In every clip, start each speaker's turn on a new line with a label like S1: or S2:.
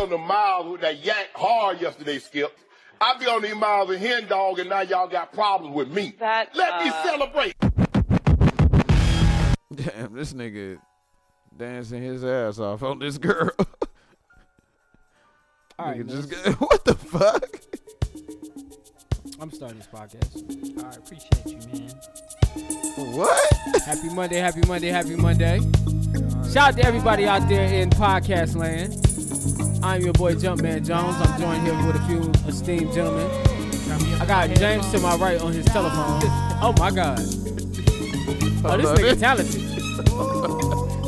S1: on the miles with that yank hard yesterday, Skip. I be on these miles of hen dog, and now y'all got problems with me.
S2: That,
S1: Let me
S2: uh,
S1: celebrate.
S3: Damn, this nigga dancing his ass off on this girl.
S4: All right,
S3: nigga just
S4: miss.
S3: get- what the fuck?
S4: I'm starting this podcast. All right, appreciate you, man.
S5: Oh,
S3: What?
S4: Happy Monday, happy Monday, happy Monday. Shout out to everybody out there in podcast land. I'm your boy Jumpman Jones. I'm joined here with a few esteemed gentlemen. I got James to my right on his telephone. Oh my God. Oh, this
S3: Love
S4: nigga
S3: it.
S4: talented.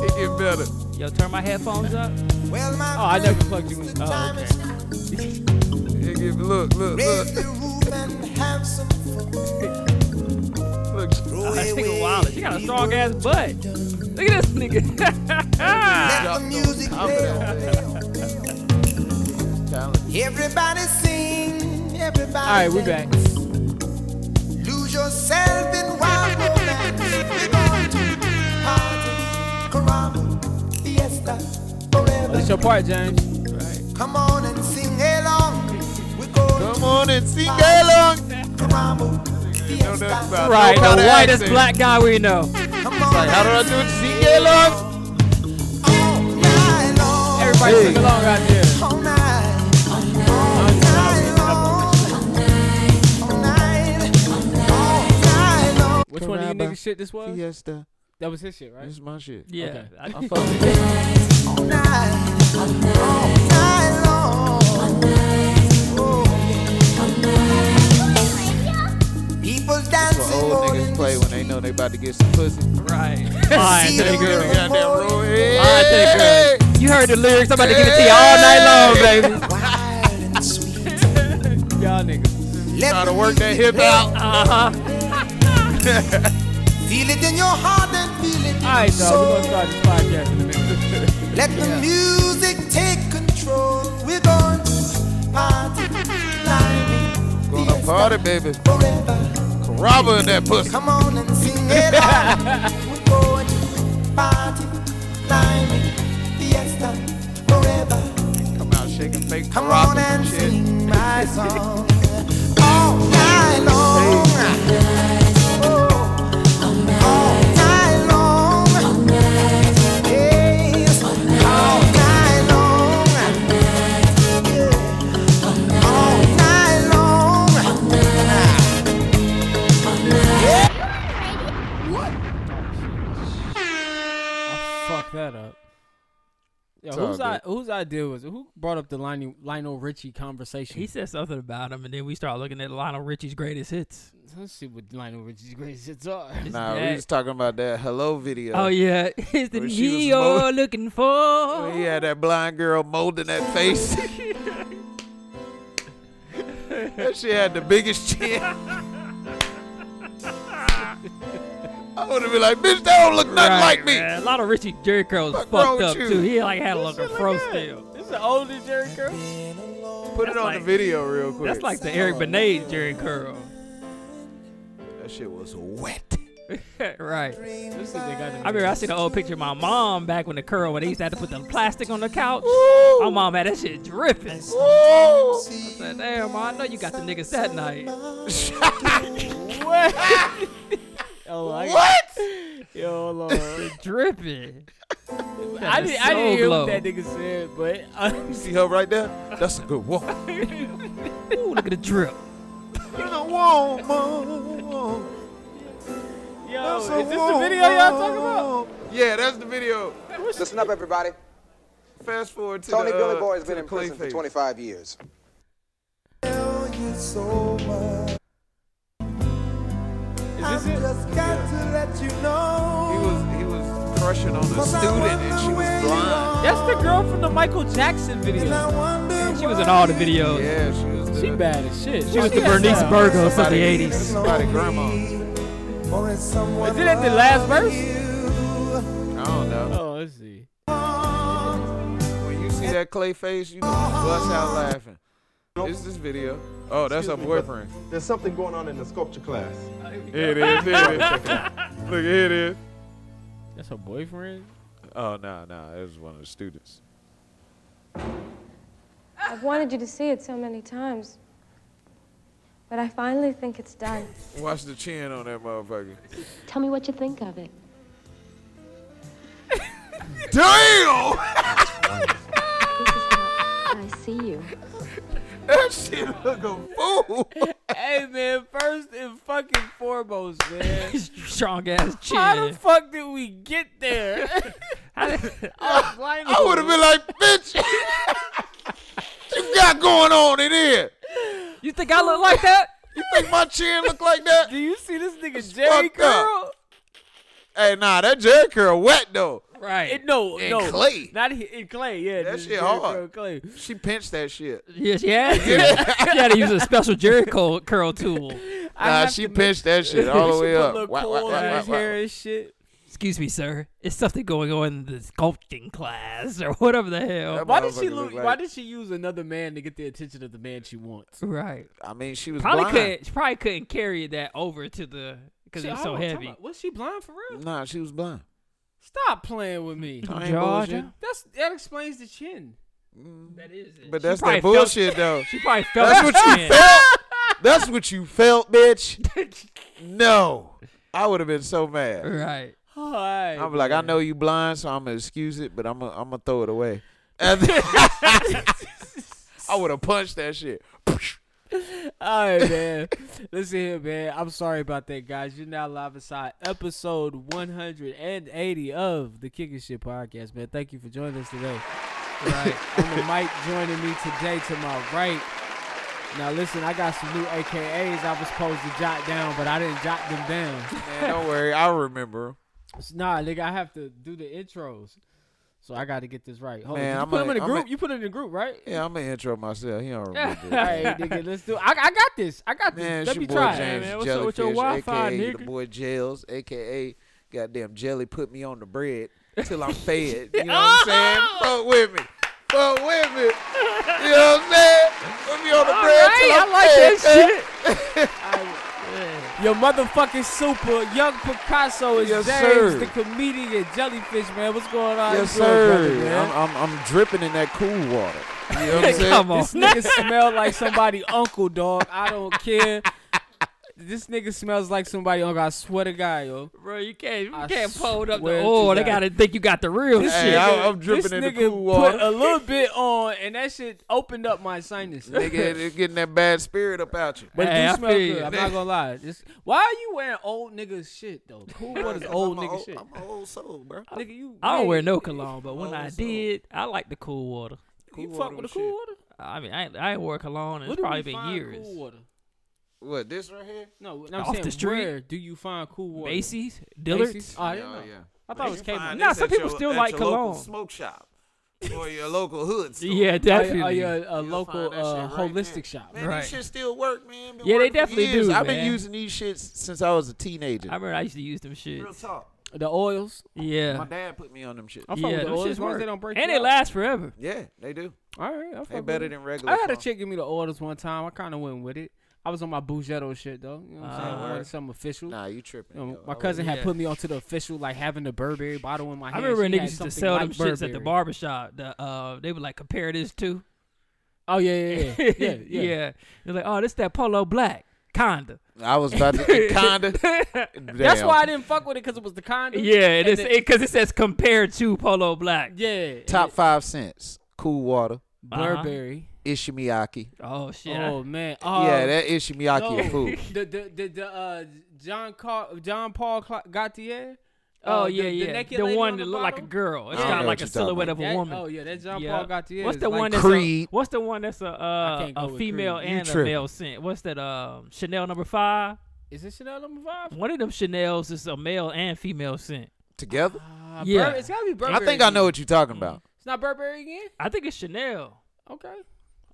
S3: It get better.
S5: Yo, turn my headphones up.
S6: Well, my
S4: Oh, I never plugged you in. Oh, okay.
S3: It get look, look, look,
S6: raise the roof and have some fun.
S3: look.
S6: Throw
S5: That nigga
S6: away
S5: wild. She got a
S6: the
S5: strong ass
S6: world.
S5: butt. Look at this nigga.
S6: Let the music play on, play on, play on. Everybody sing, everybody
S4: All right, we back.
S6: Lose yourself in wild romance. Party, party, caramba, fiesta,
S4: Oh, this
S6: forever.
S4: your part, James.
S6: Come on and sing along. We're going
S3: Come on and sing along.
S6: to caramba,
S3: Know nothing
S6: fiesta.
S3: about
S5: right,
S3: no
S5: the
S3: other
S5: whitest
S3: accent.
S5: black guy we know.
S6: Come on
S3: How do I
S6: and
S3: do it? Sing along.
S6: sing all night long.
S4: Everybody sing along out there.
S6: All night, all night long, all night, all night long.
S4: Which one of you
S3: Caramba.
S4: niggas shit this was?
S3: Fiesta.
S4: That was his shit, right?
S3: This is my shit.
S5: Yeah,
S4: Okay.
S5: I, I fuck with it.
S6: People
S3: What
S6: dancing
S3: old
S6: on
S3: niggas
S6: in
S3: play when they know they about to get some pussy.
S5: Right.
S6: See
S5: Fine,
S6: the
S5: nigga.
S6: real-
S3: Goddamn roll.
S5: Alright,
S3: Hey.
S5: take You heard the lyrics. I'm about to give it to you all night long, baby.
S6: wild and sweet.
S4: Y'all niggas.
S6: Let
S3: Try
S6: the
S3: to work that
S6: music
S3: hip out.
S5: Uh huh.
S6: play. Feel it in your heart and feel it in
S4: All right,
S6: your
S4: y'all. We're
S6: soul.
S4: gonna start this podcast in a minute.
S6: Let the music take control. We're going to party, climbing,
S3: Gonna party, baby.
S6: forever.
S3: Robber in that pussy.
S6: Come on and sing it out. We're going to party, climbing, fiesta, forever.
S3: Come out shaking fake.
S6: Come on and sing my song all night long. Oh, all night long. Yes, all night long. Yeah. All night long.
S4: Fuck that up. Yo,
S3: It's all
S4: whose,
S3: good.
S4: I, whose idea was it? Who brought up the Lionel, Lionel Richie conversation?
S5: He said something about him, and then we start looking at Lionel Richie's greatest hits.
S4: Let's see what Lionel Richie's greatest hits are.
S5: It's
S3: Nah, we
S5: that-
S3: was talking about that hello video.
S5: Oh yeah, it's the
S3: Where
S5: knee
S3: she was
S5: you're
S3: mo- Oh,
S5: looking
S3: When
S5: for.
S3: he had that blind girl molding that face. that shit had the biggest chin. I would have been like, bitch, that don't look nothing
S5: Right,
S3: like me.
S5: man. A lot of Richie Jericho was
S3: Fuck wrong
S5: fucked
S3: with
S5: up
S3: you?
S5: too. He like had like a fro still.
S4: This is the oldest Jerry Curl.
S3: Put it
S5: That's
S3: on
S5: like-
S3: the video real quick.
S5: That's like the Eric Benet Jerry Curl.
S3: that shit was wet.
S5: right.
S4: This is they got
S5: I remember I seen an old picture of my mom back when the curl when they used to have to put the plastic on the couch. My mom had that shit dripping.
S3: Woo!
S5: I said, damn, Ma, I know you got the niggas that night.
S4: Oh, I got-
S3: What?
S4: Yo, Lord.
S5: Dripping.
S4: I, did, I didn't hear
S5: glow.
S4: what that nigga said, but uh,
S3: You see her right there? That's a good woman.
S5: Ooh, look at the drip.
S3: You're the woman.
S4: yo, is this the video y'all talking about?
S3: about? Yeah, that's the video.
S7: Listen up, everybody.
S3: Fast forward to
S7: Tony
S3: the,
S7: Billy
S3: uh,
S7: Boy has
S3: to
S7: been
S3: the
S7: in prison for
S3: Clayface.
S7: 25 years.
S4: Is this it?
S3: He was he was crushing on a student and she was blind.
S4: That's the girl from the Michael Jackson video.
S5: She was in all the videos.
S3: Yeah, she was the
S4: She bad as shit.
S5: She was the Bernice Burgos of the
S3: somebody-
S5: 80s.
S3: Somebody grandma. I
S4: Is it at the last verse?
S3: don't know.
S4: Oh, let's see.
S3: When you see that clay face, you gonna bust out laughing. It's this video. Oh, that's her boyfriend.
S8: There's something going on in the sculpture class.
S3: Here it is. Here it is. Look, here it is.
S4: That's her boyfriend?
S3: Oh no, no, it was one of the students.
S2: I've wanted you to see it so many times. But I finally think it's done.
S3: Watch the chin on that motherfucker.
S9: Tell me what you think of it.
S3: Damn!
S9: This is how I see you.
S3: That shit look a fool.
S4: hey man, first and fucking foremost, man.
S5: Strong ass chin.
S4: How the fuck did we get there? Oh,
S3: I would have been like, bitch, what you got going on in here?
S5: you think I look like that?
S3: You think my chin look like that?
S4: Do you see this nigga Jerry
S3: fucked up.
S4: Curl?
S3: Hey, nah, that Jerry curl wet though.
S5: Right.
S4: It, no,
S3: In
S4: no,
S3: clay.
S4: Not he- in clay. Yeah,
S3: That
S4: this
S3: shit
S4: Jerry
S3: hard.
S4: Curl Clay.
S3: She pinched that shit.
S5: yes, she had to. she had to use a special Jerry curl, curl tool.
S3: Nah,
S4: have
S3: she
S4: to make-
S3: pinched that shit all the
S4: She
S3: way
S4: put
S3: up.
S4: little
S3: Wah, wah,
S4: coal
S3: wah,
S4: in
S3: wah,
S4: his
S3: wah.
S4: hair and shit.
S5: Excuse me, sir. It's something going on in the sculpting class or whatever the hell.
S3: That
S4: Why did she
S3: motherfucker
S4: lo-
S3: look like-
S4: Why did she use another man to get the attention of the man she wants?
S5: Right.
S3: I mean, she was
S5: Probably
S3: blind.
S5: couldn't. She probably couldn't carry that over to the because it was so
S4: Hold on, time
S5: heavy.
S4: out. Was she blind for real?
S3: Nah, she was blind.
S4: Stop playing with me.
S3: I ain't bullshit.
S5: Georgia.
S4: That's that explains the chin.
S5: That is it.
S3: But that's
S5: probably
S3: that
S5: felt-
S3: bullshit though.
S5: She probably felt
S3: That's
S5: her
S3: what you
S5: chin.
S3: felt. That's what you felt, bitch. No, I would have been so mad.
S5: Right.
S4: All right.
S3: I'm like, I know you blind, so I'm gonna excuse it, but I'm gonna I'm gonna throw it away. And then- I would have punched that shit.
S4: All right, man. Listen here, man. I'm sorry about that, guys. You're now live inside episode 180 of the Kicking Shit Podcast, man. Thank you for joining us today. Right. On the mic joining me today to my right. Now, listen, I got some new AKAs I was supposed to jot down, but I didn't jot them down.
S3: Man, don't worry, I remember.
S4: It's- nah, nigga, I have to do the intros. So I got to get this right. Hold
S3: Man,
S4: on.
S3: I'm a-
S4: Did You put them in the
S3: I'm a-
S4: group. you put them in the group, right?
S3: Yeah, I'm gonna intro myself. He don't remember.
S4: All right, nigga, let's do. I, I got this. I got this.
S3: Man, it's
S4: Let
S3: your
S4: me
S3: boy
S4: try.
S3: James
S5: man. What's up
S3: Jellyfish,
S5: with your Wi-Fi,
S3: aka the
S5: nigga?
S3: boy Jails, aka goddamn Jelly put me on the bread till I'm fed. You know what I'm saying? Fuck with me. Fuck with me. You know what I'm saying? Put me on the bread till
S4: I
S3: I'm
S4: like
S3: fed.
S4: that shit. Your motherfucking super young Picasso is
S3: Yes,
S4: James,
S3: sir.
S4: the comedian jellyfish man. What's going on?
S3: Yes,
S4: You good, brother,
S3: sir.
S4: man?
S3: I'm, I'm, I'm dripping in that cool water. You know what I'm saying?
S5: Come on.
S4: This nigga smell like somebody uncle, dog. I don't care. This nigga smells like somebody uncle. I swear to God, yo.
S5: Bro, you can't you
S4: I
S5: can't pull it up the
S4: swear to
S5: oh, they
S4: God.
S5: gotta think you got the real
S4: This
S3: Hey,
S5: shit.
S3: I- I'm dripping
S4: this
S3: in the
S4: nigga
S3: cool water.
S4: put a little bit on, and that shit opened up my sinus.
S3: Nigga, they're getting that bad spirit up out you.
S4: But
S5: Hey,
S4: it do
S5: I
S4: smell
S5: feel
S4: good.
S5: you.
S4: I'm not gonna lie. This, why are you wearing old nigga shit though? Cool water's old
S3: I'm a
S4: nigga shit.
S3: I'm an old soul, bro.
S4: Nigga, you.
S5: I don't wear
S4: way-
S5: no cologne, but
S4: Oh,
S5: when I
S3: Also-
S5: did, I like the cool water.
S3: Cool
S4: You fuck
S3: water
S4: with the
S3: and
S4: cool
S3: shit.
S4: water.
S5: I mean, I, ain't- I ain't wore a cologne. It's
S4: Where do we
S5: probably been
S4: find
S5: years.
S4: Cool water?
S3: What, this right here?
S4: No, I'm
S5: Off
S4: saying
S5: the street?
S4: where do you find cool water?
S5: Macy's, Dillard's.
S4: Macy's? Oh, I didn't know. I thought it was Kmart.
S5: Nah, some people still like cologne.
S3: smoke shop or your local hood store.
S5: Yeah,
S4: Oh, yeah,
S5: definitely.
S4: oh, yeah, a local
S3: find that
S4: uh,
S3: shit right
S4: holistic
S3: there.
S4: shop.
S3: Man,
S5: Right.
S3: these shit still work, man. Been
S5: Yeah, they
S3: working for
S5: definitely
S3: years.
S5: do,
S3: I've been
S5: man.
S3: using these shits since I was a teenager.
S5: I remember I used to use them shit.
S3: Real talk.
S4: The oils.
S5: Yeah.
S3: My dad put me on them shit.
S4: I fuck
S5: yeah,
S4: with the
S5: them
S4: oils.
S5: shits
S4: As long as
S5: work.
S4: they don't break
S5: And
S4: you
S5: they
S4: up.
S5: last forever.
S3: Yeah, they do.
S4: All right, I fuck
S3: They
S4: with
S3: better
S4: it.
S3: than regular.
S4: I had a
S3: phone.
S4: chick give me the orders one time. I kind of went with it. I was on my Bougetto shit though. You know what I'm saying? I
S5: Ah.
S4: wanted something official.
S3: Nah, you tripping?
S5: Oh,
S4: Um,
S3: yo.
S4: my
S3: I
S4: cousin had
S5: yeah.
S4: put me onto the official, like having the Burberry bottle in my
S5: I
S4: hand.
S5: remember
S4: She
S5: niggas
S4: had
S5: used to
S4: something
S5: sell
S4: like
S5: them shits at the
S4: Burberry.
S5: barbershop. The, uh, they would like compare this to.
S4: Oh yeah, yeah, yeah, yeah. yeah.
S5: They're like, oh, this that polo black. Kinda.
S3: was- I was about to kinda.
S4: That's why I didn't fuck with it because it was the condom.
S5: Yeah, and it's
S4: the-
S5: because it, says compared to polo black.
S4: yeah. and
S3: Top
S4: it-
S3: five cents. Cool water.
S4: Burberry.
S3: Ishimiaki.
S5: Uh-huh. Oh shit.
S4: Oh man. Oh,
S5: Uh,
S3: yeah, that Ishimiaki
S4: no.
S3: a fool.
S4: the the the, the uh, John Car- John Paul Cla- Gaultier.
S5: Oh
S4: Uh,
S5: yeah,
S4: the,
S5: yeah.
S4: The,
S5: The,
S4: naked lady
S5: one
S4: on
S5: that
S4: the
S5: looked like a
S4: bottle?
S5: girl. It's
S3: I don't
S5: got
S3: know what
S5: like a
S3: you're talking
S5: silhouette
S3: about.
S5: of a
S4: That-
S5: woman.
S4: Oh yeah, that John
S5: Yeah.
S4: Paul Gaultier.
S5: What's
S4: is
S5: the
S4: like-
S5: one that's
S3: Creed.
S5: A, what's the one that's a uh,
S4: can't go
S5: a
S4: with
S5: female
S4: Creed.
S3: You
S5: and a
S3: tripping.
S5: male scent? What's that? Um, Chanel number five.
S4: Is this Chanel number five?
S5: One of them Chanel's is a male and female scent.
S3: Together.
S4: Uh,
S5: Yeah.
S4: Bur- it's gotta be Burberry.
S3: I think I know
S4: again.
S3: what you're talking about.
S4: It's not Burberry again.
S5: I think it's Chanel.
S4: Okay.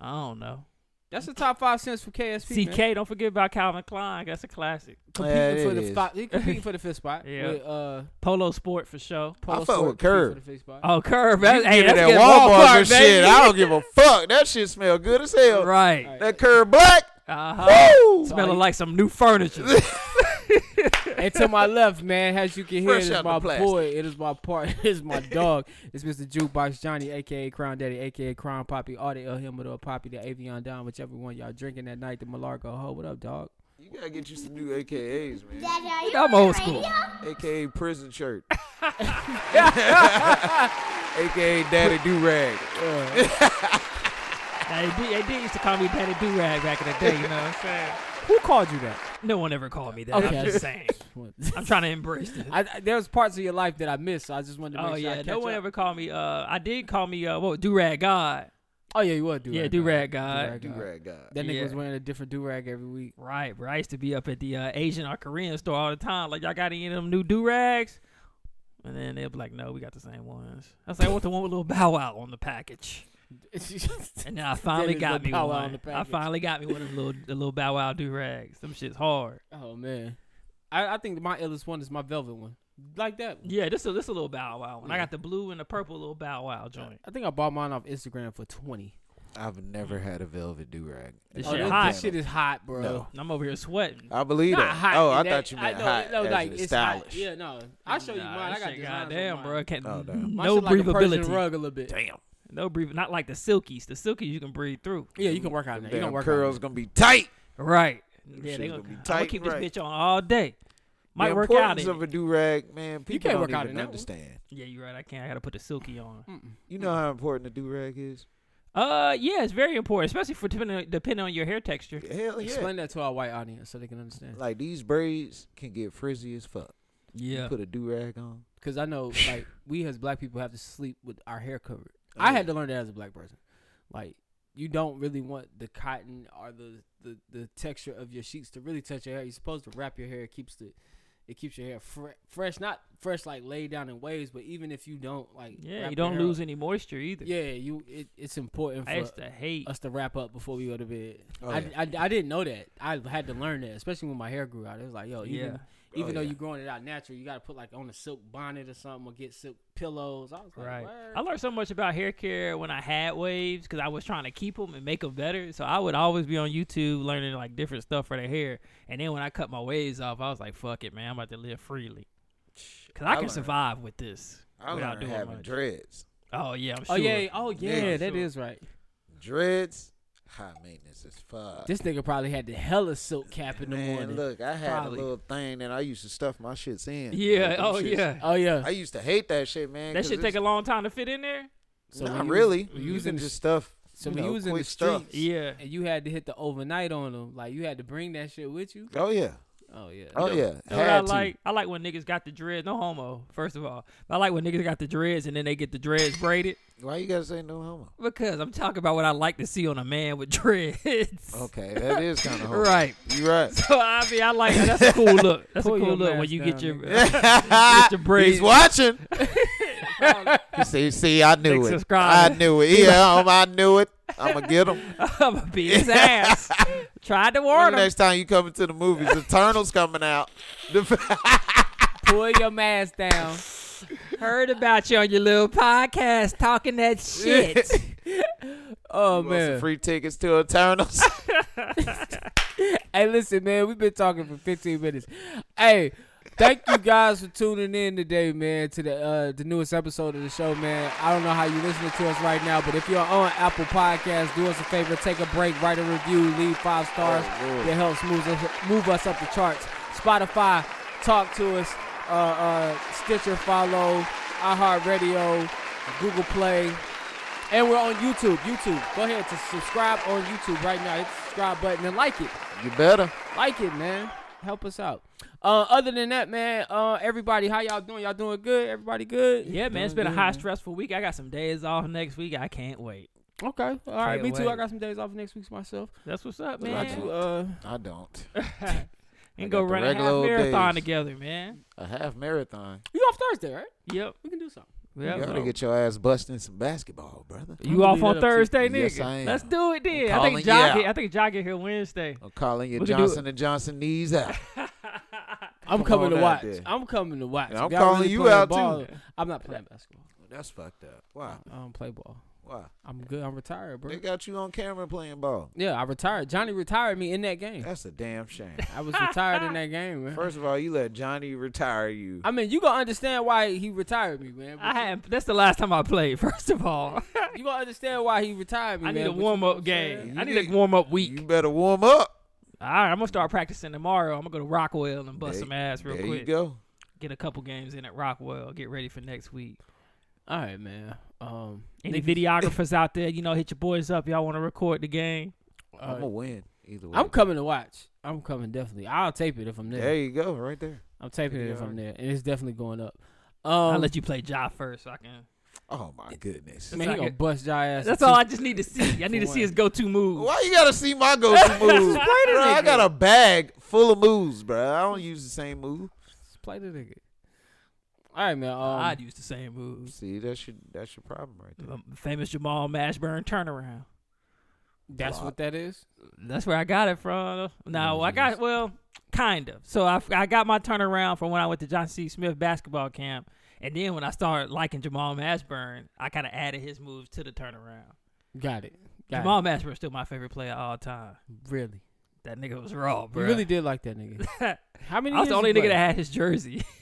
S5: I don't know.
S4: That's the top five cents for KSP. man.
S5: CK, don't forget about Calvin Klein. That's a classic.
S4: competing
S3: Yeah,
S4: for
S3: it
S4: the
S3: is.
S4: spot. He competing for the fifth spot.
S5: Yeah.
S4: With, uh,
S5: Polo Sport for sure.
S4: Paul
S3: fuck
S4: Stewart
S3: with
S4: competing
S3: Curb.
S4: for the Uh, fifth spot.
S5: Oh, Curve. That, hey,
S3: Give me
S5: that's
S3: that
S5: good
S3: Walmart
S5: ballpark,
S3: and shit.
S5: baby.
S3: I don't give a fuck. That shit smell good as hell.
S5: Right.
S3: That curve black.
S5: Uh-huh.
S3: Woo!
S5: Smelling like some new furniture.
S4: and to my left, man, as you can hear,
S3: Fresh
S4: it is
S3: out
S4: my
S3: the plastic.
S4: boy, it is my part, it is my dog, it's Mr. Jukebox Johnny, aka Crown Daddy, aka Crown Poppy, all the El Himador Poppy, the Avion Don, whichever one y'all drinking that night, the Malarco Ho. What up, dog?
S3: You gotta get you some new AKAs, man.
S5: I'm old school.
S3: AKA prison shirt. AKA daddy do rag.
S5: Now, they, did, they did used to call me Daddy Durag back in the day, you know what I'm saying?
S4: Who called you that?
S5: No one ever called me that.
S4: Okay.
S5: I'm just saying. I'm trying to embrace this.
S4: I, I, there was parts of your life that I missed, so I just wanted to make
S5: Oh
S4: sure I
S5: yeah,
S4: catch
S5: no one
S4: up.
S5: ever called me. Uh, I did call me. Uh, what Durag God?
S4: Oh yeah, you was do
S5: Yeah, Durag God.
S3: Do rag guy.
S4: That nigga
S5: Yeah.
S4: was wearing a different do rag every week.
S5: Right, bro. I used to be up at the uh, Asian or Korean store all the time. Like, y'all got any of them new do rags? And then they'll be like, no, we got the same ones. I was like, I want the one with a little bow wow on the package. And then I finally
S4: is
S5: got
S4: the
S5: me
S4: bow wow
S5: one.
S4: on the
S5: I
S4: package.
S5: finally got me one of the little, the little bow wow do rags. Some shit's hard.
S4: oh man, I, I think my illest one is my velvet one, like that. one.
S5: Yeah, this a this a little bow wow one. I
S4: Yeah.
S5: got the blue and the purple little bow wow joint.
S4: I think I bought mine off Instagram for twenty.
S3: I've never had a velvet do rag.
S5: This
S4: Oh,
S5: shit
S4: this,
S5: hot.
S4: this shit is hot, bro.
S3: No.
S5: And I'm over here sweating.
S3: I believe
S4: Not
S3: that.
S4: hot.
S3: oh, I
S4: that-
S3: thought you meant
S4: I, know,
S3: hot.
S4: No,
S3: as
S4: like
S3: in
S4: it's
S3: stylish.
S4: hot. Yeah, no. I'll show you
S5: Nah,
S4: mine.
S5: this
S4: I got
S5: shit,
S4: designs on
S5: goddamn,
S4: mine.
S5: bro. Can't,
S3: Oh, damn.
S4: Mine
S5: no
S4: shit like a
S5: breathability.
S4: Persian rug a little bit.
S3: Damn.
S5: No breathe. Not like the silkies. The silkies you can breathe through.
S4: Yeah, you can work out
S3: Them
S4: in that. You can
S3: damn
S4: work
S3: curls
S4: out.
S3: gonna be tight.
S5: Right. Yeah,
S3: shit
S5: they gonna,
S3: gonna be
S5: I'ma
S3: tight,
S5: keep
S3: right.
S5: this bitch on all day. Might
S3: the
S5: work out
S3: importance
S5: in
S3: of
S5: it.
S3: a do rag, man. People
S4: can't
S3: don't
S4: work
S3: even
S4: out in that one.
S3: understand.
S5: Yeah, you're right. I can't. I gotta put the silky on.
S3: You know how important a do rag is.
S5: Uh, yeah, it's very important, especially for depending depending on your hair texture.
S3: Hell yeah.
S4: Explain that to our white audience so they can understand.
S3: Like these braids can get frizzy as fuck.
S5: Yeah.
S3: You put a do rag on.
S4: Because I know, like, we as black people have to sleep with our hair covered.
S5: Oh,
S4: I had to learn that as a black person. Like, you don't really want the cotton or the, the, the texture of your sheets to really touch your hair. You're supposed to wrap your hair. It keeps the it keeps your hair fre- fresh, not fresh like laid down in waves, but even if you don't like,
S5: Yeah,
S4: wrap
S5: you
S4: your
S5: don't
S4: hair
S5: lose
S4: up-
S5: any moisture either.
S4: Yeah, you it, it's important for
S5: I used to hate.
S4: us to wrap up before we go to bed.
S3: Oh,
S4: I,
S3: yeah.
S4: I, I didn't know that. I had to learn that, especially when my hair grew out. It was like, yo, even,
S5: Yeah.
S4: even
S3: Oh,
S4: though
S3: yeah.
S4: you're growing it out naturally, you got to put like on a silk bonnet or something or get silk pillows. I was like,
S5: Right.
S4: word.
S5: I learned so much about hair care when I had waves because I was trying to keep them and make them better. So I would always be on YouTube learning like different stuff for the hair. And then when I cut my waves off, I was like, "Fuck it, man! I'm about to live freely because I,
S3: I
S5: can
S3: learned-
S5: survive with this
S3: I
S5: without
S3: learned
S5: doing
S3: having
S5: much."
S3: dreads.
S5: oh yeah, I'm
S4: Oh
S5: sure.
S4: yeah, oh yeah, that
S3: Yeah,
S4: is
S5: sure.
S4: right.
S3: Dreads, high maintenance as fuck.
S4: This nigga probably had the hella silk cap in the
S3: Man,
S4: morning.
S3: look, I had
S5: Probably.
S3: a little thing that I used to stuff my shits in.
S5: Yeah,
S3: Like, them
S5: oh
S3: shits-
S5: yeah.
S4: Oh yeah,
S3: I used to hate that shit, man.
S5: That
S3: 'cause
S5: should take
S3: it's-
S5: a long time to fit in there.
S4: So
S3: Nah,
S4: when you was-
S3: really.
S4: when you
S3: you
S4: was in
S3: can
S4: the-
S3: just stuff.
S4: so
S3: you
S4: when
S3: know,
S4: you was in
S3: quick
S4: the
S3: stuff.
S4: streets,
S5: Yeah.
S4: and you had to hit the overnight on them. Like you had to bring that shit with you.
S3: Oh yeah.
S4: Oh yeah.
S3: Oh yeah.
S5: You know what I
S3: Had to.
S5: like? I like when niggas got the dreads. No homo, first of all. But I like when niggas got the dreads and then they get the dreads braided.
S3: Why you gotta say no homo?
S5: Because I'm talking about what I like to see on a man with dreads.
S3: Okay, that is kind of homo.
S5: Right.
S3: You right.
S5: So I mean, I like that's a cool look. That's
S4: Pull
S5: a cool
S4: your
S5: look when
S4: mask
S5: you get
S4: down,
S5: your,
S4: nigga.
S5: get your braids.
S3: He's watching. He see, see, I knew
S5: Click
S3: it.
S5: subscribe.
S3: I knew it. Yeah, um, I knew it. I'm gonna get him.
S5: I'm a beat his ass. Tried to warn him.
S3: Next time you come into the movies, Eternals coming out. The-
S4: Pull your mask down.
S5: Heard about you on your little podcast talking that shit.
S4: Oh
S3: Want some
S4: man.
S3: free tickets to Eternals.
S4: Hey, listen, man, we've been talking for 15 minutes. Hey, thank you guys for tuning in today, man, to the uh, the newest episode of the show, man. I don't know how you're listening to us right now, but if you're on Apple Podcasts, do us a favor, take a break, write a review, leave five stars. it helps move us, move us up the charts. Spotify, talk to us. Uh, uh, Stitcher, follow. iHeartRadio, Google Play, and we're on YouTube. YouTube, go ahead to subscribe on YouTube right now. Hit the subscribe button and like it
S3: you better.
S4: like it, man. Help us out. Uh, other than that, man, uh, everybody, how y'all doing? Y'all doing good? Everybody good?
S5: yeah, man, it's
S4: Doing
S5: been a
S4: good,
S5: high
S4: man.
S5: stressful week. I got some days off next week. I can't wait.
S4: Okay, all right, me
S5: Can't
S4: too. I
S5: wait.
S4: got some days off next week myself.
S5: That's what's up,
S4: What about
S5: man.
S4: you? Uh,
S3: I don't.
S5: and
S3: I
S5: go
S3: got the
S5: run a half
S3: regular old
S5: marathon
S3: days.
S5: together, man.
S3: A half marathon.
S4: you off Thursday, right?
S5: Yep.
S4: We can do something.
S5: yep.
S3: You gotta get your ass busting some basketball, brother.
S5: You off
S4: leave
S5: on
S4: that up to-
S5: Thursday, nigga?
S3: Yes, I am.
S5: Let's do it
S3: I'm
S5: then. I think
S3: calling
S5: John.
S3: you out.
S5: Get, I think John get here Wednesday.
S3: I'm calling you
S5: We can do
S3: Johnson and Johnson knees out.
S4: I'm
S3: Come
S4: coming
S3: on
S4: to
S3: out
S4: watch.
S3: there.
S4: I'm coming to watch.
S3: And I'm
S4: If y'all
S3: calling you
S4: playing
S3: out, too.
S4: I'm not playing basketball.
S3: That's fucked up. Wow.
S4: I don't play ball.
S3: Why?
S4: I'm good. I'm retired, bro.
S3: They got you on camera playing ball.
S4: Yeah, I retired. Johnny retired me in that game.
S3: That's a damn shame.
S4: I was retired in that game, man.
S3: First of all, you let Johnny retire you.
S4: I mean, you gonna understand why he retired me, man.
S5: I had That's the last time I played. First of all,
S4: You gonna understand why he retired me.
S5: I
S4: man.
S5: need a
S4: But you-
S5: warm up
S3: You
S5: game. I need
S3: need-
S5: a warm up week.
S3: You better warm up.
S5: All right, I'm gonna start practicing tomorrow. I'm gonna go to Rockwell and bust
S3: There-
S5: some ass real
S3: there
S5: quick.
S3: you go.
S5: Get a couple games in at Rockwell. Get ready for next week.
S4: All right, man. Um,
S5: Any videographers out there, you know, hit your boys up. Y'all want to record the game?
S3: I'm
S4: uh,
S3: gonna win either way.
S4: I'm coming to watch. I'm coming definitely. I'll tape it if I'm there.
S3: there you go, right there.
S4: I'm taping it if
S3: Video.
S4: I'm there, and it's definitely going up.
S5: I'll
S4: Um,
S5: let you play Ja first, so I can.
S3: Oh my goodness.
S4: man, he
S5: That's all I
S4: gonna
S5: get-
S4: bust your ass.
S5: That's
S4: in
S5: all
S4: two-
S5: I just need to see. I need to
S4: For
S5: see
S4: what?
S5: his go-to move.
S3: Why you gotta see my go-to move? bro, I got a bag full of moves, bro. I don't use the same move.
S4: Just play the nigga. All right, man. Um,
S5: I'd use the same moves.
S3: See, that's your that's your problem right there.
S5: Um, Famous Jamal Mashburn turnaround.
S4: that's what that is.
S5: That's where I got it from. No,
S4: Oh,
S5: I
S4: geez.
S5: got well, kind of. So I, I got my turnaround from when I went to John C. Smith basketball camp, and then when I started liking Jamal Mashburn, I kind of added his moves to the turnaround.
S4: Got it. Got
S5: Jamal Mashburn's still my favorite player of all time.
S4: it. Really,
S5: That nigga was raw, bro.
S4: you really did like that nigga. How many?
S5: I was the
S4: years
S5: only
S4: he
S5: nigga
S4: played?
S5: that had his jersey,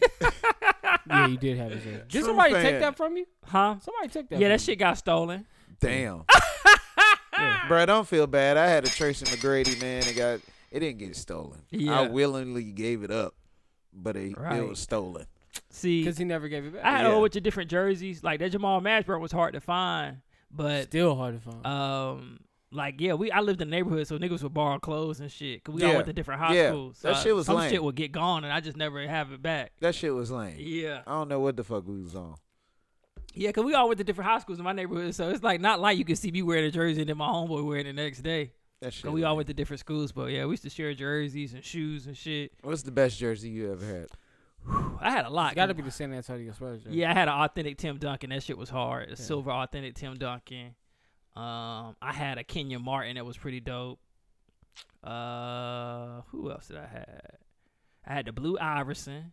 S4: Yeah, you did have his ass. Did
S3: True
S4: somebody take
S3: fan.
S4: that from you?
S5: huh?
S4: Somebody took that.
S5: Yeah,
S4: from
S5: that
S4: you.
S5: shit got stolen.
S3: Damn. Bro, I don't feel bad. I had a Tracy McGrady, man. It got it didn't get stolen.
S5: Yeah.
S3: I willingly gave it up, but it,
S5: Right.
S3: it was stolen.
S5: See,
S4: because he never gave it back.
S5: I had a
S3: Yeah.
S5: whole bunch of different jerseys. Like that Jamal Mashburn was hard to find, but
S4: Still hard to find.
S5: um like yeah we i lived in the neighborhood so niggas would borrow clothes and shit because we all
S3: Yeah.
S5: went to different high
S3: Yeah.
S5: schools so
S3: That shit was
S5: some
S3: lame.
S5: shit would get gone and i just never have it back
S3: That shit was lame.
S5: yeah
S3: I don't know what the fuck we was on.
S5: yeah because we all went to different high schools in my neighborhood so it's like not like you could see me wearing a jersey and then my homeboy wearing it the next day
S3: That shit.
S5: because we all
S3: lame.
S5: went to different schools but yeah we used to share jerseys and shoes and shit
S3: What's the best jersey you ever had?
S5: i had a lot
S4: It's got to be the San Antonio Spurs. right?
S5: yeah i had an authentic tim duncan that shit was hard a silver authentic tim duncan um i had a Kenyon martin that was pretty dope uh who else did i have I had the Blue Iverson.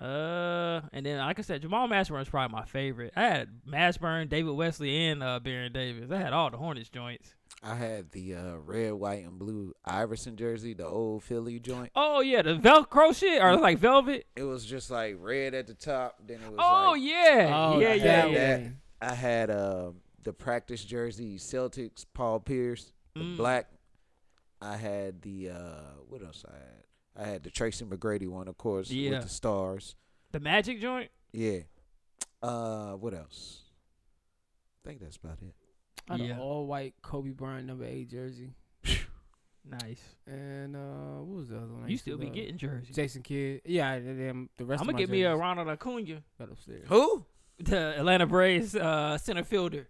S5: Uh, and then like I said, Jamal Mashburn is probably my favorite. I had Mashburn, David Wesley, and uh, Baron Davis. I had all the Hornets joints.
S3: I had the uh, red, white, and blue Iverson jersey, the old Philly joint.
S5: Oh yeah, the Velcro shit or like velvet.
S3: It was just like red at the top. Then it was
S5: Oh
S3: like
S5: yeah,
S4: Oh,
S5: yeah,
S4: that
S5: yeah,
S4: one.
S5: yeah.
S3: that. I had uh, the practice jersey, Celtics, Paul Pierce, the
S5: Mm.
S3: black. I had the uh, what else I had? I had the Tracy McGrady one, of course,
S5: Yeah.
S3: with the stars.
S5: The Magic joint.
S3: Yeah. Uh, what else? I think that's about it.
S4: I had
S5: Yeah.
S4: an all white Kobe Bryant number eight jersey,
S5: Nice.
S4: and uh, what was the other one? I
S5: You
S4: used to
S5: still be
S4: love?
S5: getting jerseys.
S4: Jason Kidd. Yeah, I, them, the
S5: I'm
S4: rest.
S5: gonna
S4: of my
S5: get me a
S4: jerseys
S5: Ronald Acuna,
S4: got upstairs.
S3: Who?
S5: the Atlanta Braves uh, center fielder.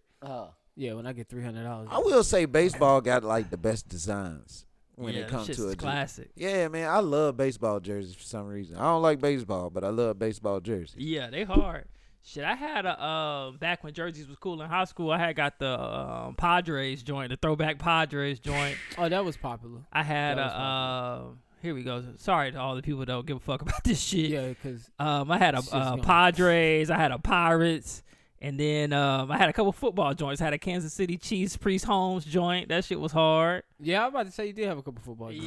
S4: Yeah, when I get three hundred dollars. Oh,
S3: I will say baseball got like the best designs when
S5: yeah,
S3: it
S5: that
S3: comes
S5: shit's
S3: to a jer-
S5: classic.
S3: Yeah, man, I love baseball jerseys for some reason. I don't like baseball, but I love baseball jerseys.
S5: Yeah, they hard. Shit, I had a um back when jerseys was cool in high school. I had got the um, Padres joint, the throwback Padres joint.
S4: Oh, that was popular.
S5: I had
S4: That
S5: a
S4: was popular.
S5: um here we go. Sorry to all the people that don't give a fuck about this shit.
S4: Yeah, because
S5: Um, I had a
S4: Shit's
S5: uh,
S4: gone.
S5: Padres. I had a Pirates, and then um, I had a couple football joints. I had a Kansas City Chiefs Priest Holmes joint. That shit was hard.
S4: yeah, I'm about to say you did have a couple
S3: Oh,
S4: football. games.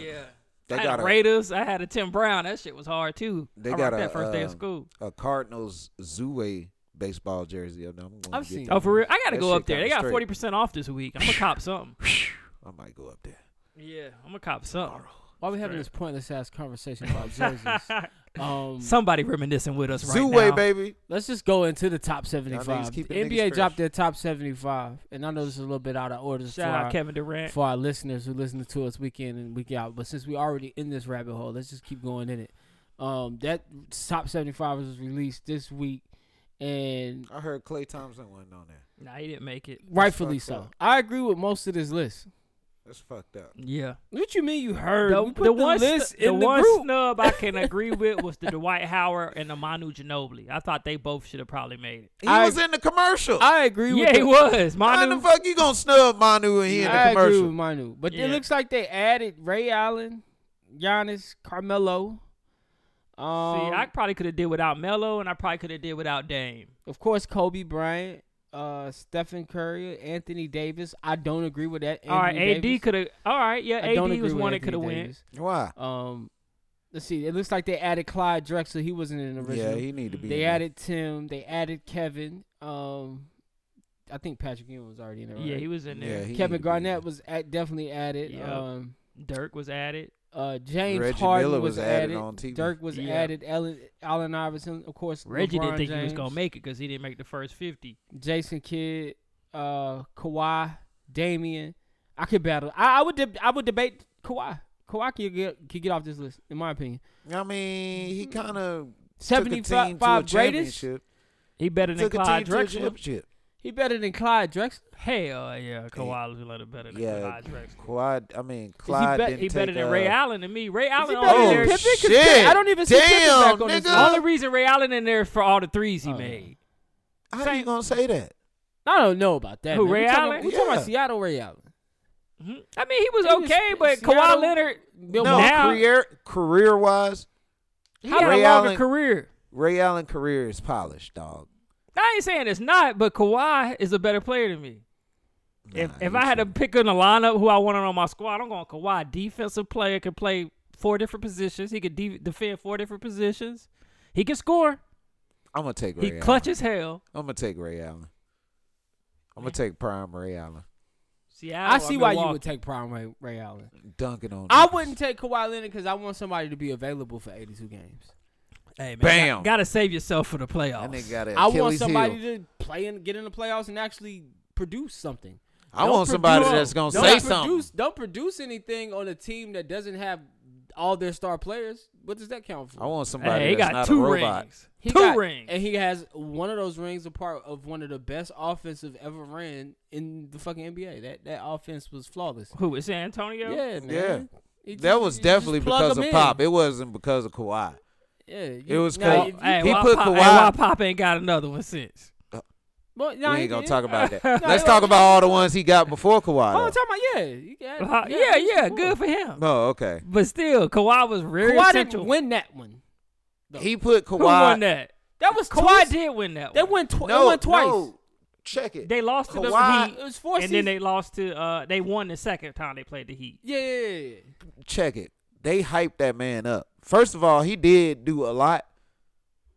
S3: They
S5: I had
S3: got
S5: a
S3: a,
S5: Raiders. I had a Tim Brown. That shit was hard too.
S3: They
S5: I
S3: got
S5: rocked
S3: a,
S5: that first day of
S3: um,
S5: school.
S3: a Cardinals Zouwe baseball jersey. I'm, I'm gonna
S4: I've
S3: get
S4: seen
S3: that.
S5: Oh, for real? I gotta
S3: That
S5: go
S3: shit
S5: up there. They
S3: kinda
S5: got
S3: straight.
S5: forty percent off this week. I'm gonna cop something.
S3: I might go up there.
S5: Yeah, I'm gonna cop something.
S4: Why we having this pointless ass conversation about jerseys? um,
S5: Somebody reminiscing with us right
S3: Zouwe,
S5: now.
S3: baby.
S4: let's just go into the top seventy-five.
S3: keep
S4: The
S3: the niggas
S4: NBA dropped
S3: fresh.
S4: their top seventy-five, and I know this is a little bit out of order for
S5: Shout out
S4: our-
S5: Kevin Durant.
S4: for our listeners who listen to us week in and week out. But since we already in this rabbit hole, let's just keep going in it. Um, that top seventy-five was released this week, and
S3: I heard Clay Thompson wasn't on there.
S5: Nah, he didn't make it.
S4: rightfully
S3: fucked
S4: so.
S3: up.
S4: I agree with most of this list.
S3: That's fucked up.
S5: Yeah,
S4: What you mean you heard?
S5: the,
S4: We put
S5: the one snu-
S4: list
S5: the
S4: in the
S5: one
S4: group.
S5: snub I can agree with was the Dwight Howard and the Manu Ginobili. I thought they both should have probably made it.
S3: He
S4: I-
S3: was in the commercial.
S4: I agree with
S5: Yeah,
S4: the,
S5: he was
S3: How the
S5: Manu.
S3: fuck you gonna snub Manu and he in
S4: I
S3: the
S4: agree
S3: commercial?
S4: with Manu, but
S5: Yeah.
S4: it looks like they added Ray Allen, Giannis, Carmelo. Um,
S5: See, I probably could have did without Melo, and I probably could have did without Dame.
S4: of course Kobe Bryant. uh, Stephen Curry, Anthony Davis. I don't agree with that.
S5: all right,
S4: Anthony
S5: AD
S4: Davis.
S5: could have. All right, yeah,
S4: I don't
S5: AD was
S4: agree with
S5: one that
S4: Anthony
S5: could have went.
S4: Davis.
S3: Why?
S4: Um, let's see. It looks like they added Clyde Drexler. He wasn't in the original.
S3: Yeah, he need to be.
S4: they
S3: in there.
S4: added Tim. They added Kevin. Um, I think Patrick Ewing was already in there.
S5: Yeah,
S4: right?
S5: he was in there.
S3: Yeah, he need to
S4: Kevin
S3: be
S4: Garnett
S3: in
S4: was at, definitely added.
S5: Yep.
S4: Um,
S5: Dirk was added.
S4: uh, James
S3: Reggie
S4: Harden
S3: Miller
S4: was,
S3: was added
S4: added.
S3: on TV.
S4: Dirk was
S5: Yeah.
S4: added. Allen, Allen Iverson, of course.
S5: Reggie
S4: LeBron
S5: didn't think he was
S4: James,
S5: gonna make it because he didn't make the first fifty.
S4: Jason Kidd, uh, Kawhi, Damian. I could battle. I, I would. Deb- I would debate Kawhi. Kawhi could get, could get off this list, in my opinion.
S3: I mean, he kind of
S4: Seventy-five
S3: to a
S4: greatest.
S3: championship.
S5: He better than
S3: Took a
S5: Clyde
S3: team to a
S5: Drexler.
S3: championship.
S4: He better than Clyde Drexler.
S5: Hell yeah, Kawhi was a little better than
S3: Yeah,
S5: Clyde Drexler.
S3: Clyde. I mean, Clyde
S4: bet-
S3: didn't
S5: He better
S3: take,
S5: than
S3: uh,
S5: Ray Allen and me. Ray Allen
S4: better than
S5: only there.
S3: Oh
S4: Pippen? 'Cause
S3: shit!
S4: Pippen- I don't even see Pippen
S3: Damn,
S4: back on this
S5: The only
S3: nigga.
S5: reason Ray Allen in there is for all the threes he
S4: Oh.
S5: made.
S3: How you gonna say that?
S4: I don't know about that.
S5: Who,
S4: man. We
S5: Ray
S4: talking-
S5: Allen?
S4: We talking
S3: Yeah.
S4: about Seattle Ray Allen.
S5: Mhm. I mean, he was
S4: He was-
S5: okay, but
S4: Seattle-
S5: Kawhi Leonard,
S4: Bill
S3: No,
S5: Now-
S3: career career wise,
S5: he had
S3: Ray
S5: a longer
S3: Allen-
S5: career.
S3: Ray Allen career is polished, dog.
S5: I ain't saying it's not, but Kawhi is a better player than me. If
S3: Nah,
S5: if
S3: you
S5: I had to
S3: tripping.
S5: pick in a lineup who I wanted on my squad, I'm going Kawhi. Defensive player can play four different positions. He could de- defend four different positions. He can score.
S3: I'm gonna take
S5: He
S3: Ray
S5: clutch as hell.
S3: Allen. I'm gonna take Ray Allen. I'm gonna take prime Ray Allen.
S5: Seattle,
S4: I see why you
S5: Milwaukee.
S4: would take prime Ray, Ray Allen.
S3: Dunking on.
S4: I
S3: niggas.
S4: wouldn't take Kawhi Leonard because I want somebody to be available for 82 games.
S5: Hey, man,
S3: Bam.
S5: Got to save yourself for the
S3: That
S5: playoffs.
S3: nigga got an
S4: I want
S3: Achilles
S4: somebody
S3: heel.
S4: to play and get in the playoffs and actually produce something.
S3: I
S4: Don't
S3: want somebody
S4: produce-
S3: that's gonna
S4: don't
S3: say
S4: produce,
S3: something.
S4: Don't produce anything on a team that doesn't have all their star players. What does that count for?
S3: I want somebody
S5: Hey, he
S3: that's
S5: got
S3: not
S5: two
S3: a robot.
S5: rings.
S4: He
S5: two
S4: got-
S5: rings.
S4: and he has one of those rings a part of one of the best offensive ever ran in the fucking NBA. That that offense was flawless.
S5: Who is San Antonio?
S4: Yeah, man.
S3: Yeah.
S4: He
S3: That
S4: just-
S3: was
S4: you just
S3: definitely
S4: plug
S3: because
S4: 'em
S3: of
S4: in.
S3: Pop. It wasn't because of Kawhi.
S4: Yeah, you-
S3: it was
S4: now,
S3: Ka-
S4: if you-
S5: Hey,
S3: He
S5: why
S3: put
S5: Pop, hey,
S3: Kawhi-
S5: why Pop ain't got another one since?
S4: well, nah,
S3: we
S4: he
S3: ain't gonna
S4: did.
S3: talk about that.
S4: No,
S3: Let's
S4: it
S3: talk
S4: was-
S3: about all the ones he got before
S4: Oh,
S3: Kawhi.
S4: I'm talking about yeah, you
S5: Uh,
S4: got,
S5: yeah,
S4: he's
S5: yeah,
S4: cool.
S5: good for him.
S3: Oh, okay.
S5: But still, Kawhi was very
S4: Kawhi
S5: essential.
S4: didn't win that one.
S3: He put Kawhi.
S5: Who won that?
S4: That was
S5: Kawhi
S4: two-
S5: did win that.
S4: They
S5: one.
S4: went, tw-
S3: No,
S4: they went twice.
S3: no. Check it.
S5: They lost to
S3: Kawhi-
S5: the Heat,
S4: It was four
S5: and then
S4: seasons.
S5: they lost to. Uh, they won the second time they played the Heat.
S4: Yeah, yeah, yeah, yeah.
S3: Check it. They hyped that man up. First of all, he did do a lot,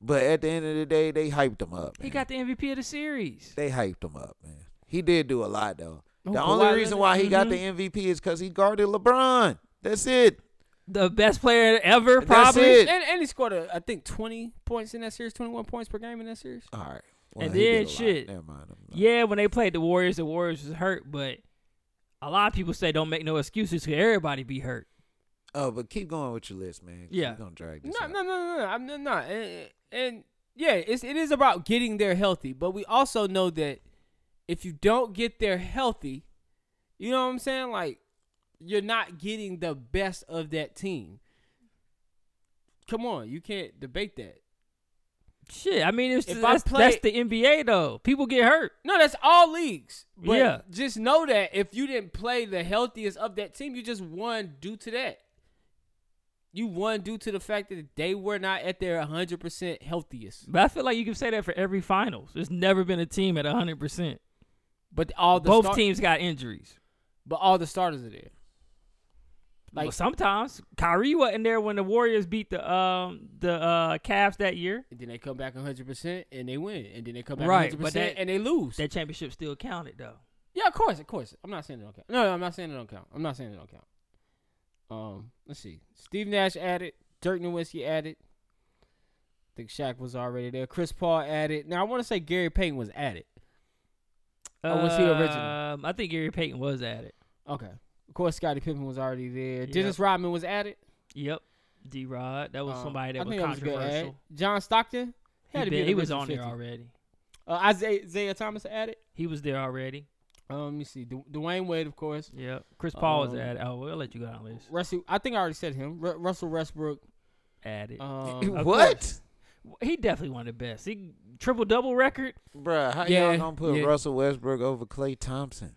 S3: but at the end of the day, they hyped him up.
S5: He
S3: man.
S5: got the MVP of the series.
S3: they hyped him up, man. He did do a lot though.
S5: Oh,
S4: Who,
S3: the
S4: Kawhi
S3: only reason
S4: Leonard?
S3: why he got the MVP is because he guarded LeBron. That's it.
S5: The best player ever,
S3: That's
S5: probably.
S3: it.
S4: And, and he scored, a, I think, 20 points in that series, 21 points per game in that series.
S3: All right.
S5: And
S3: he
S5: then
S3: did a lot.
S5: shit.
S3: Never mind. I'm not-
S5: Yeah, when they played the Warriors, the Warriors was hurt, but a lot of people say don't make no excuses because everybody be hurt.
S3: Oh, but keep going with your list, man. 'cause
S5: Yeah.
S3: we gonna drag this.
S4: No,
S3: out.
S4: no, no, no, no. I'm not. not. And, and yeah, it's it is about getting there healthy, but we also know that if you don't get there healthy, you know what I'm saying? Like you're not getting the best of that team. Come on, you can't debate that.
S5: Shit, I mean, it's
S4: If I
S5: that's,
S4: play-
S5: that's the NBA though. People get hurt.
S4: No, that's all leagues. But
S5: Yeah.
S4: just know that if you didn't play the healthiest of that team, you just won due to that. You won due to the fact that they were not at their 100% healthiest.
S5: But I feel like you can say that for every finals. There's never been a team at 100%.
S4: But all the
S5: Both
S4: star-
S5: teams got injuries.
S4: But all the starters are there. Like
S5: well, sometimes Kyrie wasn't there when the Warriors beat the um the uh Cavs that year.
S4: and then they come back 100 percent and they win, and then they come back
S5: Right,
S4: 100
S5: but
S4: percent
S5: that-
S4: and they lose.
S5: That championship still counted though.
S4: yeah, of course, of course. I'm not saying it don't count. No, no, I'm not saying it don't count. I'm not saying it don't count. Um, let's see. Steve Nash added. Dirk Nowitzki added. I think Shaq was already there. Chris Paul added. Now I want to say Gary Payton was added. Oh, was he original?
S5: Um, I think Gary Payton was at it.
S4: Okay. Of course, Scottie Pippen was already there.
S5: Yep.
S4: Dennis Rodman was added.
S5: Yep. D Rod. That was
S4: Um,
S5: somebody
S4: I
S5: that was
S4: think a good add.
S5: controversial.
S4: John Stockton
S5: He,
S4: had to be.
S5: been-
S4: in the
S5: he was
S4: original
S5: on there
S4: 50.
S5: already.
S4: Uh, Isaiah, Isaiah Thomas added.
S5: He was there already.
S4: Um, let me see. Du- Dwayne Wade, of course.
S5: Yep. Chris Paul was
S4: Um,
S5: at it. Oh, we'll let you go down the list.
S4: Russell, I think I already said him. Ru- Russell Westbrook.
S5: At it.
S4: Um,
S5: of
S3: what,
S5: he definitely one of the best. He triple double record.
S3: Bruh, How
S4: Yeah,
S3: y'all gonna put
S4: yeah.
S3: Russell Westbrook over Clay Thompson?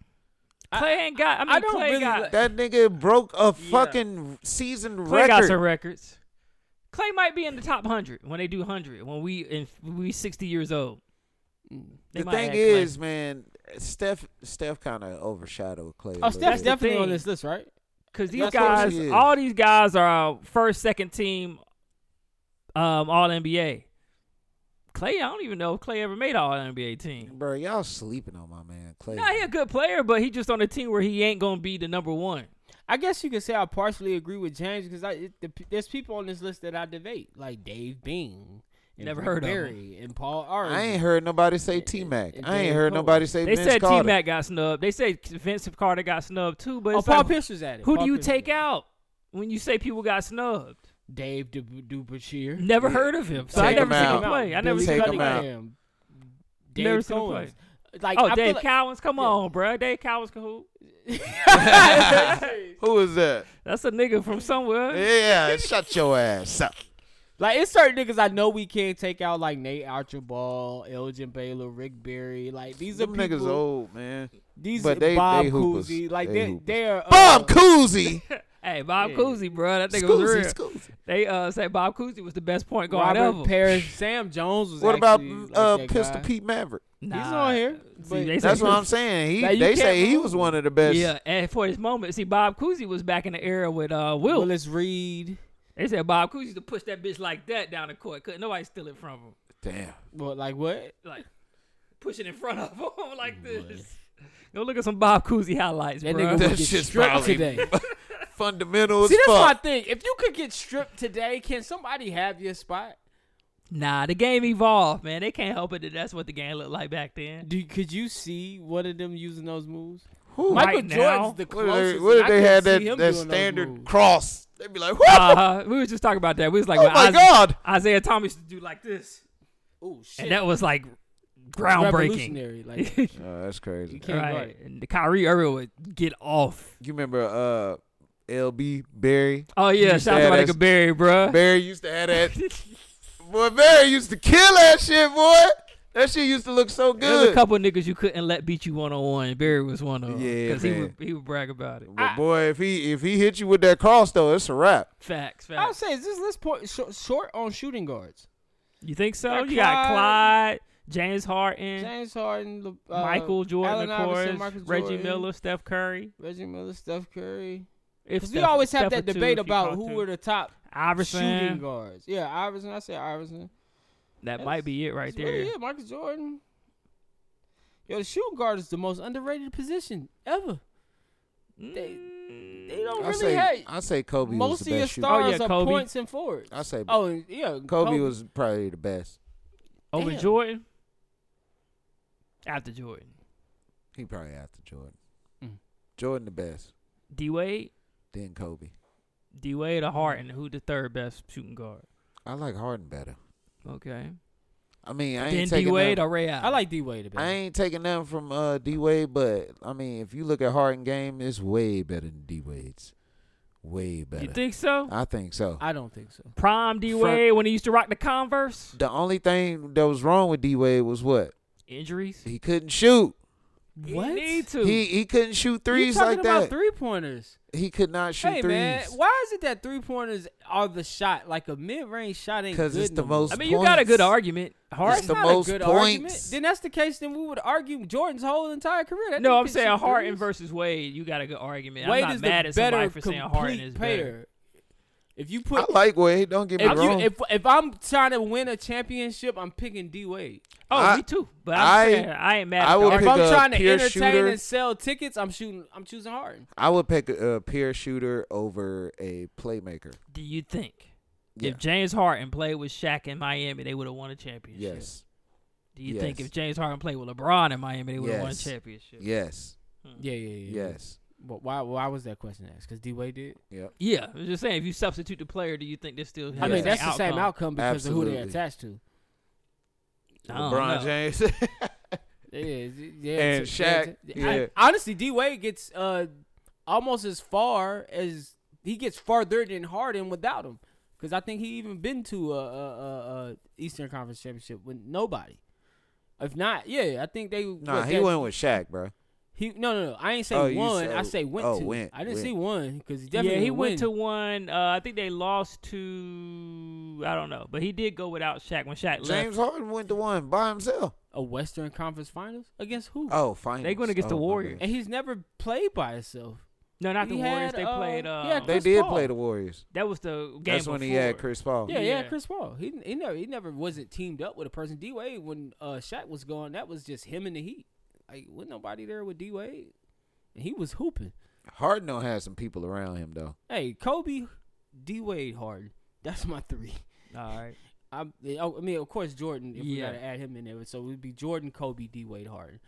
S4: I-
S5: Clay ain't got. I mean,
S4: I don't
S5: Clay
S4: really
S5: got.
S4: like-
S3: That nigga broke a
S5: Yeah.
S3: fucking season
S5: Clay got some
S3: record.
S5: records. Clay might be in the top hundred when they do hundred. When we in, when we sixty years old, They
S4: oh,
S3: the
S5: might
S3: thing
S5: add Clay.
S3: is, man, Steph Steph kind of overshadowed Clay. a
S4: Oh,
S3: little
S4: Steph's
S5: the
S3: bit.
S4: definitely on
S5: thing.
S4: this list, right?
S5: Because these
S4: That's what
S3: she
S5: guys,
S3: is.
S5: all these guys are uh, first, second team, um, All NBA. Clay, I don't even know if Clay ever made All NBA team.
S3: bro. Y'all sleeping on my man Clay.
S5: Nah, he a good player, but he just on a team where he ain't gonna be the number one.
S4: I guess you could say I partially agree with James because I it, the, p- there's people on this list that I debate, like Dave Bing, and
S5: Never
S4: Rick
S5: heard of him.
S4: Barry, and Paul Arden.
S3: I ain't heard nobody say T Mac.
S4: and
S3: I
S4: Darren
S3: ain't heard
S4: Cole.
S3: nobody say
S5: They
S3: Vince
S5: said T
S3: Carter.
S5: Mac got snubbed. They say Vince Carter got snubbed too. But
S4: Oh,
S5: it's
S4: Paul
S5: like,
S4: Pierce's at it.
S5: who
S4: Paul
S5: do you
S4: Pierce
S5: take
S4: is at it.
S5: out when you say people got snubbed?
S4: Dave Du- Duplantier.
S5: Never heard of him, so I
S3: Take
S5: never
S3: him
S5: seen him
S3: out.
S5: play. I never
S4: Billy
S3: Take
S5: seen
S3: him
S5: him play.
S3: out.
S4: Cunningham, Dave
S5: Never seen him
S4: Cohen. Like,
S5: Oh,
S4: I feel
S5: Dave
S4: like-
S5: Cowens, come on, bruh. Dave Cowens can hoop.
S3: Who is that?
S5: That's a nigga from somewhere.
S3: Yeah, shut your ass up.
S4: Like it's certain niggas I know we can't take out like Nate Archibald, Elgin Baylor, Rick Berry. Like these
S3: Them
S4: are people,
S3: niggas old man.
S4: These
S3: but
S4: are
S3: they-
S4: Bob
S3: they hoopers.
S4: Cousy. Like
S3: They
S4: they they,
S3: hoopers.
S4: are
S3: Bob
S4: uh,
S3: Cousy.
S5: Hey, Bob
S4: Yeah.
S5: Cousy, bro. That nigga was real.
S3: Cousy, Cousy.
S5: They uh say Bob Cousy was the best point guard ever.
S4: Robert Parrish, Sam Jones was.
S3: What about
S4: actually, like,
S3: uh,
S4: that
S3: Pistol
S4: guy.
S3: Pete Maverick?
S5: Nah.
S4: He's on here,
S5: See,
S4: but-
S5: they say
S3: That's what I'm saying.
S4: Now,
S3: He
S4: you
S3: they
S4: can't
S3: say he
S4: move.
S3: was one of the best.
S5: Yeah, and for his moment, see Bob Cousy was back in the era with uh Will.
S4: Willis Reed.
S5: They said Bob Cousy used to push that bitch like that down the court. Couldn't nobody steal it from him.
S3: Damn.
S4: What like what?
S5: Like push it in front of him like this. Go look at some Bob Cousy highlights,
S4: That
S5: bro.
S4: nigga would
S3: That
S4: get
S3: shit's
S4: stripped
S3: probably-
S4: today.
S3: Fundamental
S4: See,
S3: as
S4: that's my
S3: fuck.
S4: thing. If you could get stripped today, can somebody have your spot?
S5: Nah, the game evolved, man. They can't help it that that's what the game looked like back then.
S4: Do could you see one of them using those moves?
S3: Who?
S5: Right
S4: Michael
S5: now?
S4: Jordan's the
S3: What
S4: closest.
S3: if they, what if
S4: I
S3: they
S4: could
S3: had
S4: see
S3: that,
S4: him
S3: that
S4: doing those
S3: standard
S4: moves.
S3: cross? They'd be like, whoa!
S5: Uh, we was just talking about that. We was like,
S3: oh
S5: when
S3: my
S5: Isaiah,
S3: God!
S5: Isaiah Thomas used to do like this,
S4: Oh shit!
S5: and that was like groundbreaking.
S4: Revolutionary, Like
S3: Oh, that's
S4: you
S3: crazy.
S4: can't guard
S5: right?
S4: it.
S5: And Kyrie Irving would get off.
S3: You remember uh, LB Barry?
S5: Oh yeah,
S3: used to
S5: shout out to my
S3: have
S5: nigga
S3: that-
S5: Barry, bro.
S3: Barry used to have that. boy, Barry used to kill that shit, boy. That shit used to look so
S5: There was a
S3: good.
S5: couple of niggas you couldn't let beat you one on one. Barry was one of them.
S3: Yeah,
S5: because he
S3: man.
S5: would he would brag about it.
S3: But boy, if he if he hit you with that cross though, it's a wrap.
S5: Facts,
S4: I would
S5: facts.
S4: say is this list point short, short on shooting guards.
S5: You think so?
S4: Like
S5: you got
S4: Clyde.
S5: Clyde, James Harden,
S4: James Harden, Le- uh,
S5: Michael Jordan,
S4: Allen
S5: of course,
S4: Iverson, Michael
S5: Reggie
S4: Jordan,
S5: Miller, Steph Curry.
S4: Reggie Miller, Steph Curry.
S5: If
S4: Because we
S5: Steph-
S4: always have
S5: Steph
S4: that
S5: or two,
S4: debate
S5: if you
S4: about
S5: count
S4: who
S5: two.
S4: were the top shooting
S5: Iverson.
S4: guards. Yeah, Iverson. I say Iverson.
S5: That might be it right
S4: It's really
S5: there.
S4: it, Michael Jordan. Yo, the shooting guard is the most underrated position ever. Mm, They they don't
S3: I
S4: really
S3: say
S4: have
S3: I say Kobe
S4: most
S3: was
S4: of
S3: the
S4: your
S3: best shooter.
S4: stars
S5: Oh, yeah,
S4: are
S5: Kobe.
S4: points and forwards.
S3: I say
S4: Oh and- yeah,
S3: Kobe was probably the best.
S5: Over
S4: Damn.
S5: Jordan. After Jordan,
S3: He probably after Jordan.
S4: Mm.
S3: Jordan the best,
S5: D Wade,
S3: then Kobe.
S5: D Wade or Harden, who the third best shooting guard?
S3: I like Harden better.
S5: Okay.
S3: I mean, I
S5: Then
S3: ain't
S5: D
S3: taking
S5: Wade
S3: nothing,
S5: or Ray Allen.
S4: I like D Wade.
S3: I ain't taking nothing from uh, D Wade, but I mean, if you look at Harden game, it's way better than D Wade's. Way better.
S5: You think so?
S3: I think so.
S4: I don't think so.
S5: Prime D
S3: Front-
S5: Wade when he used to rock the Converse.
S3: the only thing that was wrong with D Wade was what
S5: Injuries.
S3: he couldn't shoot.
S5: He need to.
S3: He he couldn't shoot threes
S4: you talking
S3: like
S4: about
S3: that.
S4: three pointers?
S3: He could not shoot
S4: Hey
S3: threes.
S4: man, why is it that three pointers are the shot? Like a mid range shot ain't
S3: 'Cause
S4: good
S3: it's the
S4: no
S3: most-
S5: I
S4: More.
S5: mean, you got a good
S3: points.
S5: argument. Harden.
S4: That's
S3: the
S4: not
S3: most
S4: a good argument.
S3: points.
S4: Then that's the case. Then we would argue Jordan's whole entire career. That
S5: No,
S4: nigga
S5: I'm
S4: can
S5: saying
S4: shoot
S5: Harden
S4: threes.
S5: versus Wade. You got a good argument.
S4: Wade
S5: I'm not
S4: is
S5: mad
S4: the
S5: at
S4: better
S5: somebody for saying Harden
S4: complete
S5: is better.
S4: player. If you put,
S3: I like Wade. Don't get me
S4: if,
S3: wrong.
S4: you, if if I'm trying to win a championship, I'm picking D Wade.
S5: Oh,
S3: I-
S5: me too. But I'm
S3: I-
S5: saying I ain't mad.
S3: I
S5: at the
S3: would
S4: If
S5: argument.
S3: pick
S4: I'm
S3: a
S4: trying to
S3: pure
S4: entertain
S3: shooter.
S4: and sell tickets, I'm shooting. I'm choosing Harden.
S3: I would pick a, a pure shooter over a playmaker.
S5: Do you think
S3: Yeah.
S5: if James Harden played with Shaq in Miami, they would have won a championship?
S3: Yes.
S5: Do you think
S3: Yes.
S5: if James Harden played with LeBron in Miami, they would have won a
S3: Yes.
S5: championship?
S3: Yes.
S4: Yeah, yeah, yeah. yeah.
S3: Yes.
S4: But why? Why was that question asked? Because D Wade did.
S3: Yep.
S5: Yeah, I was just saying. If you substitute the player, do you think they still? Have
S4: I mean,
S5: the same
S4: that's the same outcome because of who they're
S3: Absolutely.
S4: attached to.
S5: I don't know.
S3: James.
S4: Yeah, yeah, yeah,
S3: And
S4: it's- yeah,
S3: Shaq,
S4: it's- I-
S3: yeah.
S4: honestly, D Wade gets uh almost as far as he gets farther than Harden without him, because I think he even been to a, a, a, a Eastern Conference championship with nobody. If not, yeah, I think they.
S3: nah,
S4: what,
S3: he
S4: that-
S3: went with Shaq, bro.
S4: He no, no, no. I ain't say
S3: Oh,
S4: one.
S3: you
S4: I
S3: said-
S4: say went
S3: oh,
S4: to.
S3: went,
S4: I didn't
S3: went.
S4: see one because he definitely
S5: yeah, he went
S4: win.
S5: to one. Uh, I think they lost to I don't know, but he did go without Shaq when Shaq left.
S3: James Harden went to one by himself.
S4: a Western Conference Finals against who?
S3: Oh, finals.
S5: They going against the
S3: Oh, my
S5: Warriors.
S3: bad.
S4: And he's never played by himself.
S5: No, not the
S4: He
S5: Warriors.
S4: had,
S5: They
S4: uh,
S5: played. Uh,
S4: yeah,
S3: They
S4: Chris
S3: did
S4: Paul.
S3: play the Warriors.
S5: that was the game.
S3: That's when he had
S5: before.
S3: Chris Paul.
S4: Yeah, yeah,
S5: Yeah.
S4: Chris Paul. He he never he never wasn't teamed up with a person. D Wade when uh Shaq was gone, that was just him and the Heat. Like wasn't nobody there with D Wade, and he was hooping.
S3: Harden don't have some people around him though.
S4: Hey, Kobe, D Wade, Harden. That's my three.
S5: All right.
S4: I, I mean, of course, Jordan. If we
S5: Yeah.
S4: gotta add him in there, so it would be Jordan, Kobe, D Wade, Harden.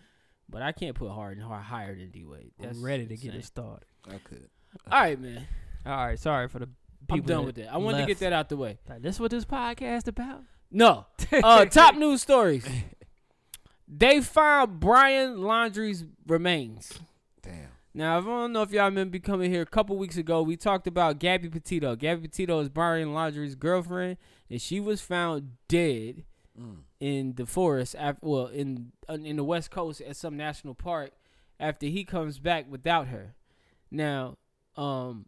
S4: But I can't put Harden har- higher than D Wade.
S5: I'm
S4: That's
S5: ready to get
S4: insane.
S5: it started.
S3: I could.
S4: All right, man.
S5: All right. Sorry for the. People
S4: I'm done with that. I wanted to get that out the way.
S5: Like, this what this podcast about? Oh,
S4: No. Uh, top news stories. They found Brian Laundrie's remains.
S3: Damn.
S4: Now, I don't know if y'all remember becoming here a couple weeks ago. We talked about Gabby Petito. Gabby Petito is Brian Laundrie's girlfriend, and she was found dead
S3: Mm,
S4: in the forest. af well, in uh, in the West Coast at some national park. After he comes back without her, now, um,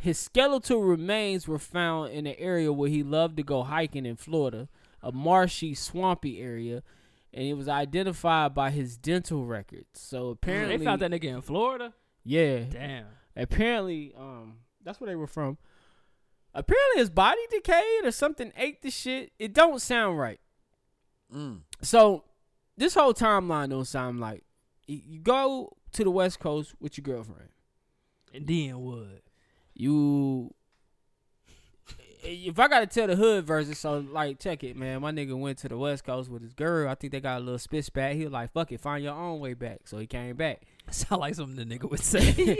S4: his skeletal remains were found in an area where he loved to go hiking in Florida, a marshy, swampy area, and it was identified by his dental records. So apparently,
S5: Mm, They found that nigga in Florida.
S4: yeah,
S5: Damn.
S4: apparently, um, that's where they were from. Apparently, his body decayed or something ate the shit. It don't sound right.
S3: Mm.
S4: So this whole timeline don't sound like y- you go to the West Coast with your girlfriend.
S5: And then Wood.
S4: you if I gotta tell the hood version, so like check it, man. My nigga went to the West Coast with his girl. I think they got a little spit spat. He was like, fuck it, find your own way back. So he came back.
S5: Sound like something the nigga would say.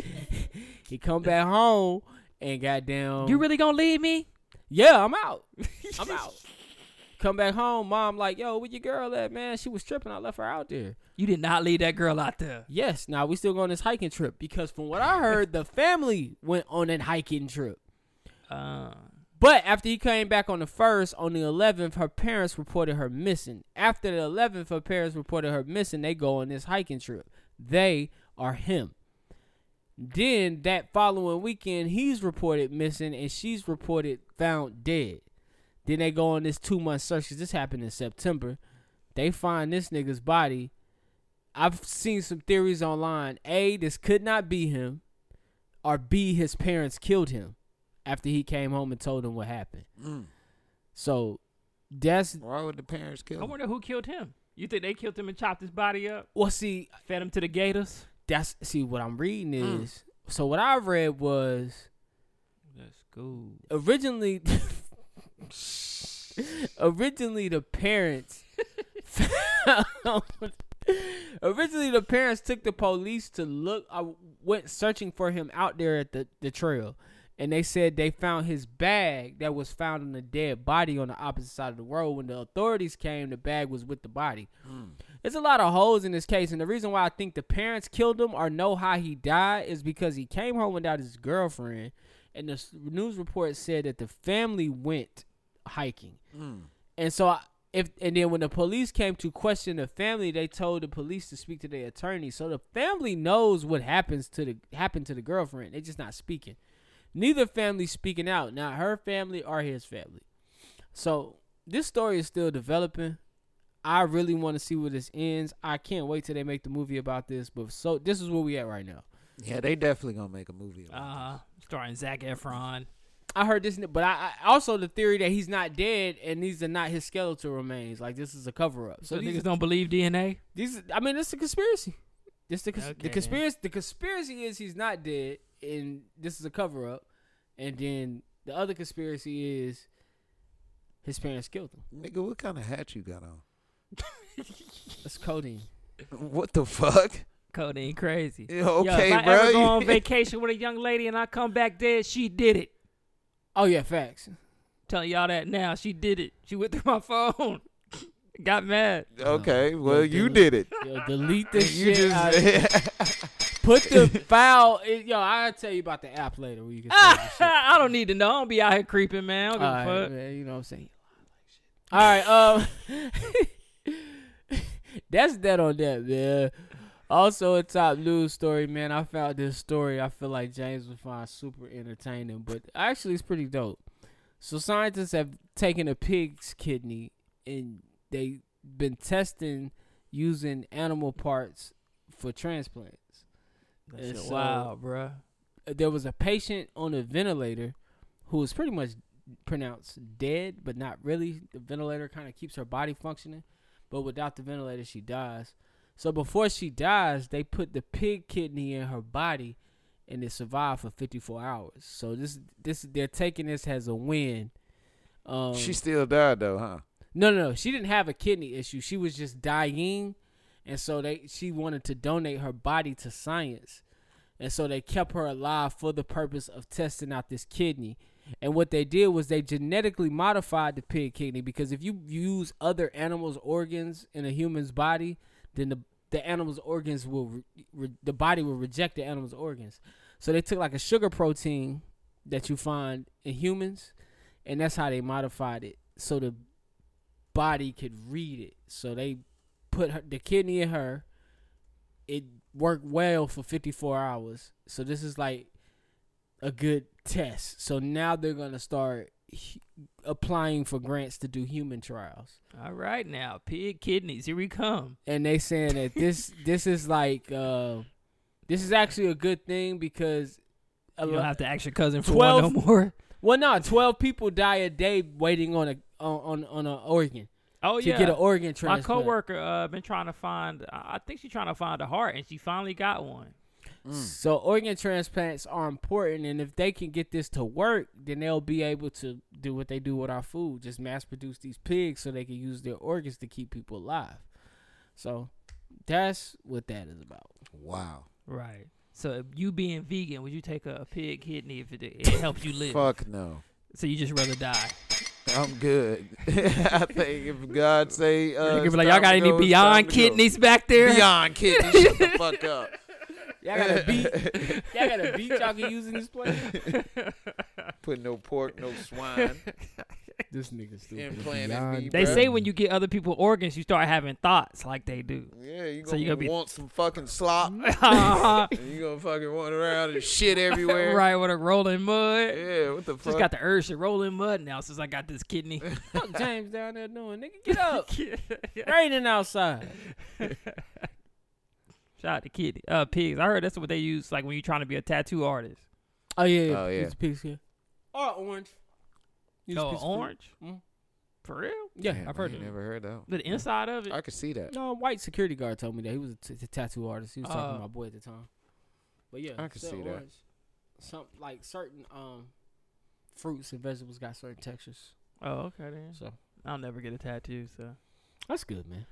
S4: He come back home and goddamn
S5: you really gonna leave me?
S4: Yeah, I'm out. I'm out. Come back home, mom like, yo, where your girl at, man? She was tripping, I left her out there.
S5: You did not leave that girl out there.
S4: Yes, now we still going on this hiking trip because from what I heard, the family went on that hiking trip.
S5: Uh,
S4: But after he came back on the first, on the eleventh, her parents reported her missing. After the eleventh, her parents reported her missing. They go on this hiking trip. They are him. Then that following weekend, he's reported missing and she's reported found dead. Then they go on this two month search. 'cause This happened in September. They find this nigga's body. I've seen some theories online. A, this could not be him, or B, his parents killed him after he came home and told them what happened. So that's
S3: mm. Why would the parents kill
S5: I
S3: him?
S5: wonder who killed him. You think they killed him and chopped his body up?
S4: well. See,
S5: Fed him to the gators?
S4: that's see what I'm reading
S3: Mm.
S4: is. So what I read was
S5: That's cool.
S4: originally, originally the parents. found- originally the parents took the police to look. I went searching for him out there at the the trail. And they said they found his bag that was found in a dead body on the opposite side of the road. When the authorities came, the bag was with the body. There's a lot of holes in this case, and the reason why I think the parents killed him or know how he died is because he came home without his girlfriend, and the s- news report said that the family went hiking, and so I, if and then when the police came to question the family, they told the police to speak to their attorney, so the family knows what happens to the happened to the girlfriend. They're just not speaking. Neither family speaking out, not her family or his family. So this story is still developing. I really want to see where this ends. I can't wait till they make the movie about this. But so this is where we at right now.
S3: Yeah, they definitely gonna make a movie. about it.
S5: Uh, starring Zach Efron.
S4: I heard this, but I, I also the theory that he's not dead and these are not his skeletal remains. Like this is a cover up.
S5: So,
S4: So
S5: niggas
S4: these,
S5: don't believe DNA?
S4: these, I mean, it's a conspiracy. This the cons- the
S5: Okay.
S4: conspiracy. The conspiracy is he's not dead, and this is a cover up. And then the other conspiracy is his parents killed him.
S3: Nigga, what kind of hat you got on?
S4: That's codeine.
S3: What the fuck?
S5: Cody ain't crazy.
S3: Yeah, okay,
S5: Yo, if I
S3: bro.
S5: ever go on vacation with a young lady and I come back dead, she did it.
S4: Oh yeah, facts.
S5: Telling y'all that now. She did it. She went through my phone. Got mad.
S3: okay, well
S4: dude.
S3: you did it.
S4: Yo, delete this
S3: You
S4: shit. out of-
S3: just
S4: Put the file. In, yo, I'll tell you about the app later. Where you can. save this shit.
S5: I don't need to know. I don't be out here creeping, man. I don't give
S4: All
S5: a
S4: right,
S5: fuck.
S4: man, you know what I'm saying? All right, um, that's that on that, man. Also, a top news story, man. I found this story. I feel like James would find super entertaining, but actually, it's pretty dope. So, scientists have taken a pig's kidney and they been testing using animal parts for transplants.
S5: That
S4: And
S5: shit
S4: so-
S5: wild, bruh.
S4: There was a patient on a ventilator who was pretty much pronounced dead, but not really. The ventilator kind of keeps her body functioning, but without the ventilator, she dies. So before she dies, they put the pig kidney in her body, and it survived for 54 hours. So this this they're taking this as a win. Um,
S3: She still died though, huh?
S4: no, no, no. She didn't have a kidney issue. She was just dying, and so they she wanted to donate her body to science, and so they kept her alive for the purpose of testing out this kidney. And what they did was they genetically modified the pig kidney because if you use other animals' organs in a human's body, then the the animal's organs will re, re, the body will reject the animal's organs. So they took like a sugar protein that you find in humans, and that's how they modified it so the body could read it. So they put her, the kidney in her. It worked well for 54 hours. So this is like a good test. So now they're going to start h- applying for grants to do human trials.
S5: All right now, pig kidneys, here we come.
S4: And they saying that this this is like uh this is actually a good thing because a
S5: You
S4: lo-
S5: don't have to ask your cousin for one
S4: 12
S5: no more.
S4: well no, 12 people die a day waiting on a on on, on an organ
S5: Oh
S4: to
S5: yeah,
S4: get an organ
S5: my
S4: transplant.
S5: coworker uh, been trying to find. I I think she's trying to find a heart, and she finally got one.
S3: Mm.
S4: So organ transplants are important, and if they can get this to work, then they'll be able to do what they do with our food, just mass produce these pigs so they can use their organs to keep people alive. So that's what that is about.
S3: Wow.
S5: Right. So if you being vegan, would you take a, a pig kidney if it, it helps you live?
S3: Fuck no.
S5: So you just rather die?
S3: I'm good. I think if God say, uh,
S5: You could be like, y'all got any Beyond kidneys back there?
S3: Beyond kidneys, shut the fuck up.
S4: Y'all got a beat. y'all got a beat y'all can use in this place.
S3: Put no pork, no swine
S4: This nigga stupid.
S3: implanted me.
S5: They
S3: bruh.
S5: say when you get other people organs, you start having thoughts like they do.
S3: yeah, you
S5: so
S3: gonna,
S5: you gonna be-
S3: want some fucking slop.
S5: right,
S3: and you gonna fucking run around and shit everywhere.
S5: with a rolling mud.
S3: Yeah, what the fuck?
S5: Just got the urge to roll in mud now since I got this kidney.
S4: Fuck James down there doing, nigga, get up. Raining outside.
S5: Shout out to kidney. Uh, pigs. I heard that's what they use like when you're trying to be a tattoo artist.
S4: Oh yeah, yeah.
S3: Oh, yeah.
S4: Use a piece here. Or orange. Use a
S5: No,
S4: piece of fruit.
S5: Oh, orange.
S4: Mm.
S5: For real?
S4: Yeah,
S3: Damn,
S4: I've
S3: I
S4: heard
S3: ain't
S4: it.
S3: never heard that.
S5: The inside of it.
S3: I could see that.
S4: No, a white security guard told me that he was a t- t- tattoo artist. He was talking
S5: Oh.
S4: to my boy at the time. But yeah,
S3: I can
S4: said
S3: see that.
S4: Some like certain um fruits and vegetables got certain textures.
S5: Oh, okay then.
S4: So
S5: I'll never get a tattoo. So.
S4: that's good, man.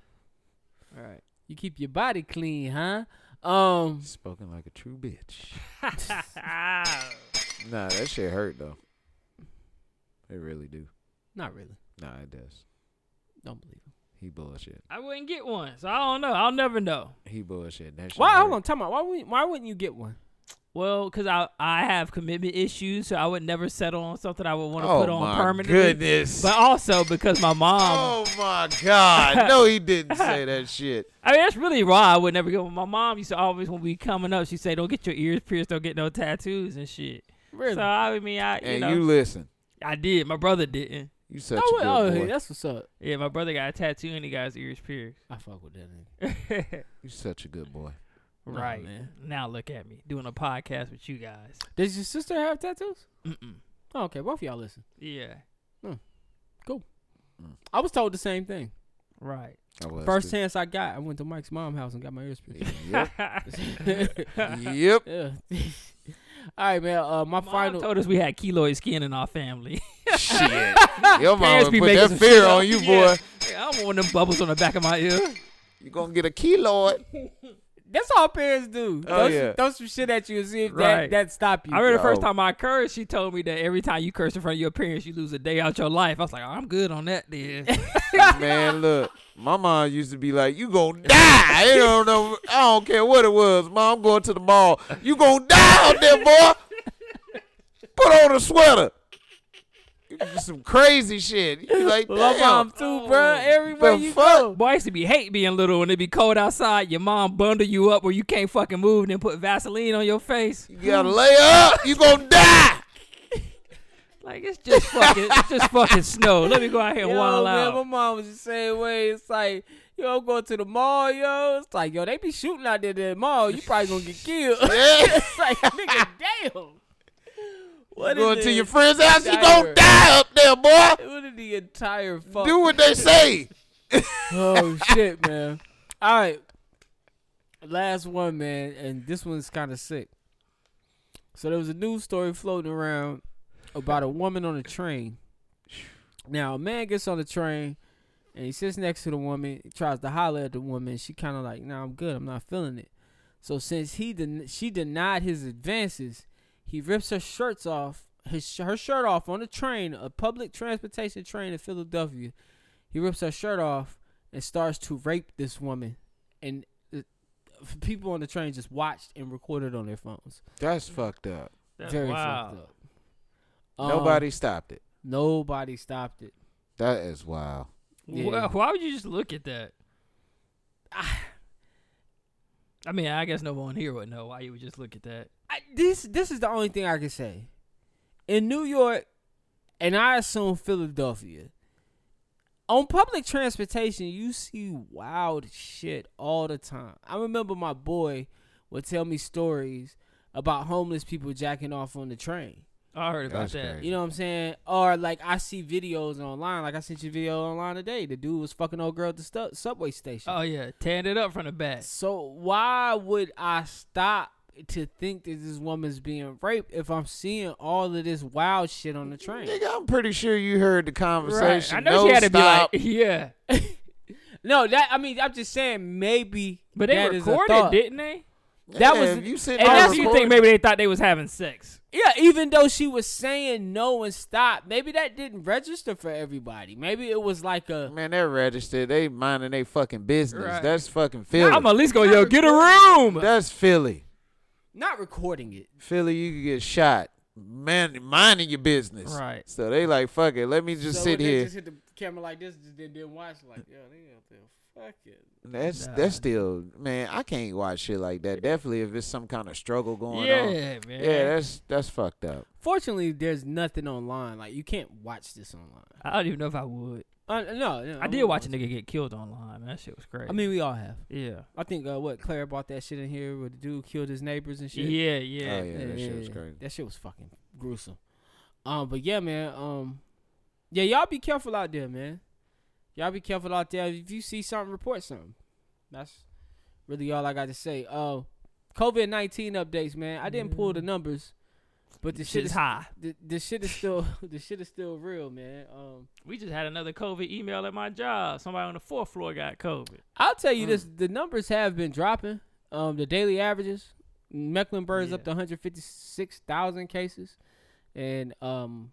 S5: All right.
S4: You keep your body clean, huh? Um,
S3: Spoken like a true bitch.
S5: Ah.
S3: Nah, that shit hurt though. It really do.
S4: not really.
S3: Nah, it does.
S4: Don't believe him.
S3: He bullshit.
S5: I wouldn't get one, so I don't know. I'll never know.
S3: He bullshit. That shit.
S4: Why? Hold
S3: hurt.
S4: on, time out. Why wouldn't Why wouldn't you get one?
S5: Well, because I I have commitment issues, so I would never settle on something I would want to
S3: oh
S5: put on
S3: my
S5: permanently.
S3: Goodness.
S5: But um, also because my mom.
S3: oh my god. No, he didn't say that shit.
S5: I mean, that's really why I would never get one. My mom used to always, when we coming up, she say, "Don't get your ears pierced. Don't get no tattoos and shit."
S4: Really?
S5: So I mean, I you
S3: And
S5: know,
S3: you listen.
S5: I did. My brother didn't.
S3: You such
S4: oh,
S3: a good
S4: well, oh,
S3: boy.
S4: hey, that's what's up.
S5: Yeah, my brother got a tattoo and he got his ears pierced.
S4: I fuck with that nigga.
S3: You such a good boy.
S5: right
S4: man.
S5: now, look at me doing a podcast with you guys.
S4: Does your sister have tattoos?
S5: Mm-mm.
S4: Oh, okay, both of y'all listen.
S5: Yeah,
S4: I was told the same thing.
S5: right.
S3: I was
S4: First
S3: too.
S4: chance I got, I went to Mike's mom's house and got my ears pierced.
S3: Yep. yep.
S4: Yeah. All right, man. Uh, my
S5: Mom
S4: final.
S5: told us we had keloid skin in our family.
S3: Shit. Your mama
S5: Parents
S3: put
S5: be making
S3: that
S5: some
S3: fear
S5: shit up.
S3: on you, boy.
S5: Yeah. Yeah, I don't want them bubbles on the back of my ear.
S3: You're gonna get a keloid.
S4: That's all parents do.
S3: Oh,
S4: throw,
S3: yeah.
S4: some, throw some shit at you and see if
S5: Right.
S4: that that stop you.
S5: I remember the first
S3: Yo.
S5: time I cursed, she told me that every time you curse in front of your parents, you lose a day out your life. I was like, oh, I'm good on that then.
S3: Man, look. My mom used to be like, "You gonna die." You don't know. I don't care what it was. Mom, I'm going to the mall. You gonna die out there, boy. Put on a sweater. You do Some crazy shit. You be like,
S4: Well, my mom
S3: damn.
S4: too,
S5: Oh.
S4: bro. Everywhere
S3: The
S4: you
S3: fuck.
S5: Boy, I used to be hate being little and it be cold outside. Your mom bundle you up where you can't fucking move and then put Vaseline on your face.
S3: You gotta lay up. You gonna die.
S5: Like it's just fucking, it's just fucking snow. Let me go out here and
S4: yo,
S5: wild
S4: man, my
S5: out.
S4: mom was the same way. It's like, yo, I'm going to the mall, yo. It's like, yo, they be shooting out there at the mall. You probably gonna get killed. it's like, nigga, damn. What
S3: Going
S4: is
S3: to
S4: the
S3: your friend's house, you gonna
S4: entire-
S3: die up there, boy.
S4: What is the entire fuck?
S3: Do what they say.
S4: oh shit, man. All right. Last one, man, and this one's kind of sick. So there was a news story floating around about a woman on a train. Now a man gets on the train and he sits next to the woman, he tries to holler at the woman. She kind of like, "Nah, I'm good. I'm not feeling it." So since he den- she denied his advances, he rips her shirts off, his sh- her shirt off on the train, a public transportation train in Philadelphia. He rips her shirt off and starts to rape this woman, and uh, people on the train just watched and recorded on their phones.
S3: That's fucked up.
S5: That's
S4: Very
S5: wild.
S4: fucked up.
S5: Uh-huh.
S4: Um,
S3: Nobody stopped it.
S4: nobody stopped it.
S3: That is wild.
S4: Yeah.
S5: Well, why would you just look at that? I mean, I guess no one here would know why you would just look at that.
S4: I, this this is the only thing I can say. In New York, and I assume Philadelphia, on public transportation, you see wild shit all the time. I remember my boy would tell me stories about homeless people jacking off on the train.
S5: Oh, I heard about
S3: That's
S5: that.
S3: crazy.
S4: You know what I'm saying? Or like I see videos online. Like I sent you a video online today. The dude was fucking old girl at the stu- subway station.
S5: Oh yeah, tearing it up from the back.
S4: So why would I stop to think that this woman's being raped if I'm seeing all of this wild shit on the train?
S3: Nigga, I'm pretty sure you heard the
S5: Right.
S3: conversation.
S5: I know
S3: no
S5: she had to
S3: stop.
S5: be like, yeah,
S4: No, that I mean I'm just saying maybe
S5: but they
S4: that is a
S5: recorded,
S4: thought.
S5: didn't they?
S4: that
S3: Yeah,
S4: was-
S3: if you sit
S5: And
S4: Oh,
S5: that's you
S4: recorded.
S5: think maybe they thought they was having sex.
S4: Yeah, even though she was saying no and stop, maybe that didn't register for everybody. Maybe it was like a
S3: Man, they're registered. They minding their fucking business.
S5: Right.
S3: That's fucking Philly.
S5: I'm at least go, yo, get a room.
S3: That's Philly.
S4: not recording it.
S3: Philly, you could get shot. Man, minding your business.
S5: Right.
S3: So they like, fuck it. Let me just
S4: So
S3: sit
S4: they
S3: here.
S4: Just hit the camera like this, just didn't, didn't watch like yo, they out there. Fuck it.
S3: That's
S5: Nah.
S3: that's still man. I can't watch shit like that. Definitely if it's some kind of struggle going
S5: yeah,
S3: on.
S5: man.
S3: Yeah, that's that's fucked up.
S4: Fortunately, there's nothing online. Like you can't watch this online.
S5: I don't even know if I would.
S4: Uh, no, no,
S5: I did
S4: wouldn't
S5: watch a
S4: it.
S5: nigga get killed online. Man. That shit was crazy.
S4: I mean, we all have.
S5: yeah,
S4: I think uh, what Claire bought that shit in here where the dude killed his neighbors and shit.
S5: yeah, yeah.
S3: Oh yeah, that shit was crazy.
S4: That shit was fucking gruesome. Um, but yeah, man. Um, yeah, y'all be careful out there, man. Y'all be careful out there. If you see something, report something. That's really all I got to say. Uh, COVID nineteen updates, man. I didn't pull the
S3: Mm.
S4: numbers, but the
S5: This
S4: shit
S5: shit's
S4: is
S5: high.
S4: the, the shit is still the shit is still real, man. Um,
S5: We just had another COVID email at my job. Somebody on the fourth floor got COVID.
S4: I'll tell you this: the numbers have been dropping. Um, the daily averages, Mecklenburg's up
S5: Yeah.
S4: to 156,000 cases, and um,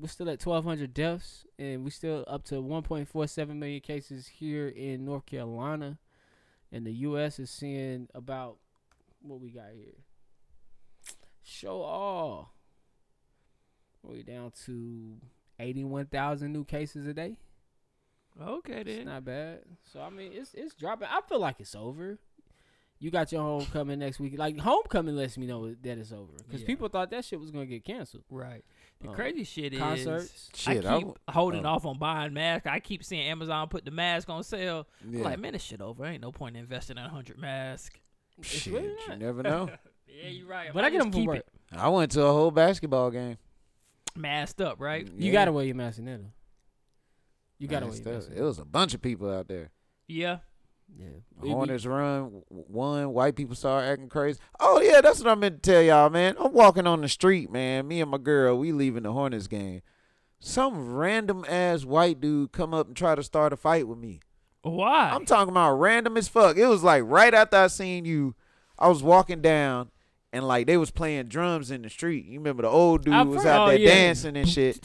S4: we're still at 1,200 deaths, and we're still up to 1.47 million cases here in North Carolina, and the U.S. is seeing about what we got here. Show all. We down to 81,000 new cases a day.
S5: Okay,
S4: It's
S5: then.
S4: not bad. So I mean, it's it's dropping. I feel like it's over. You got your homecoming next week. Like homecoming lets me know that it's over because
S5: Yeah.
S4: people thought that shit was gonna get canceled.
S5: right. The
S4: Um,
S5: crazy shit is
S4: Concerts.
S3: Shit,
S5: I
S3: I
S5: keep
S3: w-
S5: holding
S3: oh.
S5: off on buying masks. I keep seeing Amazon put the mask on sale. I'm
S3: Yeah.
S5: like, man, this shit over. Ain't no point in investing in a hundred masks.
S4: It's
S3: shit,
S4: really
S3: you
S4: not.
S3: never know.
S5: Yeah, you're right.
S4: But I get them for work.
S3: I went to a whole basketball game.
S5: masked up, right?
S3: Yeah.
S4: You gotta wear your mask in there. though. You gotta
S3: Man,
S4: wear your
S3: it's
S4: mask.
S3: tough.
S4: in
S3: It
S4: there.
S3: was a bunch of people out there.
S5: Yeah.
S4: Yeah. We- we-
S3: Hornets run w- one. White people start acting crazy. Oh yeah, that's what I meant to tell y'all, man. I'm walking on the street, man. Me and my girl, we leaving the Hornets game. Some random ass white dude come up and try to start a fight with me.
S5: Why?
S3: I'm talking about random as fuck. It was like right after I seen you, I was walking down and like they was playing drums in the street. You remember the old dude
S5: I've
S3: was
S5: heard-
S3: out
S5: oh,
S3: there
S5: yeah.
S3: dancing and shit.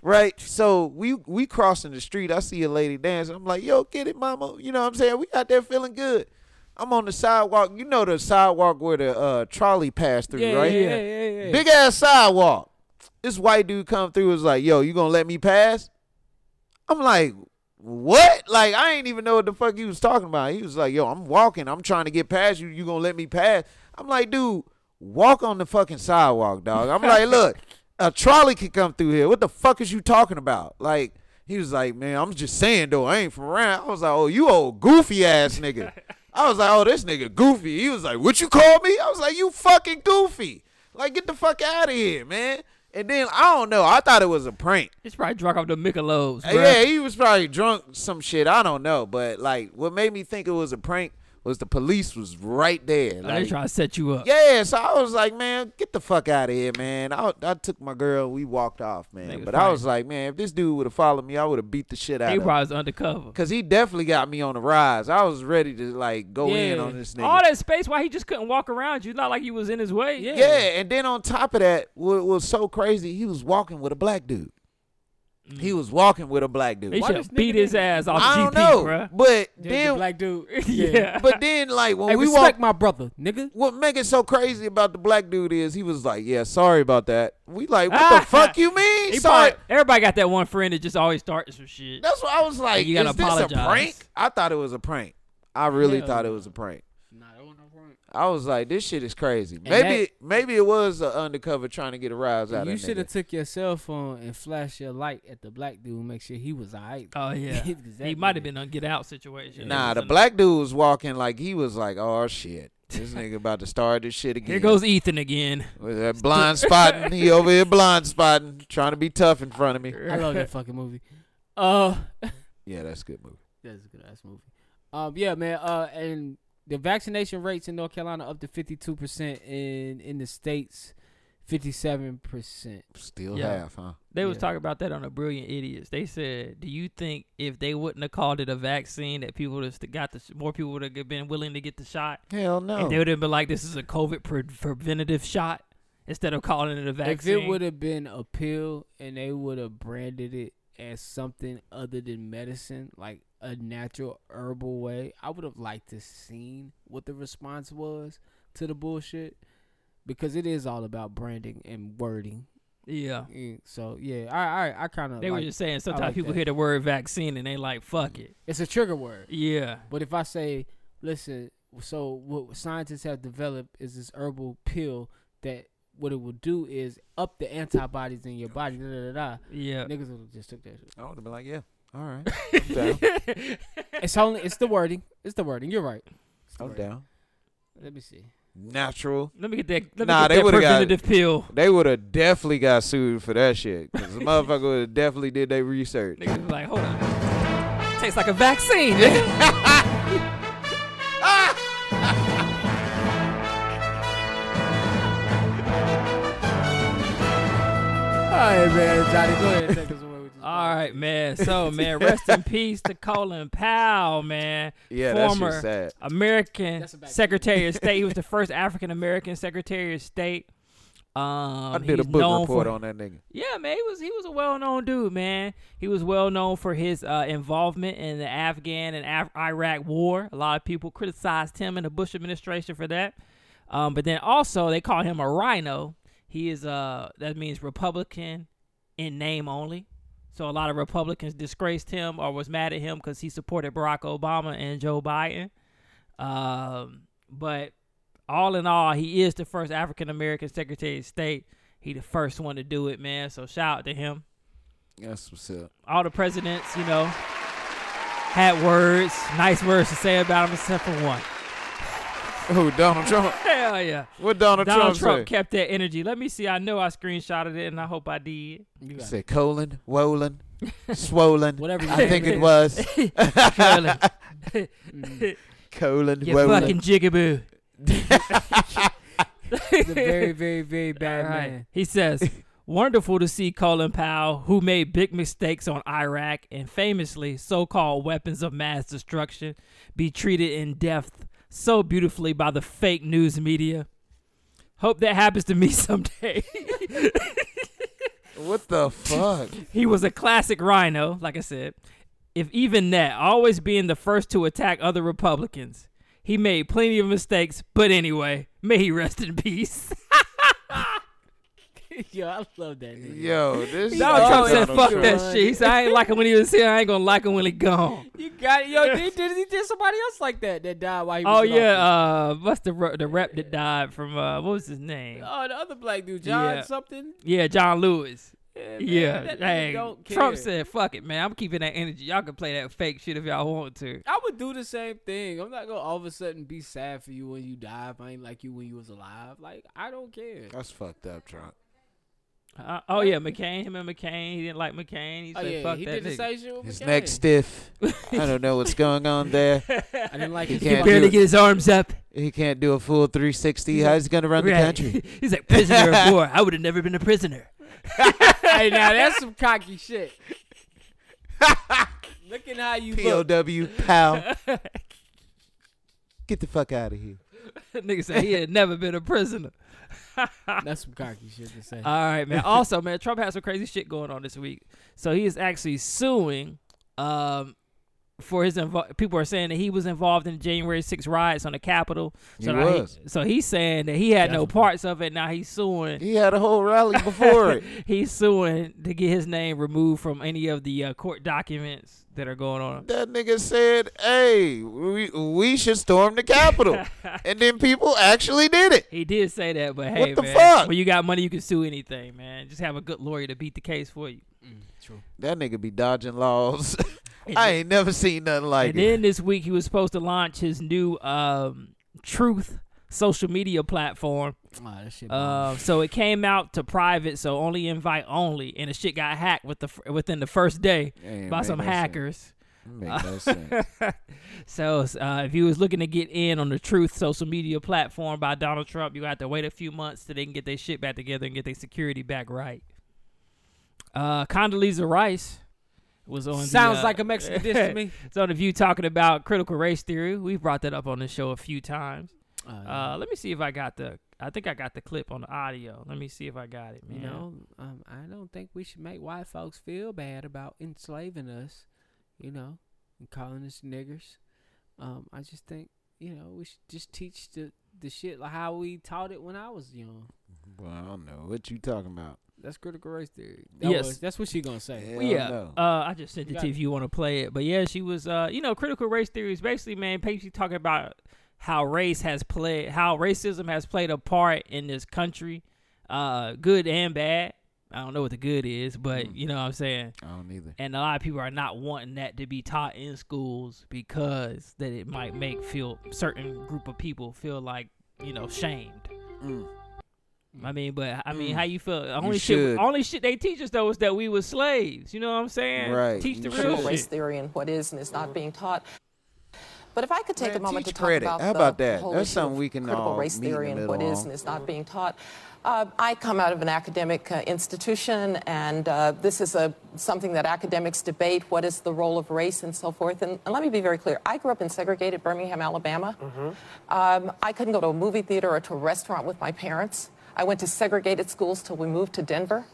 S3: Right? So we we crossing the street. I see a lady dancing. I'm like, yo, get it, mama. You know what I'm saying? We out there feeling good. I'm on the sidewalk. You know the sidewalk where the uh, trolley passed through,
S4: yeah,
S3: right?
S4: yeah, yeah, yeah, yeah.
S3: Big ass sidewalk. This white dude come through was like, "Yo, you gonna let me pass?" I'm like, "What?" Like I ain't even know what the fuck he was talking about. He was like, "Yo, I'm walking. I'm trying to get past you. You gonna let me pass?" I'm like, "Dude, walk on the fucking sidewalk, dog." I'm like, "Look, a trolley could come through here. What the fuck is you talking about? Like, he was like, man, I'm just saying though, I ain't from around. I was like, oh, you old goofy ass nigga. I was like, oh, this nigga goofy. He was like, what you call me? I was like, you fucking goofy. Like, get the fuck out of here, man. And then I don't know. I thought it was a prank.
S5: It's probably drunk off the Michelob's, bruh.
S3: Yeah, he was probably drunk, some shit. I don't know. But like, what made me think it was a prank was the police was right there.
S5: Like, Oh, they
S3: Like,
S5: trying to set you up.
S3: yeah, so I was like, man, get the fuck out of here, man. I, I took my girl, we walked off, man.
S5: Niggas
S3: But I
S5: probably-
S3: was like, man, if this dude would have followed me, I would have beat the shit out
S5: He
S3: of him.
S5: probably was undercover.
S3: Cause he definitely got me on the rise. I was ready to like go
S5: yeah.
S3: in on this nigga.
S5: All that space, why he just couldn't walk around you? Not like he was in his way. Yeah.
S3: Yeah, and then on top of that, what was so crazy, he was walking with a black dude. He was walking with a black dude.
S5: He
S4: Why
S5: Mm. should
S4: this
S5: have
S4: nigga
S5: beat his
S4: didn't-
S5: ass off
S3: I
S5: GP,
S3: don't know,
S5: bruh.
S3: but
S4: The-
S3: then,
S4: the black dude.
S5: yeah.
S3: but then like when
S4: Hey,
S3: we
S4: respect
S3: walked,
S4: my brother, nigga.
S3: what make it so crazy about the black dude is he was like, yeah, sorry about that. We like, what the fuck you mean?
S5: He
S3: Sorry.
S5: probably- everybody got that one friend that just always starts some shit.
S3: That's why I was like,
S5: You gotta
S3: is this a
S5: apologize.
S3: prank? I thought it was a prank. I really
S4: Hell
S3: thought it
S4: no.
S3: was a prank.
S4: Nah, that wasn't no
S3: I was like, this shit is crazy. Maybe maybe it was an undercover trying to get a rise out
S4: You
S3: of
S4: should
S3: it.
S4: have took your cell phone and flashed your light at the black dude, and make sure he was alright.
S5: Oh yeah,
S4: Because that
S5: he might have
S4: nigga-
S5: been on get out situation.
S3: Nah, the
S5: Something.
S3: black dude was walking like he was like, oh shit, this nigga about to start this shit again.
S5: Here goes Ethan again.
S3: With that blind spotting. He over here blind spotting, trying to be tough in front of me.
S4: I love that fucking movie. Uh,
S3: Yeah, that's a good movie.
S4: that's a good ass movie. Um, yeah, man. Uh, and the vaccination rates in North Carolina up to fifty two percent in in the states, fifty seven percent.
S3: Still
S5: Yeah.
S3: half, huh?
S5: They was
S4: Yeah.
S5: talking about that on the Brilliant Idiots. They said, "Do you think if they wouldn't have called it a vaccine, that people would have got the sh- more people would have been willing to get the shot,
S3: Hell no.
S5: and they would have been like, this is a COVID pre- preventative shot instead of calling it a
S4: If
S5: vaccine."
S4: it would have been a pill and they would have branded it as something other than medicine, like a natural herbal way, I would have liked to seen what the response was to the bullshit. Because it is all about branding and wording.
S5: yeah,
S4: Mm, So yeah, I I, I kind of
S5: they were
S4: like,
S5: just saying sometimes
S4: like
S5: people
S4: that.
S5: hear the word vaccine and they like, fuck it.
S4: it's a trigger word.
S5: Yeah,
S4: But if I say, listen, so what scientists have developed is this herbal pill that what it will do is up the antibodies in your body. Da da da. da.
S5: yeah.
S4: Niggas would've just took that. Shit.
S3: I would have been like, yeah, all right. I'm down.
S4: It's only it's the wording. It's the wording. You're right. It's the
S3: I'm
S4: wording.
S3: down.
S4: Let me see.
S3: Natural.
S5: Let me get that. Let
S3: Nah,
S5: me
S3: they
S5: get that
S3: would've got-
S5: preventative pill.
S3: They would have definitely got sued for that shit. Because the motherfucker would have definitely did their research.
S5: Niggas be like, hold on. Tastes like a vaccine, nigga.
S4: All right, man, Johnny, go ahead. and Take us away with this.
S5: All right, man. So, man, rest in peace to Colin Powell, man.
S3: Yeah, that shit's
S5: former
S3: sad.
S5: American
S4: That's a bad-
S5: Secretary of State. He was the first African American Secretary of State. Um,
S3: I did a
S5: he's
S3: book
S5: known
S3: report
S5: for,
S3: on that nigga.
S5: Yeah, man, he was he was a well-known dude, man. He was well known for his uh, involvement in the Afghan and Af- Iraq war. A lot of people criticized him and the Bush administration for that. Um, but then also they call him a rhino. He is uh that means Republican in name only. So a lot of Republicans disgraced him or was mad at him because he supported Barack Obama and Joe Biden. Um, but all in all, he is the first African American Secretary of State. He the first one to do it, man. So shout out to him.
S3: That's what's up.
S5: All the presidents, you know, had words, nice words to say about him, except for one.
S3: Oh, Donald Trump.
S5: Hell yeah.
S3: What Donald,
S5: Donald
S3: Trump,
S5: Trump kept that energy. Let me see. I know I screenshotted it, and I hope I did.
S3: say?
S4: You got
S3: He
S4: it.
S3: said, colon, swollen, swollen.
S4: Whatever you
S3: I think it was.
S5: Curling.
S4: Mm-hmm.
S3: colon,
S5: you
S3: swollen.
S5: fucking jigaboo.
S4: He's a very, very, very bad
S5: All right.
S4: man.
S5: He says, Wonderful to see Colin Powell, who made big mistakes on Iraq and famously so called weapons of mass destruction, be treated in depth so beautifully by the fake news media. Hope that happens to me someday.
S3: What the fuck?
S5: he was a classic rhino, like I said. If even that, always being the first to attack other Republicans. He made plenty of mistakes, but anyway, may he rest in peace.
S4: Yo, I love that nigga.
S3: Yo, this
S5: Donald Trump said,
S3: Donald
S5: "Fuck
S3: Trump.
S5: that shit." He said, "I ain't like him when he was here. I ain't gonna like him when he gone."
S4: You got it. Yo, did, did, he did somebody else like that that died while he was
S5: Oh
S4: in
S5: yeah,
S4: office?
S5: uh, what's the ru- the rep that died from uh, what was his name?
S4: oh, the other black dude, John
S5: Yeah.
S4: something.
S5: Yeah, John Lewis.
S4: Yeah, man,
S5: Yeah,
S4: that nigga
S5: hey,
S4: don't care.
S5: Trump said, "Fuck it, man. I'm keeping that energy. Y'all can play that fake shit if y'all want to."
S4: I would do the same thing. I'm not gonna all of a sudden be sad for you when you die. If I ain't like you when you was alive, like I don't care.
S3: That's fucked up, Trump.
S5: Uh, oh yeah, McCain. Him and McCain. He didn't like McCain. He
S4: Oh
S5: said,
S4: yeah,
S5: "Fuck
S4: he
S5: that
S4: did the
S5: nigga."
S4: same shit with
S3: His
S4: McCain.
S3: neck stiff. I don't know what's going on there.
S4: I didn't like
S3: He
S4: his
S3: can't
S4: fucking-
S3: do it.
S5: his arms up.
S3: He can't do a full 360. How's he gonna run the
S5: Right.
S3: country?
S5: He's like prisoner of war. I would have never been a prisoner.
S4: hey, now that's some cocky shit. Look at how you look.
S3: POW, pal. Get the fuck out of here.
S5: Nigga said he had never been a prisoner.
S4: That's some cocky shit to say.
S5: All right, man. Also, man, Trump has some crazy shit going on this week. So he is actually suing um, for his invo- people are saying that he was involved in January 6 riots on the Capitol. So
S3: He
S5: now
S3: was.
S5: so he's saying that he had no
S4: Definitely.
S5: parts of it. Now he's suing.
S3: He had a whole rally before it.
S5: He's suing to get his name removed from any of the uh, court documents that are going on.
S3: That nigga said, "Hey, we we should storm the Capitol," and then people actually did it.
S5: He did say that, but hey,
S3: the
S5: man,
S3: fuck?
S5: when you got money, you can sue anything, man. Just have a good lawyer to beat the case for you.
S4: Hmm,
S3: That nigga be dodging laws. I ain't never seen nothing like
S5: and
S3: it.
S5: then this week he was supposed to launch his new um, Truth social media platform.
S4: Aw, that shit bomb.
S5: Uh, so it came out to private, so only invite only, and the shit got hacked with the fir- within the first day
S3: Ain't
S5: by
S3: make
S5: some
S3: no
S5: hackers.
S3: sense. Make no sense.
S5: So uh, if you was looking to get in on the Truth social media platform by Donald Trump, you have to wait a few months till they can get their shit back together and get their security back right. Uh, Condoleezza Rice was on.
S4: Sounds
S5: the, uh,
S4: like a Mexican dish to me.
S5: It's on the view talking about critical race theory. We've brought that up on the show a few times.
S4: Uh-huh.
S5: Uh, let me see if I got the. I think I got the clip on the audio. Let me see if I got it, man.
S4: You know, um, I don't think we should make white folks feel bad about enslaving us, you know, and calling us niggers. Um, I just think, you know, we should just teach the, the shit like how we taught it when I was young.
S3: well, I don't know what you talking about.
S4: That's critical race theory. That
S5: Yes.
S4: was- that's what she gonna say.
S3: Hell
S5: yeah,
S3: no.
S5: uh, I just sent
S4: You
S5: it
S4: got
S5: to you
S4: it.
S5: if you want to play it. But yeah, she was, uh, you know, critical race theory is basically, man, basically talking about how race has played, how racism has played a part in this country, uh, good and bad. I don't know what the good is,
S3: Mm.
S5: but you know what I'm saying.
S3: I don't either.
S5: And a lot of people are not wanting that to be taught in schools because that it might make feel certain group of people feel like you know shamed.
S3: Mm.
S5: I mean, but I mean, how you feel? Only shit,
S3: should.
S5: only shit they teach us though is that we were slaves. You know what I'm saying?
S3: Right.
S5: Teach the
S3: You
S5: real
S3: should.
S5: shit.
S10: race theory and what is and is not being taught. But if I could take
S3: Man,
S10: a moment to
S3: teach
S10: talk
S3: credit.
S10: about
S3: How
S10: the
S3: about that?
S10: whole
S3: That's
S10: issue
S3: something
S10: of
S3: we can
S10: critical
S3: all
S10: race
S3: meet in the
S10: theory and what
S3: middle
S10: is
S3: on.
S10: and is not being taught. Uh, I come out of an academic uh, institution, and uh, this is a something that academics debate: what is the role of race and so forth. And, and let me be very clear: I grew up in segregated Birmingham, Alabama. Um, I couldn't go to a movie theater or to a restaurant with my parents. I went to segregated schools till we moved to Denver.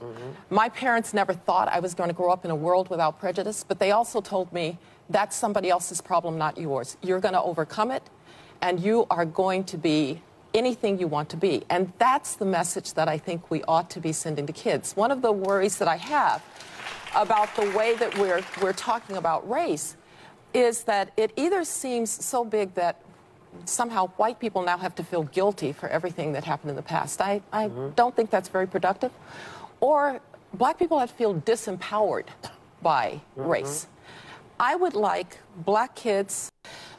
S10: My parents never thought I was going to grow up in a world without prejudice, but they also told me that's somebody else's problem, not yours. You're going to overcome it, and you are going to be anything you want to be. And that's the message that I think we ought to be sending to kids. One of the worries that I have about the way that we're, we're talking about race is that it either seems so big that somehow white people now have to feel guilty for everything that happened in the past. I, I don't think that's very productive. Or black people have to feel disempowered by race. I would like black kids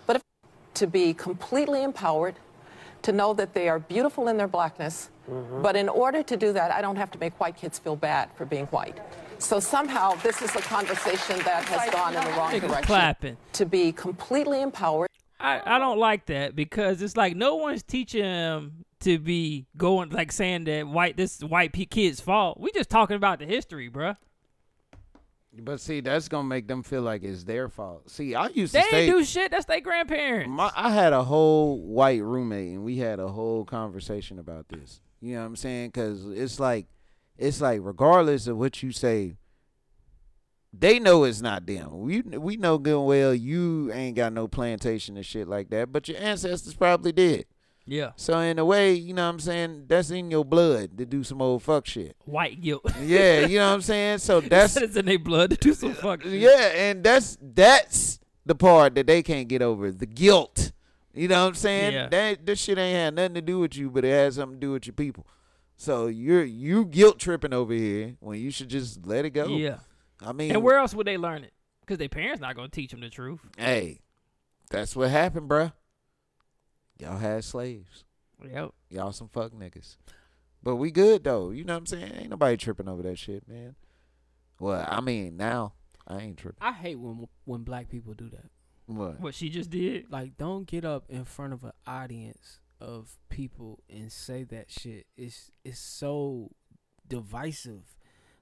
S10: but if, to be completely empowered, to know that they are beautiful in their blackness. But in order to do that, I don't have to make white kids feel bad for being white. So somehow this is a conversation that has gone in the wrong
S5: Niggas
S10: direction.
S5: clapping.
S10: To be completely empowered.
S5: I, I don't like that because it's like no one's teaching them to be going like saying that white this is white pe- kids fault. We just talking about the history, bruh.
S3: But see, that's gonna make them feel like it's their fault. See, I used
S5: They
S3: to stay.
S5: ain't do shit. That's their grandparents.
S3: My, I had a whole white roommate, and we had a whole conversation about this. You know what I'm saying? Because it's like, it's like regardless of what you say, they know it's not them. We we know good and well you ain't got no plantation and shit like that, but your ancestors probably did.
S5: Yeah.
S3: So in a way, you know what I'm saying, that's in your blood to do some old fuck shit.
S5: White guilt.
S3: Yeah, you know what I'm saying? So that's
S5: it's in their blood to do some fuck shit.
S3: yeah, and that's that's the part that they can't get over, the guilt. You know what I'm saying?
S5: Yeah.
S3: That this shit ain't had nothing to do with you, but it has something to do with your people. So you're you guilt tripping over here when you should just let it go.
S5: Yeah.
S3: I mean
S5: And where else would they learn it? Because their parents not gonna teach them the truth.
S3: hey, that's what happened, bruh. Y'all had slaves.
S5: Yep.
S3: Y'all some fuck niggas. But we good though. You know what I'm saying? Ain't nobody tripping over that shit, man. Well, I mean now I ain't tripping.
S4: I hate when when black people do that.
S3: What?
S5: What she just did.
S4: Like, don't get up in front of an audience of people and say that shit. It's it's so divisive.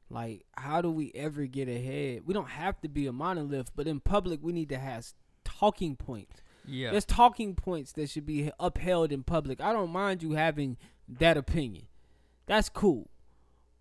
S4: Like, how do we ever get ahead? We don't have to be a monolith, but in public, we need to have talking points.
S5: Yeah.
S4: There's talking points that should be upheld in public. I don't mind you having that opinion. That's cool.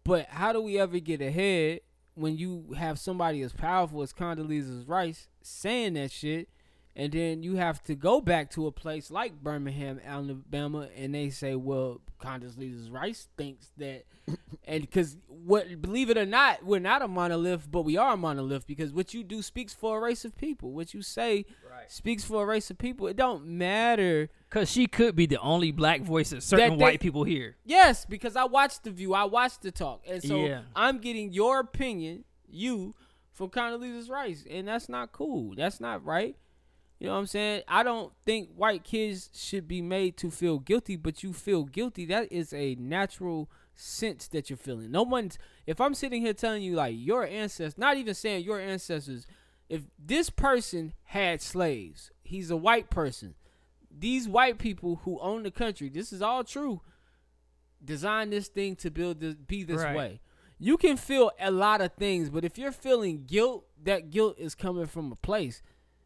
S4: But how do we ever get ahead when you have somebody as powerful as Condoleezza Rice saying that shit, and then you have to go back to a place like Birmingham, Alabama, and they say, "Well, Condoleezza Rice thinks that," and because what, believe it or not, we're not a monolith, but we are a monolith because what you do speaks for a race of people. What you say speaks for a race of people. It don't matter.
S5: Because she could be the only black voice that certain
S4: That they-
S5: white people hear.
S4: Yes, because I watched the view, I watched the talk, and so
S5: Yeah.
S4: I'm getting your opinion, you, from Condoleezza Rice, and that's not cool. That's not right. You know what I'm saying? I don't think white kids should be made to feel guilty, but you feel guilty. That is a natural sense that you're feeling. No one's. If I'm sitting here telling you like your ancestors, not even saying your ancestors, if this person had slaves, he's a white person. These white people who own the country, this is all true design this thing to build this be this
S5: Right.
S4: way. You can feel a lot of things, but if you're feeling guilt, that guilt is coming from a place.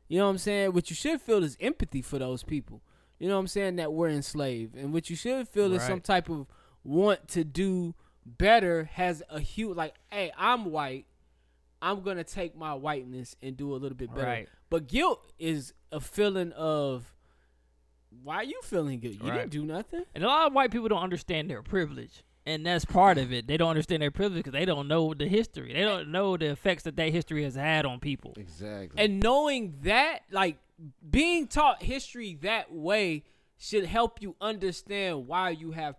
S4: You know what I'm saying? What you should feel is empathy for those people. You know what I'm saying? That we're enslaved. And what you should feel is some
S5: Right.
S4: type of want to do better has a huge like, hey, I'm white. I'm gonna take my whiteness and do a little bit better.
S5: Right.
S4: But guilt is a feeling of why are you feeling good? You
S5: Right.
S4: didn't do nothing.
S5: And a lot of white people don't understand their privilege. And that's part of it. They don't understand their privilege because they don't know the history. They don't know the effects that that history has had on people.
S3: Exactly.
S4: and knowing that like being taught history that way should help you understand why you have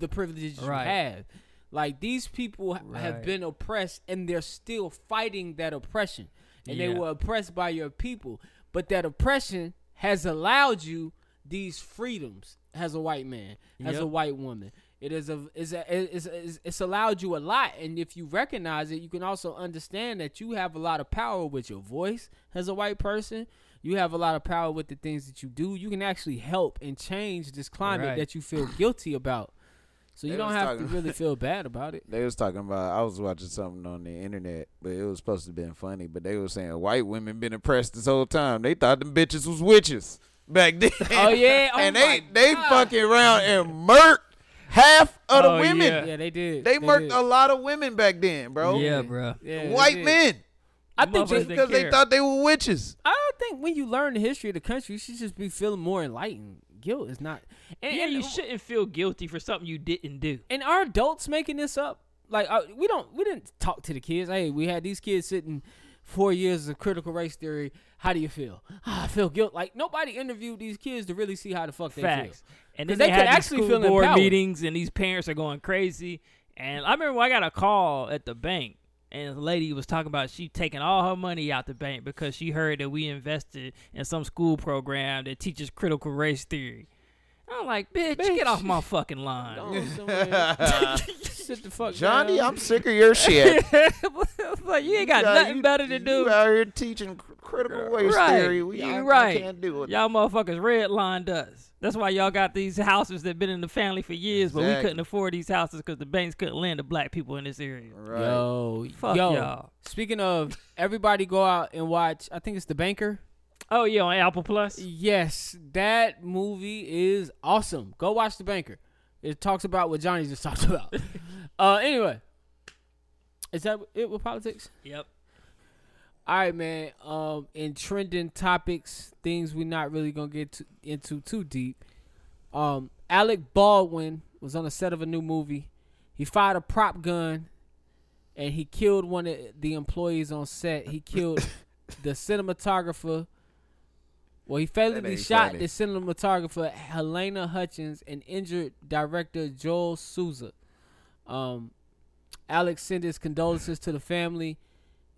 S4: the privileges
S5: Right.
S4: you have like these people ha- have
S5: Right.
S4: been oppressed and they're still fighting that oppression and they
S5: Yeah.
S4: were oppressed by your people but that oppression has allowed you these freedoms as a white man as a
S5: Yep.
S4: white woman it is a, is a it's, it's, it's allowed you a lot and if you recognize it you can also understand that you have a lot of power with your voice as a white person you have a lot of power with the things that you do you can actually help and change this climate
S5: Right.
S4: that you feel guilty about so you
S3: They
S4: don't
S3: was
S4: have to
S3: talking-
S4: really feel bad about it
S3: They was talking about I was watching something on the internet, but it was supposed to have been funny. But they were saying white women been oppressed this whole time. They thought them bitches was witches back then.
S4: Oh, yeah. Oh,
S3: and they
S4: my
S3: they
S4: God.
S3: fucking around and murked half of the
S5: Oh,
S3: women.
S5: yeah.
S4: yeah they did
S3: They, murked
S4: did.
S3: a lot of women back then, bro.
S5: Yeah, bro.
S4: Yeah, they
S3: white
S4: did.
S3: men
S4: i think
S5: Motherfuckers
S4: just
S5: didn't
S3: because they
S5: care.
S3: thought they were witches.
S4: I don't think when you learn the history of the country, you should just be feeling more enlightened. Guilt is not. And,
S5: Yeah,
S4: and
S5: you shouldn't feel guilty for something you didn't do.
S4: And are adults making this up? Like uh, we don't, we didn't talk to the kids. Hey, we had these kids sitting four years of critical race theory. How do you feel? Ah, I feel guilt. Like nobody interviewed these kids to really see how the fuck they
S5: Facts.
S4: feel.
S5: And
S4: 'Cause
S5: then
S4: they
S5: they,
S4: could
S5: had these
S4: actually feel
S5: school board
S4: empowered.
S5: meetings, and these parents are going crazy. And I remember when I got a call at the bank, and the lady was talking about she taking all her money out the bank because she heard that we invested in some school program that teaches critical race theory. I'm like, bitch, get off my fucking line.
S4: Go somewhere. Sit the fuck
S3: Uh, Johnny,
S4: down.
S3: I'm sick of your shit.
S5: like, you ain't got
S3: Yeah,
S5: nothing
S3: you-
S5: better to do.
S3: You out here teaching cr- critical race
S5: right.
S3: theory. We,
S5: you
S3: I- I
S5: right.
S3: can't do it.
S5: Y'all motherfuckers redlined us. That's why y'all got these houses that been in the family for years, but we
S3: Exactly.
S5: couldn't afford these houses because the banks couldn't lend to black people in this area.
S3: Right.
S4: Yo,
S5: Fuck
S4: yo.
S5: y'all.
S4: Speaking of, everybody go out and watch. I think it's The Banker.
S5: Oh yeah, on Apple Plus.
S4: Yes, that movie is awesome. Go watch The Banker. It talks about what Johnny just talked about. uh, anyway, is that it with politics?
S5: Yep.
S4: All right, man. Um, in trending topics, things we're not really gonna get to, into too deep. Um, Alec Baldwin was on the set of a new movie. He fired a prop gun, and he killed one of the employees on set. He killed the cinematographer. Well, he fatally
S3: ain't
S4: shot
S3: funny.
S4: the cinematographer Helena Hutchins and injured director Joel Souza. Um, Alex sent his condolences to the family,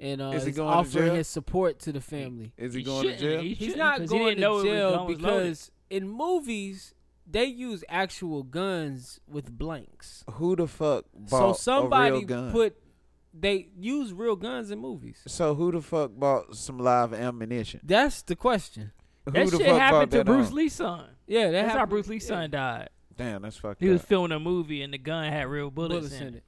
S4: and uh,
S3: Is
S4: is
S3: he going to
S4: offering
S3: jail?
S4: his support to the family.
S3: Is he,
S5: He
S3: going to
S5: shouldn't.
S3: jail?
S5: He
S4: He's
S5: shouldn't,
S4: not
S5: 'cause he
S4: going
S5: didn't know it
S4: to
S5: was
S4: jail
S5: gun was loaded.
S4: because in movies they use actual guns with blanks.
S3: Who the fuck
S4: So
S3: bought a
S4: somebody
S3: real gun?
S4: put they use real guns in movies.
S3: so who the fuck bought some live ammunition?
S4: That's the question.
S3: Who
S5: that
S3: the
S5: shit
S3: fuck
S5: happened
S3: bought
S5: to
S3: that uh,
S5: Bruce
S3: arm?
S5: Lee's son.
S4: Yeah, that
S5: That's how
S4: happened-
S5: Bruce Lee's
S4: yeah,
S5: son died.
S3: Damn, that's fucked
S5: He was
S3: up.
S5: filming a movie and the gun had real bullets,
S4: bullets
S5: in,
S4: in
S5: it.
S4: it.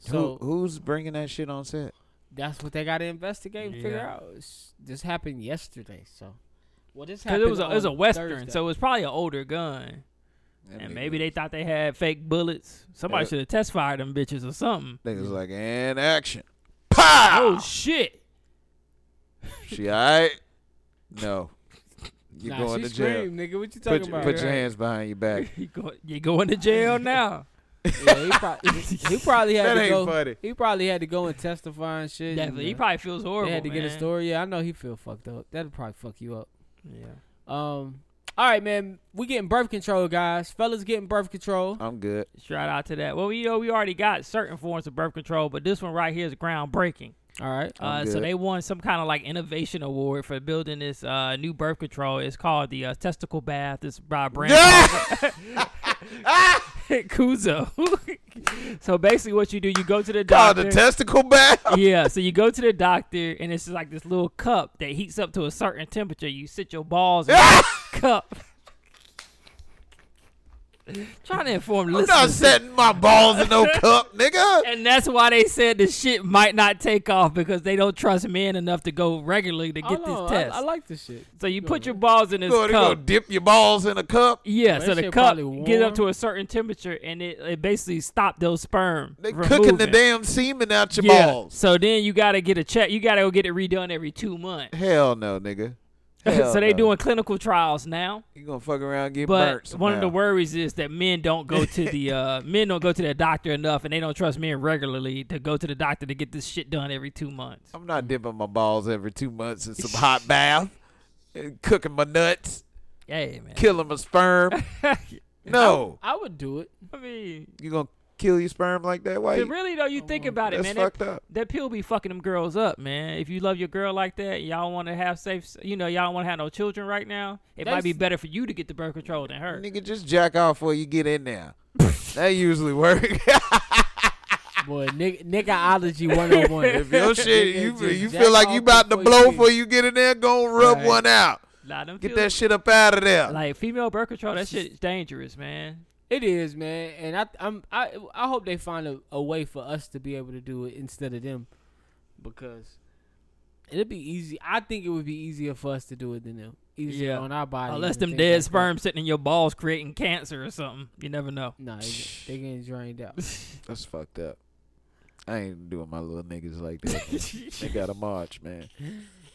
S4: So
S3: Who, who's bringing that shit on set?
S4: that's what they got to investigate and figure
S5: Yeah.
S4: out. It's- this happened yesterday, so well, this
S5: Because
S4: happened.
S5: it was a it was a
S4: on
S5: western,
S4: Thursday.
S5: so it was probably an older gun.
S3: That
S5: And
S3: nigga-
S5: maybe they thought they had fake bullets. Somebody
S3: Yeah.
S5: should have test fired them bitches or something.
S3: niggas like and action. Pow!
S5: Oh shit!
S3: she all right? No, you
S4: nah,
S3: are going
S4: she
S3: to jail.
S4: screamed, nigga. What you talking
S3: Put, your-
S4: about?
S3: put your
S5: right?
S3: hands behind your back.
S5: You go, you going to jail now?
S4: Yeah, he, probably, he probably had
S3: That
S4: to
S3: ain't
S4: go.
S3: funny.
S4: He probably had to go and testify and shit. and,
S5: Definitely. He
S4: uh,
S5: probably feels horrible.
S4: they had to get a
S5: man.
S4: story. Yeah, I know he feel fucked up. That'd probably fuck you up.
S5: Yeah.
S4: Um, all right, man. We getting birth control, guys. Fellas getting birth control.
S3: I'm good.
S5: Shout out to that. Well, you know, we already got certain forms of birth control, but this one right here is groundbreaking.
S4: All right.
S5: Uh,
S3: I'm
S5: so
S3: good.
S5: they won some kind of like innovation award for building this uh, new birth control. It's called the uh, testicle bath. It's by a brand called Kuzo. so basically, what you do, you go to the
S3: God,
S5: doctor.
S3: the testicle back.
S5: yeah, so you go to the doctor, and it's just like this little cup that heats up to a certain temperature. You sit your balls in the cup. Trying to inform
S3: I'm not
S5: listeners.
S3: setting my balls in no cup, nigga.
S5: And that's why they said the shit might not take off because they don't trust men enough to go regularly to
S4: Hold
S5: get this
S4: on, I-
S5: test.
S4: I, like this shit.
S5: so you put your balls in
S3: You
S5: this
S3: gonna go
S5: cup.
S3: dip your balls in a cup?
S5: yeah,
S4: That
S5: so the
S4: shit
S5: cup
S4: probably
S5: get up
S4: warm.
S5: to a certain temperature and it, it basically stopped those sperm.
S3: They
S5: from
S3: cooking the
S5: moving.
S3: damn semen out your
S5: Yeah.
S3: balls.
S5: So then you gotta get a check. You gotta go get it redone every two months.
S3: Hell no, nigga. Hell
S5: so they
S3: no.
S5: doing clinical trials now.
S3: You gonna fuck around and get burnt?
S5: But one of the
S3: somehow.
S5: worries is that men don't go to the uh, men don't go to their doctor enough, and they don't trust men regularly to go to the doctor to get this shit done every two months.
S3: I'm not dipping my balls every two months in some hot bath, and cooking my nuts,
S5: Hey man,
S3: killing my sperm. no,
S4: I would do it.
S5: I mean,
S3: you gonna kill your sperm like that? Why?
S5: 'cause
S3: you-
S5: really though, you think about it,
S3: Oh, That's
S5: man.
S3: fucked
S5: that,
S3: up.
S5: that pill be fucking them girls up, man. If you love your girl like that, y'all want to have safe, you know, y'all want to have no children right now. It might be
S4: That's-
S5: better for you to get the birth control than her.
S3: Nigga, just jack off before you get in there. that usually work.
S4: Boy, nigga, niggaology 101.
S3: if your shit,
S4: Nigga,
S3: you
S4: just
S3: you
S4: jack
S3: feel like you
S4: off
S3: about to
S4: before
S3: blow
S4: leave.
S3: before you get in there, go rub
S4: Right.
S3: one out.
S5: Nah, them
S3: Get
S5: pills-
S3: that shit up out of there.
S5: Like female birth control, that shit's dangerous, man.
S4: It is, man, and I I'm I I hope they find a, a way for us to be able to do it instead of them, because it'd be easy. I think it would be easier for us to do it than them. Easier
S5: Yeah.
S4: on our body.
S5: Unless them dead sperm sitting in your balls creating cancer or something. You never know.
S4: No, nah, they, get- they getting drained out.
S3: That's fucked up. I ain't doing my little niggas like that. man. they gotta march, man.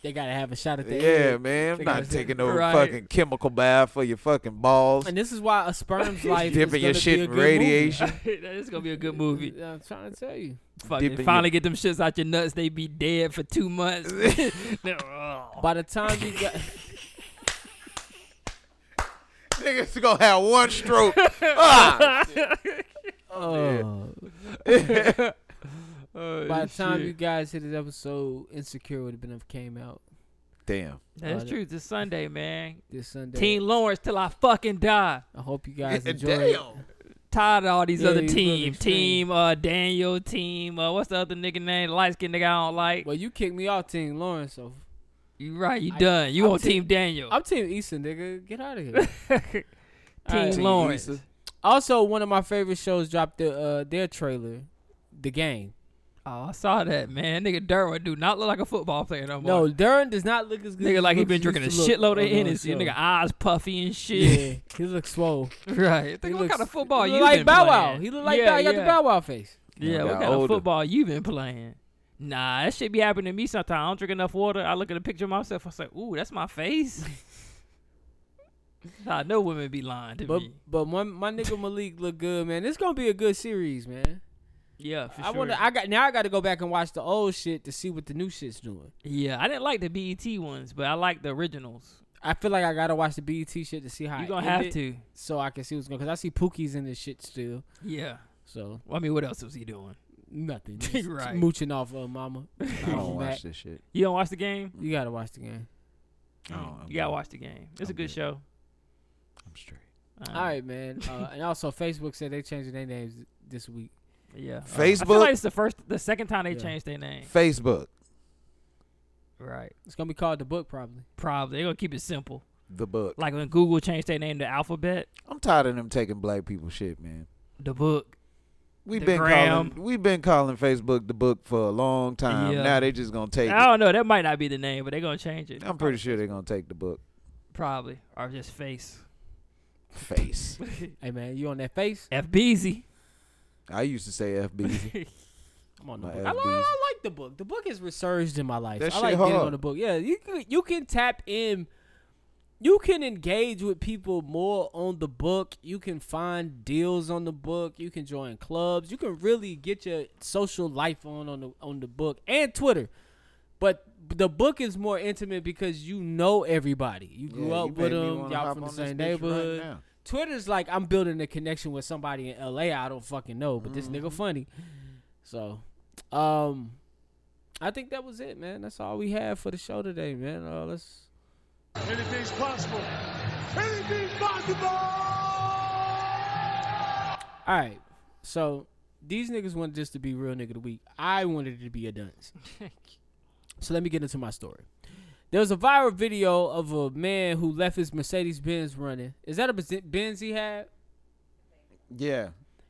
S4: They gotta have a shot at the
S3: Yeah,
S4: end.
S3: man. I'm
S4: They
S3: not
S4: gotta-
S3: taking no
S5: Right.
S3: fucking chemical bath for your fucking balls.
S4: And this is why a sperm's life is
S3: Dipping your
S4: gonna
S3: shit
S4: be a
S3: in
S4: good movie.
S3: radiation.
S5: that is gonna be a good movie.
S4: I'm trying to tell you.
S5: Fucking
S3: Dipping
S5: finally get them shits out your nuts. They be dead for two months. No, oh.
S4: By the time you got,
S3: Niggas gonna have one stroke. ah,
S4: oh, uh,
S3: Oh,
S4: by the time you guys hit this episode, Insecure would have been came out
S3: damn.
S5: That's
S4: Uh,
S5: true. This Sunday, man.
S4: this Sunday.
S5: Team Lawrence till I fucking die.
S4: I hope you guys
S3: Yeah,
S4: enjoy.
S3: damn.
S5: Tired of all these
S4: Yeah,
S5: other
S4: these brothers
S5: teams.
S4: extreme.
S5: Team uh Daniel, team uh what's the other nigga name? Light skinned nigga I don't like.
S4: Well, you kicked me off Team Lawrence, so
S5: You right, you
S4: I-
S5: done. You
S4: I'm
S5: on
S4: team-
S5: team Daniel.
S4: I'm Team Easton, nigga. Get out of here.
S5: team
S4: Alright.
S3: Team
S5: Lawrence.
S3: Lisa.
S4: also, one of my favorite shows dropped their uh, their trailer, The Game.
S5: Oh, I saw that, man. Nigga Derwin do not look like a football player no more.
S4: No, Duran does not look as good.
S5: nigga
S4: as
S5: like he
S4: looks-
S5: been drinking a
S4: used to look
S5: shitload
S4: on
S5: of
S4: the
S5: Hennessy.
S4: show.
S5: Nigga eyes puffy and shit.
S4: Yeah, he looks swole.
S5: Right.
S4: He
S5: Think what
S4: looks-
S5: kind of football
S4: he
S5: you
S4: look like
S5: been
S4: Bow
S5: playing?
S4: Wow. He look like
S5: yeah,
S4: Bow. He got the
S5: yeah.
S4: Bow Wow face.
S5: Yeah,
S3: Got
S5: what kind of
S3: older.
S5: football you been playing? Nah, that shit be happening to me sometimes. I don't drink enough water. I look at a picture of myself. I say, ooh, that's my face. I know women be lying to
S4: But
S5: me.
S4: but my my nigga Malik look good, man. It's gonna be a good series, man.
S5: Yeah, for
S4: I
S5: sure.
S4: wanna I got now I gotta go back and watch the old shit to see what the new shit's doing.
S5: yeah, I didn't like the BET ones, but I like the originals.
S4: I feel like I gotta watch the BET shit to see how
S5: You're
S4: it
S5: gonna have
S4: ended
S5: to.
S4: so I can see what's going. Cause I see Pookie's in this shit still.
S5: Yeah.
S4: So
S5: Well, I mean, what else was he doing?
S4: nothing, Just
S5: Right.
S4: Mooching off of mama.
S3: I don't watch
S4: Mac.
S3: this shit.
S5: You don't watch the game?
S4: You gotta watch the game.
S3: I don't- I'm
S5: You gotta
S3: good.
S5: watch the game. It's a
S3: I'm
S5: good
S3: good.
S5: show.
S3: I'm straight.
S5: Uh,
S4: All right, man. Uh, and also, Facebook said they changing their names this week.
S5: Yeah. I feel
S3: Facebook.
S5: like it's the first, the second time they
S4: Yeah.
S5: changed their name.
S3: Facebook.
S5: Right.
S4: It's gonna be called the book, probably.
S5: Probably they're gonna keep it simple.
S3: The book.
S5: Like when Google changed their name to Alphabet,
S3: I'm tired of them taking black people shit, man.
S5: the book.
S3: We've
S5: The
S3: been
S5: gram.
S3: calling we've been calling Facebook the book for a long time.
S5: Yeah.
S3: Now they just gonna take
S5: I don't know. That might not be the name, but they're gonna change it.
S3: it. I'm pretty sure they're gonna take the book.
S5: Probably or just Face.
S3: Face.
S4: Hey, man, you on that face?
S5: FBZ.
S3: I used to say FB.
S4: I'm on the
S3: My
S4: book. I, li-
S3: FBs.
S4: I like the book. The book has resurged in my life.
S3: That
S4: I
S3: shit
S4: like getting
S3: hard.
S4: on the book. Yeah, you can, you can tap in. You can engage with people more on the book. You can find deals on the book. You can join clubs. You can really get your social life on on the on the book and Twitter. But the book is more intimate because you know everybody. You grew
S3: Yeah,
S4: up
S3: you made
S4: with
S3: me
S4: them.
S3: wanna
S4: Y'all
S3: hop
S4: from the
S3: on this
S4: same
S3: bitch right
S4: neighborhood.
S3: now.
S4: Twitter's like I'm building a connection with somebody in LA I don't fucking know, but this nigga funny. So, um I think that was it, man. That's all we had for the show today, man. Uh, let's
S8: Anything's possible. Anything's possible.
S4: All right. So, these niggas wanted just to be real nigga of the week. I wanted it to be a dunce. so, let me get into my story. There was a viral video of a man who left his Mercedes Benz running. Is that a Benz- Benz he had?
S3: Yeah.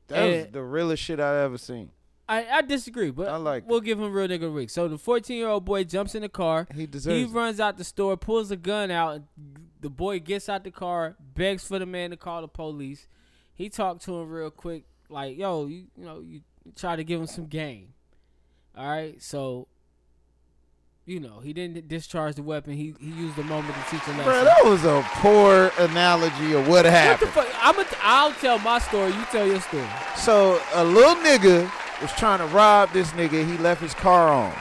S3: That was
S4: And-
S3: the realest shit I ever seen.
S4: I, I disagree, but
S3: I like
S4: we'll give him real nigga of the week. So the 14 year old boy jumps in the car.
S3: He deserves
S4: He
S3: it.
S4: runs out the store, pulls a gun out. The boy gets out the car, begs for the man to call the police. He talked to him real quick, like, "Yo, you, you know, you try to give him some game." All right, so you know he didn't discharge the weapon. He he used the moment to teach a lesson.
S3: Bro, that was a poor analogy of what
S4: what the
S3: happened.
S4: fuck? I'm a, I'll tell my story. You tell your story.
S3: So a little nigga was trying to rob this nigga. He left his car on.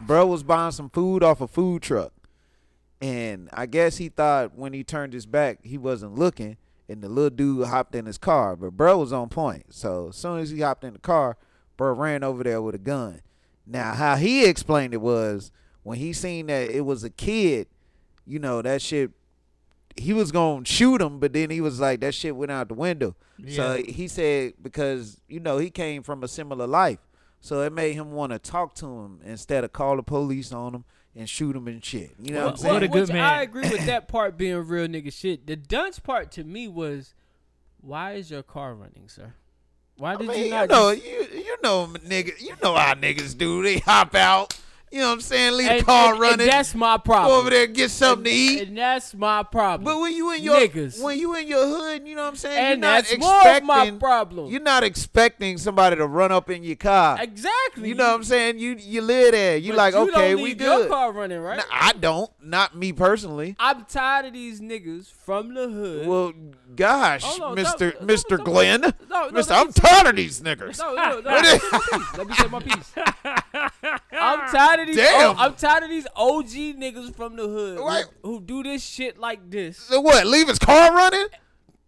S3: Bro was buying some food off a food truck. And I guess he thought when he turned his back, he wasn't looking. And the little dude hopped in his car. But bro was on point. So as soon as he hopped in the car, bro ran over there with a gun. Now, how he explained it was when he seen that it was a kid, you know, that shit he was gonna shoot him, but then he was like, that shit went out the window. So he said because you know he came from a similar life, so it made him want to talk to him instead of call the police on him and shoot him and shit. You know what I'm
S5: Well,
S3: saying?
S5: what a good
S4: Which
S5: man.
S4: I agree with that part being real nigga shit. The dunce part to me was, why is your car running, sir? Why
S3: I
S4: did
S3: mean,
S4: you
S3: you,
S4: not?
S3: know,
S4: just-
S3: you you know, nigga, you know how niggas do. They hop out. You know what I'm saying? Leave
S4: and,
S3: the car
S4: and- and
S3: running.
S4: that's my
S3: go
S4: problem.
S3: over there and get something to eat.
S4: And that's my problem.
S3: But when you in your
S4: Niggas.
S3: when you in your hood, you know what I'm saying.
S4: And
S3: you're not
S4: that's more of
S3: expecting,
S4: my problem.
S3: You're not expecting somebody to run up in your car.
S4: exactly.
S3: You know what I'm saying? You you live there. You
S4: But
S3: like
S4: you
S3: okay,
S4: don't
S3: we
S4: leave
S3: good.
S4: Your car running, right?
S3: Nah, I don't. Not me personally.
S4: I'm tired of these niggas from the hood.
S3: Well, gosh,
S4: Hold on,
S3: Mr.
S4: no, no,
S3: Mr.
S4: no,
S3: Glenn.
S4: no, no, no,
S3: Mr. I'm
S4: that's-
S3: tired of these niggas.
S4: No, no, no. Let me say my piece. I'm tired of these.
S3: Damn.
S4: oh, I'm tired of these OG niggas from the hood who-
S3: Right.
S4: who, do this shit like this,
S3: So what? Leave his car running?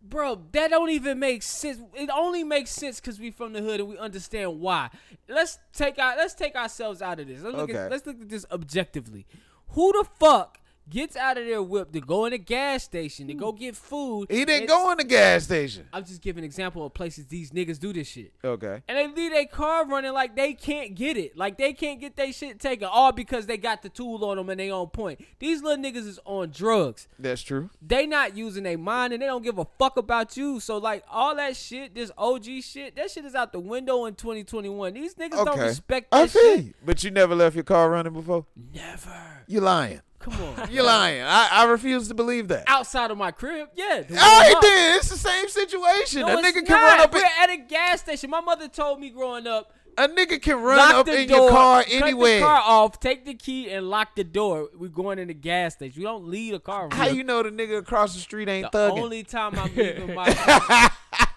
S4: bro. That don't even make sense. It only makes sense because we from the hood and we understand why. Let's take our let's take ourselves out of this. Let's look,
S3: Okay.
S4: at, let's look at this objectively. Who the fuck gets out of their whip to go in a gas station to go get food?
S3: He didn't
S4: And-
S3: go in the gas station.
S4: I'm just giving an example of places these niggas do this shit.
S3: Okay.
S4: And they leave their car running like they can't get it. Like they can't get their shit taken. All because they got the tool on them and they on point. These little niggas is on drugs.
S3: That's true.
S4: They not using their mind and they don't give a fuck about you. So like all that shit, this OG shit, that shit is out the window in 2021. These niggas don't
S3: okay.
S4: respect
S3: I
S4: that
S3: feel
S4: shit.
S3: you. But you never left your car running before?
S4: Never.
S3: You lying.
S4: Come on.
S3: You lying. I, I refuse to believe that.
S4: Outside of my crib, yeah. the
S3: All
S4: one
S3: right
S4: up.
S3: then. It's the same situation.
S4: No,
S3: that
S4: it's
S3: nigga can run
S4: not.
S3: up
S4: We're
S3: and
S4: at a gas station. My mother told me growing up,
S3: A nigga can run
S4: Lock
S3: up
S4: the
S3: in
S4: door,
S3: your car
S4: cut
S3: anywhere.
S4: the car off, take the key, and lock the door. We're going in the gas station. You don't leave the car.
S3: How
S4: running.
S3: you know the nigga across the street ain't
S4: The
S3: thugging?
S4: only time I'm leaving my.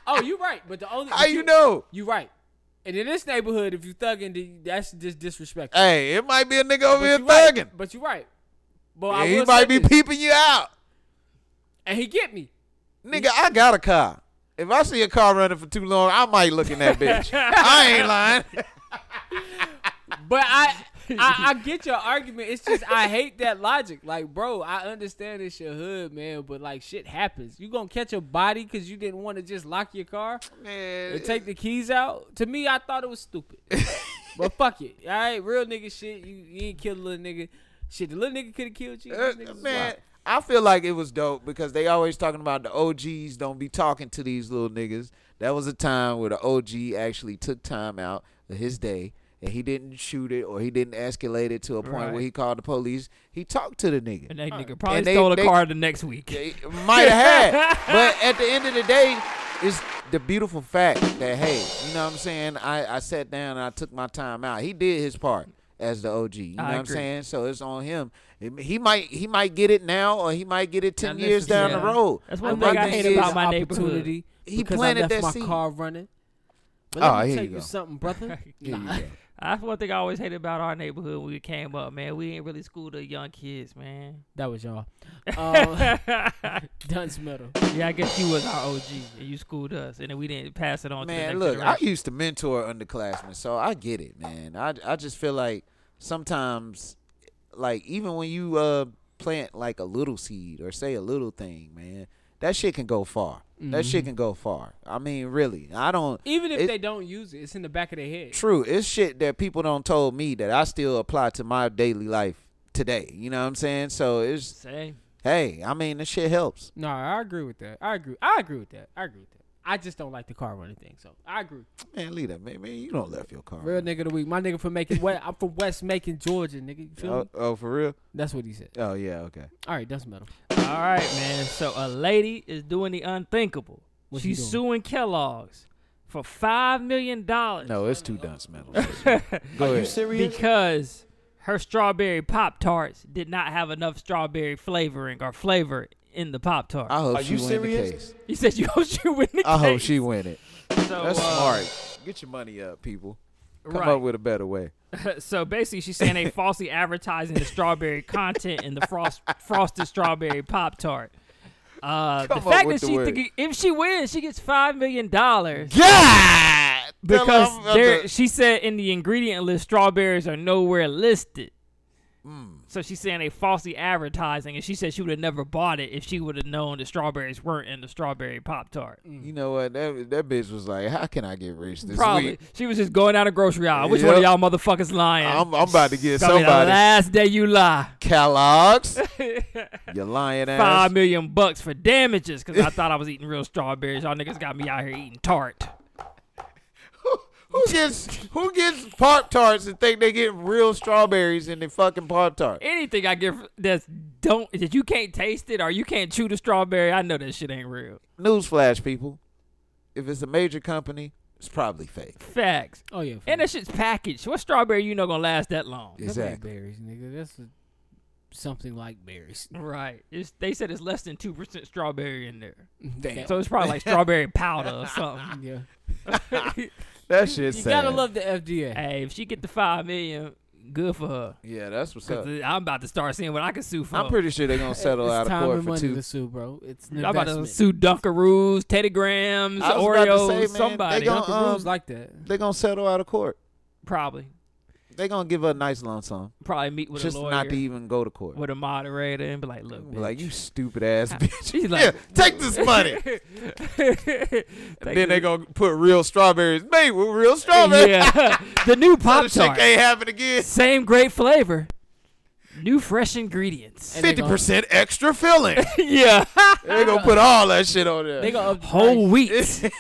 S4: oh, you right, but the only.
S3: How you know?
S4: You right. And in this neighborhood, if you thugging, then that's just disrespectful.
S3: Hey, it might be a nigga over here
S4: you right,
S3: thugging.
S4: But you right. But
S3: Yeah,
S4: I
S3: he
S4: will
S3: might
S4: say
S3: be
S4: this,
S3: peeping you out.
S4: and he get me.
S3: Nigga, I got a car. If I see a car running for too long, I might look in that bitch. I ain't lying.
S4: But I, I, I get your argument. It's just I hate that logic. Like, bro, I understand it's your hood, man. But like, shit happens. You gonna catch a body because you didn't want to just lock your car
S3: Man,
S4: and take the keys out? To me, I thought it was stupid. but fuck it. All right, real nigga shit. You, you ain't kill a little nigga. Shit, the little nigga could have killed you.
S3: uh,
S4: These niggas is
S3: man,
S4: wild.
S3: I feel like it was dope because they always talking about the OGs don't be talking to these little niggas. That was a time where the OG actually took time out of his day and he didn't shoot it or he didn't escalate it to a point where
S5: Right.
S3: he called the police. He talked to the nigga.
S5: And that nigga probably
S3: And they-
S5: stole a
S3: they-
S5: car the next week.
S3: They might have had. But at the end of the day, it's the beautiful fact that hey, you know what I'm saying? I, I sat down and I took my time out. He did his part as the OG. You know
S5: I
S3: what I'm
S5: agree.
S3: saying? So it's on him. He might he might get it now or he might get it ten
S4: And
S3: years
S4: listen,
S3: down
S5: yeah.
S3: the road.
S5: That's
S3: But
S5: one
S3: my
S5: thing I
S3: thing
S5: hate
S3: is-
S5: about my
S4: opportunity
S3: He
S4: because
S3: planted
S4: I left
S3: that
S4: my
S3: seed.
S4: car running. But let
S3: Oh,
S4: me
S3: here
S4: tell
S3: you
S4: you,
S3: go.
S4: something, brother.
S3: Yeah, yeah, yeah.
S5: That's one thing I always hated about our neighborhood when we came up, man. We ain't really schooled the young kids, man.
S4: That was y'all. Um, Dunce Metal.
S5: Yeah, I guess you was our OG and you schooled us, and then we didn't pass it on. to the
S3: Man,
S5: next
S3: look, I
S5: generation.
S3: used to mentor underclassmen, so I get it, man. I I just feel like sometimes, like even when you uh plant like a little seed or say a little thing, man, that shit can go far. That shit can go far. I mean, really, I don't.
S4: Even if
S3: it-
S4: they don't use it, it's in the back of their head.
S3: True. It's shit that people don't told me that I still apply to my daily life today. You know what I'm saying? So it's
S5: Same.
S3: hey, I mean, this shit helps.
S4: No, I agree with that. I agree. I agree with that. I agree with that. I just don't like the car running thing, so I agree.
S3: Man, leave that man. man you don't left your car.
S4: Real
S3: man.
S4: nigga of the week, my nigga from making. West, I'm from West Macon, Georgia, nigga. You feel
S3: Oh,
S4: me?
S3: oh, for real?
S4: That's what he said.
S3: Oh yeah. Okay.
S4: All right, Dunce Metal.
S5: All right, man. So a lady is doing the unthinkable.
S4: What's she
S5: She's
S4: doing?
S5: suing Kellogg's for five million dollars
S3: No, it's two dunce medals. Go ahead.
S5: because her strawberry pop tarts did not have enough strawberry flavoring or flavor in the pop tart.
S3: I hope
S7: Are
S3: she
S7: you
S3: win
S7: serious?
S3: the case.
S5: you said you hope she win the
S3: I hope
S5: case.
S3: she win it.
S5: So,
S3: That's
S5: uh,
S3: smart. Get your money up, people. Come
S5: Right.
S3: up with a better way.
S5: So basically, she's saying they falsely advertising the strawberry content in the frost, frosted strawberry pop tart. Uh, the
S3: Come up
S5: fact
S3: with
S5: that
S3: the
S5: she
S3: word.
S5: thinking if she wins, she gets five million dollars
S3: God,
S5: because there, she said in the ingredient list, strawberries are nowhere listed.
S3: Hmm.
S5: So she's saying they falsely advertising, and she said she would have never bought it if she would have known the strawberries weren't in the strawberry pop tart.
S3: you know what that that bitch was like. How can I get rich this
S5: Probably
S3: week?
S5: she was just going down a grocery aisle. Which one of
S3: Yep.
S5: y'all motherfuckers lying?
S3: I'm, I'm about to get
S5: It's gonna be the
S3: somebody
S5: last day you lie.
S3: Kellogg's. you lying ass.
S5: five million bucks for damages because I thought I was eating real strawberries. Y'all niggas got me out here eating tart.
S3: Who gets who gets Pop Tarts and think they get real strawberries in the fucking Pop Tart?
S5: Anything I give that's don't that you can't taste it or you can't chew the strawberry, I know that shit ain't real.
S3: Newsflash, people. If it's a major company, it's probably fake.
S5: Facts.
S4: Oh yeah,
S5: And that shit's packaged. What strawberry you know gonna last that long?
S3: Exactly.
S4: berries, nigga. That's a, something like berries.
S5: Right. It's, they said it's less than two percent strawberry in there,
S4: Damn.
S5: so it's probably like strawberry powder or something.
S4: yeah.
S3: That shit's
S4: You
S3: sad.
S4: gotta love the FDA.
S5: hey, if she get the five million, good for her.
S3: Yeah, that's what's up.
S5: 'Cause I'm about to start seeing what I can sue for.
S3: I'm pretty sure they're gonna settle
S4: it's
S3: out of
S4: time
S3: court
S4: and
S3: for
S4: money
S3: two.
S4: to sue, bro. It's an
S5: I'm about to
S4: investment.
S5: sue Dunkaroos, Teddy Grahams,
S3: I was about to
S5: Oreos,
S3: say, man, they
S5: somebody.
S3: gon-
S4: Dunkin'
S3: um,
S4: Rooms like that.
S3: They're gonna settle out of court.
S5: probably.
S3: They're gonna give her a nice lump sum,
S5: Probably meet with
S3: just
S5: a lawyer,
S3: not to even go to court.
S5: with a moderator, and be like, look,
S3: Be
S5: bitch.
S3: like you stupid ass bitch.
S5: She's like-
S3: yeah, take this money.
S5: Take
S3: then they
S5: the-
S3: gonna put real strawberries made with real strawberries.
S5: Yeah. the new Pop
S3: That shit
S5: Tart.
S3: can't happen again.
S5: Same great flavor. New fresh ingredients.
S4: they
S3: Fifty
S4: gonna-
S3: percent extra filling.
S5: yeah.
S3: they gonna put all that shit on there.
S4: They go up the
S5: Whole
S4: price.
S5: wheat.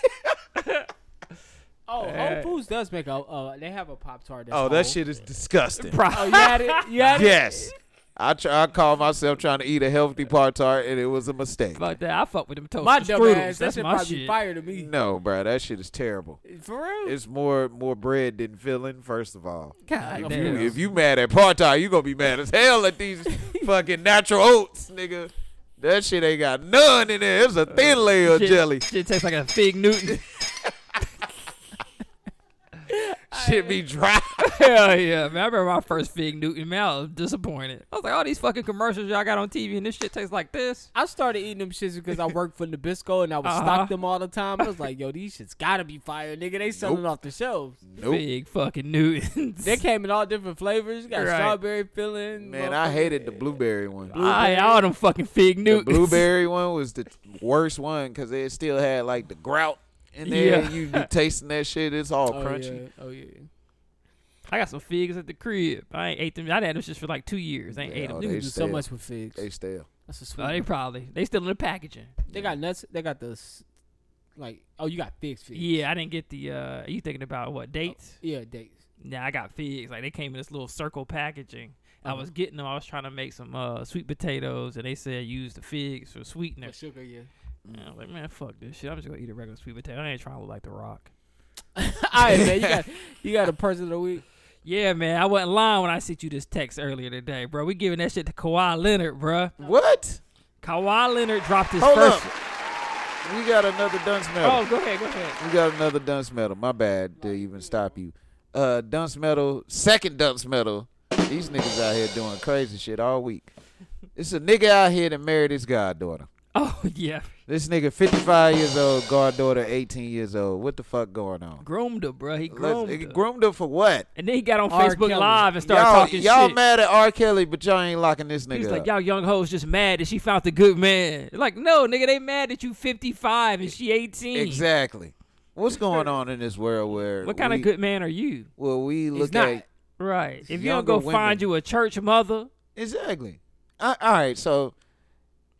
S4: Oh, Whole Foods does make a. Uh, they have a pop tart.
S5: Oh,
S3: oh, that shit is disgusting.
S5: Pro-
S4: Oh, you had it. You had it.
S3: yes, I try, I called myself trying to eat a healthy part tart, and it was a mistake.
S5: Fuck that. I fuck with them toast.
S4: My
S5: and
S4: dumb
S5: strudels.
S4: ass, that
S5: That's
S4: shit
S5: my
S4: probably
S5: shit.
S4: fire to me.
S3: No, bro, that shit is terrible.
S4: For real?
S3: It's more more bread than filling. First of all,
S5: God
S3: If you-
S5: damn.
S3: if you mad at part time, you gonna be mad as hell at these fucking natural oats, nigga. That shit ain't got none in there. It's a thin layer of
S5: Shit-
S3: jelly.
S5: Shit tastes like a fig Newton.
S3: Shit be dry.
S5: Hell yeah, man. I remember my first fig Newton, man. I was disappointed. I was like, all these fucking commercials y'all got on TV and this shit tastes like this.
S4: I started eating them shits because I worked for Nabisco and I would
S5: Uh-huh.
S4: stock them all the time. I was like, yo, these shits gotta be fire, nigga. They selling off the shelves.
S3: Nope.
S5: Fig fucking Newtons.
S4: They came in all different flavors. You got
S5: Right.
S4: strawberry filling.
S3: Man, I hated the blueberry one.
S5: I all them fucking fig
S3: The
S5: Newtons.
S3: blueberry one was the worst one because it still had like the grout in there.
S5: Yeah.
S3: and You be tasting that shit. It's all crunchy.
S4: Yeah. Oh yeah.
S5: I got some figs at the crib. I ain't ate them. I had them just for like two years. I ain't ate
S3: Yeah,
S5: them.
S3: Oh,
S4: You
S3: they
S4: can do so
S3: stale.
S4: much with figs.
S3: They stale.
S4: That's a sweet.
S5: No, they probably they still in the packaging.
S4: They got nuts. They got the s- like. Oh, you got figs. figs.
S5: Yeah, I didn't get the. uh Are you thinking about
S3: Oh.
S5: what dates?
S4: Yeah, dates.
S5: Nah, I got figs. Like they came in this little circle packaging. I
S3: Uh-huh.
S5: was getting them. I was trying to make some uh sweet potatoes, and they said use the figs for
S4: No
S5: sweetener.
S4: sugar. Yeah.
S5: And I was like, man, fuck this shit. I'm just gonna eat a regular sweet potato. I ain't trying to look like the Rock.
S4: all right, man. You got you got a person of the week.
S5: Yeah, man, I wasn't lying when I sent you this text earlier today, bro. We giving that shit to Kawhi Leonard, bro.
S3: What?
S5: Kawhi Leonard dropped his
S3: Hold
S5: first.
S3: up. We got another dunce medal.
S5: Oh, go ahead, go ahead.
S3: We got another dunce medal. My bad to even stop you. Uh, dunce medal, second dunce medal. These niggas out here doing crazy shit all week. It's a nigga out here that married his goddaughter.
S5: Oh yeah,
S3: This nigga 55 years old, goddaughter 18 years old. What the fuck going on?
S5: groomed her, bro. He
S3: Let's-
S5: groomed her.
S3: groomed her for what?
S5: And then he got on
S4: R.
S5: Facebook
S4: Kelly.
S5: Live and started
S3: y'all,
S5: talking
S3: y'all
S5: shit.
S3: mad at R. Kelly, but y'all ain't locking this nigga
S5: He's like,
S3: up.
S5: y'all young hoes just mad that she found the good man. Like, no, nigga, they mad that you 55 and she 18.
S3: exactly. What's going on in this world where
S5: What kind
S3: we,
S5: of good man are you?
S3: Well, we look
S4: not.
S3: at
S5: Right. If you don't
S3: Younger
S5: go
S3: women.
S5: find you a church mother,
S3: Exactly. I, all right. So,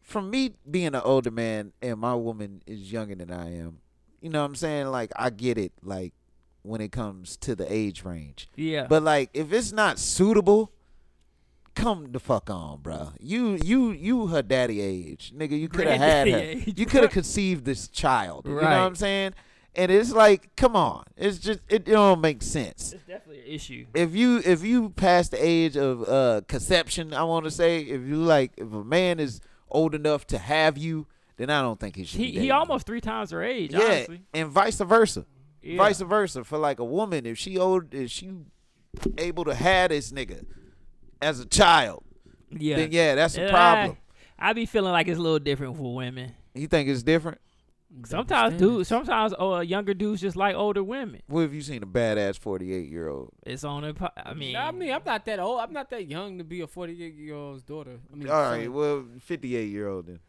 S3: from me being an older man and my woman is younger than I am, you know what I'm saying? Like, I get it, like, when it comes to the age range.
S5: yeah.
S3: But, like, if it's not suitable, come the fuck on, bruh. You, you, you her daddy age. Nigga, you could have had
S5: Granddaddy
S3: her.
S5: age,
S3: You could have conceived this child. You know what
S5: Right.
S3: I'm saying? And it's like, come on. It's just, it don't make sense
S5: it's definitely an issue.
S3: if you if you pass the age of uh conception, I want to say if you like if a man is old enough to have you, then I don't think he should.
S5: He,
S3: be dating
S5: he
S3: you.
S5: almost three times her age,
S3: yeah,
S5: honestly.
S3: and vice versa,
S5: Yeah.
S3: vice versa for like a woman if she old if she able to have this nigga as a child,
S5: Yeah.
S3: then yeah, that's a
S5: And
S3: problem.
S5: I, I be feeling like it's a little different for women.
S3: You think it's different?
S5: Sometimes dudes, sometimes uh, younger dudes just like older women.
S3: What have you seen a badass forty eight year old?
S5: It's on a, po- I mean,
S4: I mean, I'm not that old. I'm not that young to be a 48 year old's daughter. I
S5: Mm.
S4: mean,
S3: All right,
S4: son.
S3: well fifty eight year old then.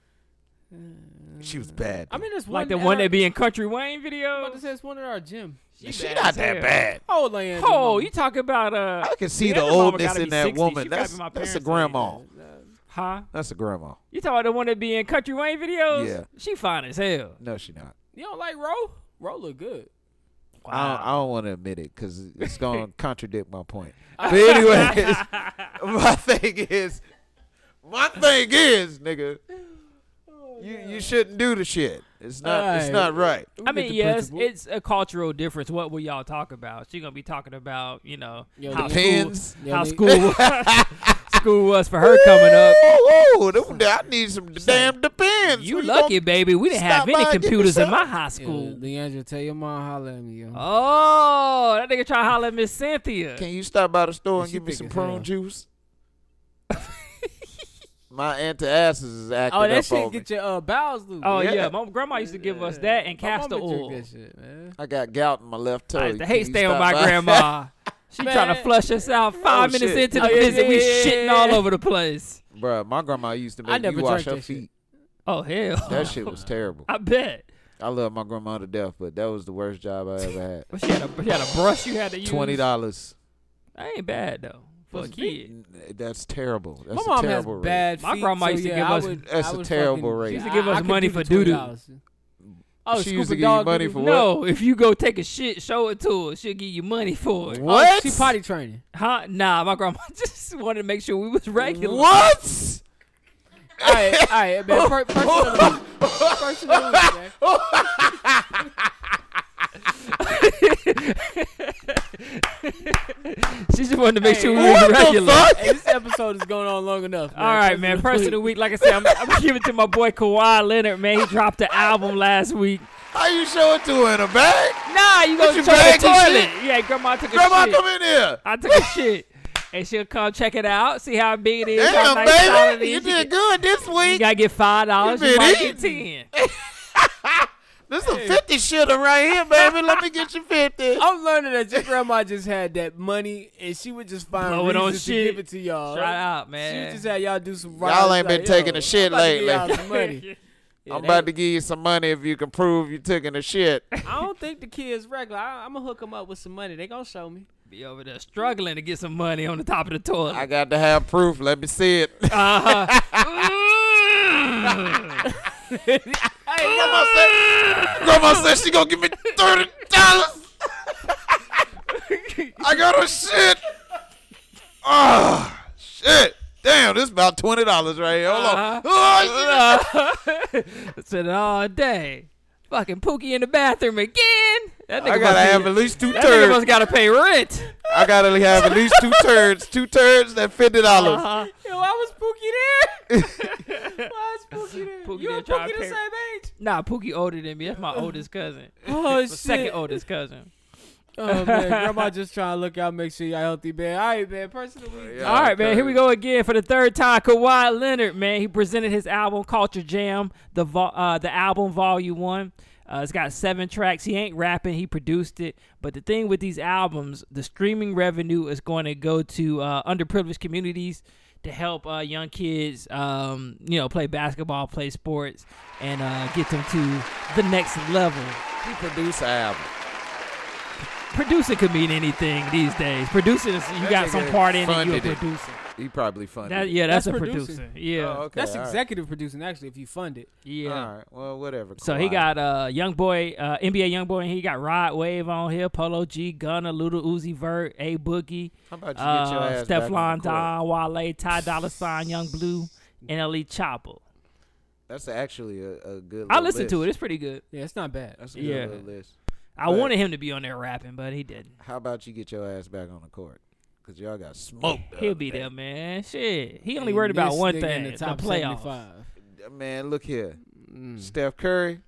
S3: She was bad.
S4: I mean, there's one
S5: like the
S4: at
S5: one
S4: our-
S5: that be in Country Wayne
S4: I'm about to
S5: videos.
S4: say it's one at our gym.
S3: though. she not that bad.
S4: How old I am?
S5: Oh, you talk about uh?
S3: I can see
S5: Yeah,
S3: the
S5: that mama
S3: oldness
S5: gotta
S3: in
S5: be
S3: that
S5: 60.
S3: woman.
S5: She gotta
S3: That's,
S5: be my
S3: that's a
S5: parents'
S3: grandma.
S5: Huh?
S3: That's a grandma.
S5: You talking about the one that be in Country Wayne videos?
S3: Yeah.
S5: She fine as hell.
S3: No, she not.
S4: You don't like Ro? Ro look good.
S3: I don't, I don't want to admit it because it's going to contradict my point. But anyways, my thing is, my thing is, nigga, you you shouldn't do the shit. It's not it's
S4: Alright.
S3: not right.
S5: I mean, yes,
S4: principle.
S5: it's a cultural difference. What will y'all talk about? She gonna be talking about, you know,
S4: Yo, the
S5: how school,
S3: Depends.
S4: Yo,
S5: how
S4: the-
S5: school, school was for her coming up.
S3: Ooh, ooh, them- I need some damn depends.
S5: You
S3: Where
S5: lucky,
S3: gonna-
S5: baby. We didn't
S3: stop
S5: have any
S3: by and get me
S5: computers in my
S3: something?
S5: high
S4: Yeah,
S5: school.
S4: Leandra, tell your mom holla at me, yo.
S5: Oh, that nigga try to holler at Miss Cynthia.
S3: Can you stop by the store and
S4: She
S3: give me
S4: thick
S3: some
S4: as hell.
S3: prune juice? my antacids is acting
S4: oh, that
S3: up
S4: shit
S3: on me.
S4: get your uh, bowels loose.
S5: Oh yeah.
S3: Yeah.
S5: my grandma used to give us
S4: Yeah.
S5: that and
S4: My
S5: castor
S4: mama drink
S5: oil.
S4: That shit, man.
S3: I got gout in my left toe.
S5: I used to
S3: Can
S5: hate
S3: you
S5: staying with
S3: stop
S5: my
S3: by?
S5: grandma. She trying to
S4: Man.
S5: flush us out five minutes
S3: shit.
S5: into the
S4: Oh, yeah,
S5: visit. we
S4: yeah, yeah,
S5: shitting
S4: yeah.
S5: all over the place.
S3: Bruh, my grandma used to
S4: I
S3: make
S4: never
S3: me wash
S4: drank
S3: her
S4: that shit.
S3: feet.
S5: Oh hell,
S3: That shit was terrible.
S5: I bet.
S3: I love my grandma to death, but that was the worst job I ever had.
S5: But she had a she had a brush you had to use.
S3: Twenty dollars.
S5: That ain't bad though for a kid.
S3: That's terrible. That's
S4: My
S3: a
S4: mom has
S3: terrible rate.
S4: bad feet.
S5: My grandma
S4: so
S5: used to
S4: yeah,
S5: give
S4: I
S5: us-
S4: Would,
S3: That's
S4: I
S3: a
S4: would
S3: terrible
S4: fucking,
S3: rate. She
S5: used to give us
S4: I, I could
S5: money
S4: do the
S5: for doo-doo.
S4: $20.
S5: Oh,
S3: she used to
S5: Scuba
S3: give you
S5: Dog
S3: money
S5: give
S3: for
S5: no,
S3: what?
S5: if you go take a shit, show it to her. She'll give you money for it.
S3: What?
S4: She potty training.
S5: Huh? Nah, my grandma just wanted to make sure we was regular.
S3: What?
S4: All right, all right, man. Per- personal news. Personal news, man.
S5: She just wanted to make
S4: Hey,
S5: sure we
S3: What
S5: was
S3: the
S5: regular.
S3: fuck?
S4: Hey, this episode is going on long enough. Man.
S5: All right, man. Person of the week, like I said, I'm, I'm gonna give it to my boy Kawhi Leonard. Man, he dropped the album last week.
S3: How you show it to her in a bag?
S5: Nah, you
S3: What
S5: gonna
S3: you
S5: show the
S3: bagged this
S5: toilet? Yeah, grandma took a
S3: Grandma,
S5: shit.
S3: come in here.
S5: I took a shit, and she'll come check it out, see how big it is. how
S3: Damn,
S5: nice solid it
S3: baby,
S5: is.
S3: you
S5: She
S3: did good this
S5: You
S3: week.
S5: gotta get five dollars.
S3: You
S5: You might
S3: been
S5: get ten.
S3: This is a fifty shooter right here, baby. Let me get you fifty.
S4: I'm learning that your grandma just had that money and she would just find
S5: Blow it
S4: reasons
S5: on
S4: to
S5: shit.
S4: give it to y'all.
S5: Shout out,
S4: She
S5: man.
S4: would just had y'all do some.
S3: Y'all
S4: rides,
S3: ain't been
S4: like,
S3: taking
S4: yo,
S3: a shit
S4: I'm about to give
S3: lately.
S4: y'all some money.
S3: I'm about to give you some money if you can prove you took in a shit.
S4: I don't think the kid's regular. I, I'm gonna hook them up with some money. They gonna show me.
S5: Be over there struggling to get some money on the top of the toilet.
S3: I got to have proof. Let me see it. grandma said, grandma said she gonna give me thirty dollars. I got a shit. Oh shit! Damn, this is about twenty dollars right here. Hold
S5: Uh-huh.
S3: on. Oh,
S5: Said it all day. Fucking Pookie in the bathroom again.
S3: shit.
S5: That
S3: I
S5: nigga
S3: gotta
S5: must be-
S3: have at least two
S5: That nigga
S3: turds.
S5: must gotta pay rent.
S3: I gotta have at least two turds. Two turds that fifty dollars.
S5: Uh-huh.
S4: Yo, I was Pookie there. Why was Pookie there?
S5: Pookie
S4: you
S5: there
S4: and
S5: trying
S4: Pookie
S5: to
S4: the
S5: pay-
S4: same age?
S5: Nah, Pookie older than me. That's my oldest cousin.
S4: Oh shit!
S5: My second oldest cousin.
S4: Oh man, grandma just trying to look out, make sure y'all healthy, man. All right, man. Personally,
S3: Yeah,
S5: All right, man. Here we
S3: turds.
S5: go again for the third time. Kawhi Leonard, man, he presented his album Culture Jam, the vo- uh, the album Volume One. Uh, it's got seven tracks. He ain't rapping. He produced it. But the thing with these albums, the streaming revenue is going to go to uh, underprivileged communities to help uh, young kids, um, you know, play basketball, play sports, and uh, get them to the next level.
S3: He produced an album.
S5: Producing could mean anything these days. Producing is you got some
S3: nigga
S5: part in it, you're
S3: funded it.
S5: producing.
S3: He probably funded.
S5: That,
S3: it.
S5: yeah, that's,
S4: That's
S5: a producer.
S4: producing.
S5: Yeah.
S3: Oh, okay,
S4: that's
S3: all right.
S4: executive producing actually. If you fund it,
S5: Yeah.
S3: All right. Well, whatever.
S5: So he
S3: Kawhi.
S5: got uh young boy, uh NBA young boy, and he got Rod Wave on here, Polo G, Gunna, Little Uzi Vert, A Boogie,
S3: How about you get your
S5: uh,
S3: ass back on
S5: Steflon
S3: the court?
S5: Don, Wale, Ty Dolla Sign, Young Blue, and Elite Chopper.
S3: That's actually a, a good.
S5: I
S3: little
S5: listened to it;
S3: list.
S5: it's pretty good.
S4: yeah, it's not bad.
S3: That's a good
S5: Yeah.
S3: little list.
S5: I
S3: Right.
S5: wanted him to be on there rapping, but he didn't.
S3: How about you get your ass back on the court? Cause y'all got smoked. the
S5: Oh, He'll
S3: other
S5: be
S3: day.
S5: there, man. Shit, he only
S4: And
S5: worried about
S4: this
S5: one
S4: nigga
S5: thing:
S4: in
S5: the, playoffs.
S4: 75.
S3: Man, look here.
S5: Mm.
S3: Steph Curry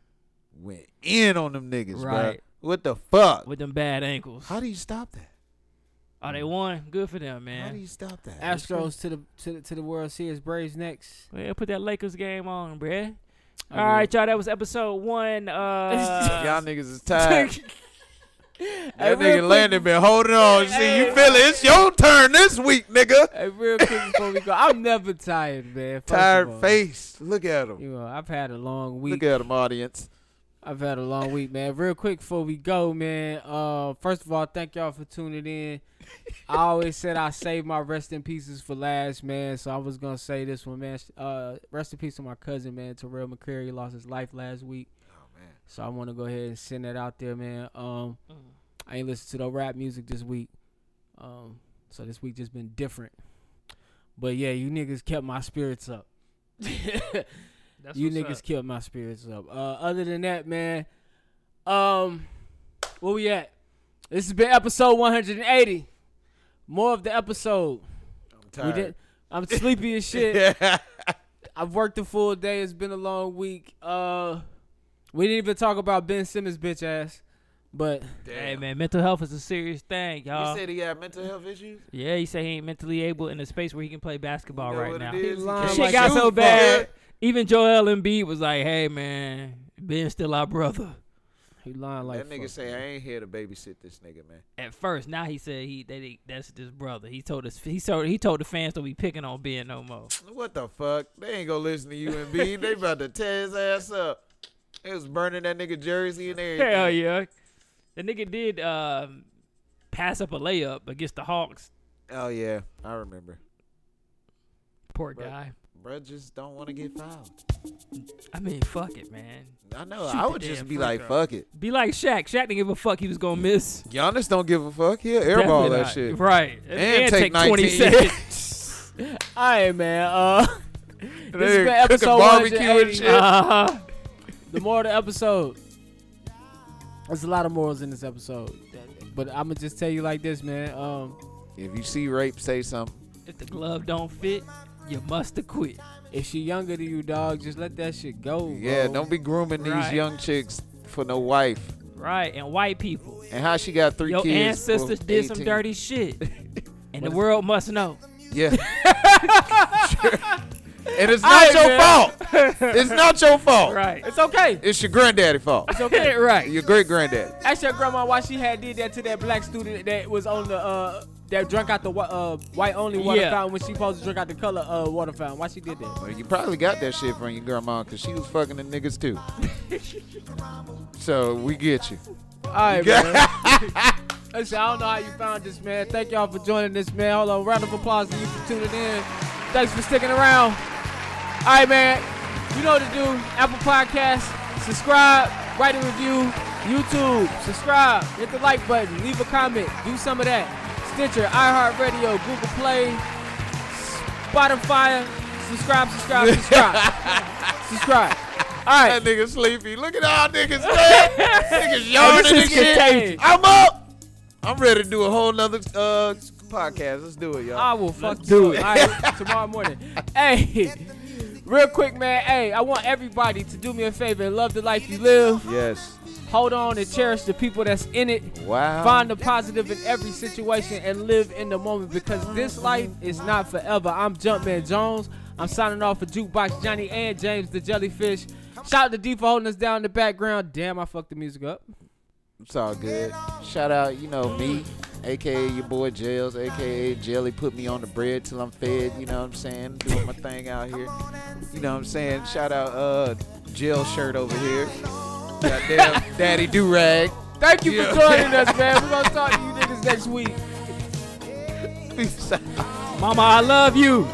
S3: went in on them niggas, right?
S5: Right.
S3: What the fuck?
S5: With them bad ankles.
S3: How do you stop that?
S5: oh, they won. Good for them,
S3: How do
S5: man.
S3: you stop that? It's crazy.
S4: Astros to the to the, to the World Series. Braves next.
S5: Yeah, put that Lakers game on, bruh.
S4: I
S5: All right, y'all. That was episode one. Uh,
S3: Y'all niggas is tired.
S4: Hey,
S3: that
S4: real
S3: nigga
S4: quick-
S3: Landon been holding on. See, you feel it? It's your turn this week, nigga.
S4: Hey, real quick before we go, I'm never tired, man. First of
S3: Tired
S4: all,
S3: face. Look at him.
S4: You know, I've had a long week.
S3: Look at him, audience.
S4: I've had a long week, man. Real quick before we go, man. Uh, first of all, thank y'all for tuning in. I always said I saved my rest in pieces for last, man. So I was gonna say this one, man. Uh, rest in peace to my cousin, man. Terrell McCreary He lost his life last week.
S3: man.
S4: So I want to go ahead and send that out there, man. Um, I ain't listened to no rap music this week. Um, so this week just been different. But yeah, you niggas kept my spirits up. you niggas kept my spirits up. Uh, other than that, man, um, where we at? This has been episode 180. More of the episode.
S3: I'm
S4: We
S3: tired.
S4: did. I'm sleepy as shit. I've worked a full day. It's been a long week. Uh, we didn't even talk about Ben Simmons bitch ass, but
S5: Hey man, uh, mental health is a serious thing, y'all.
S3: he got mental health issues.
S5: yeah, he said he ain't mentally able in a space where he can play basketball
S3: You know
S5: right
S3: what it
S5: now.
S3: is?
S4: He
S3: He
S4: lying
S3: can't
S5: Shit got
S3: shoot
S5: so
S3: for
S5: bad.
S3: it.
S5: Even Joel Embiid was like, "Hey man, Ben's still our brother."
S4: he lying like
S3: That nigga
S4: fuck.
S3: say I ain't here to babysit this nigga, man.
S5: At first, now he said he that he, that's his brother. He told us he told he told the fans don't be picking on Ben no more.
S3: What the fuck? They ain't gonna listen to you and B. they about to tear his ass up. It was burning that nigga jersey and everything.
S5: Hell yeah, the nigga did um, pass up a layup against the Hawks.
S3: Oh yeah, I remember.
S5: Poor
S3: But-
S5: guy.
S3: Bruh just don't want to get fouled.
S5: I mean, fuck it, man.
S3: I know.
S5: Shoot
S3: I
S5: the
S3: would just
S5: damn
S3: be
S5: free
S3: like,
S5: throw.
S3: fuck it.
S5: Be like Shaq. Shaq didn't give a fuck. He was gonna miss.
S3: Giannis don't give a fuck. He'll airball
S5: Definitely
S3: that
S5: not.
S3: shit.
S5: Right.
S3: And
S5: And, and
S3: take
S5: take, 20
S3: 19.
S5: seconds.
S4: All right, man. Uh, this has been
S3: Cooking
S4: episode
S3: barbecue and
S4: 180.
S3: shit.
S5: uh-huh.
S4: The moral of the episode. There's a lot of morals in this episode, but I'm gonna just tell you like this, man. Um,
S3: If you see rape, say something.
S5: If the glove don't fit, you must have quit.
S4: if she younger than you, dog, just let that shit go.
S3: Yeah,
S4: bro.
S3: don't be grooming these
S5: Right.
S3: young chicks for no wife.
S5: Right. And white people,
S3: And how she got three
S5: your
S3: kids.
S5: ancestors
S3: for
S5: did some
S3: 18.
S5: dirty shit, and the world must know.
S3: Yeah. Sure. And it's not your fault. It's not your fault.
S5: Right.
S4: It's okay.
S3: It's your granddaddy fault.
S4: It's okay.
S3: Right. Your great granddaddy.
S4: Ask your grandma why she had did that to that black student that was on the uh that drunk out the wa- uh white only water
S5: Yeah.
S4: fountain when she supposed to drink out the color uh water fountain. Why she did that?
S3: Well, you probably got that shit from your grandma because she was fucking the niggas too. so we get you.
S4: All right, man. Listen, I don't know how you found this, man. Thank y'all for joining this, man. Hold on, round of applause to you for tuning in. Thanks for sticking around. All right, man. You know what to do. Apple Podcasts, subscribe, write a review. YouTube, subscribe, hit the like button, leave a comment, do some of that. Stitcher, iHeartRadio, Google Play, Spotify. Subscribe, subscribe, subscribe, subscribe. All right. Oh,
S3: That nigga sleepy. Look at all niggas, man. niggas yawning
S4: This
S3: and
S4: is
S3: shit.
S4: contagious.
S3: I'm up. I'm ready to do a whole nother uh, podcast. Let's do it, y'all.
S4: I will fuck do it. All right, tomorrow morning. Hey, real quick, man. Hey, I want everybody to do me a favor and love the life you live.
S3: yes.
S4: Hold on and cherish the people that's in it.
S3: Wow.
S4: Find the positive in every situation and live in the moment because this life is not forever. I'm Jumpman Jones. I'm signing off for Jukebox Johnny and James the Jellyfish. Shout out to D for holding us down in the background. Damn, I fucked the music up.
S3: It's all good. Shout out, you know, me, aka your boy Jails, aka Jelly, put me on the bread till I'm fed, you know what I'm saying? Doing my thing out here. You know what I'm saying? Shout out uh jail shirt over here. Goddamn Daddy Do Rag.
S4: Thank you
S3: Yeah.
S4: for joining us, man. We're going to talk to you niggas next week.
S3: Peace out.
S5: Mama, I love you.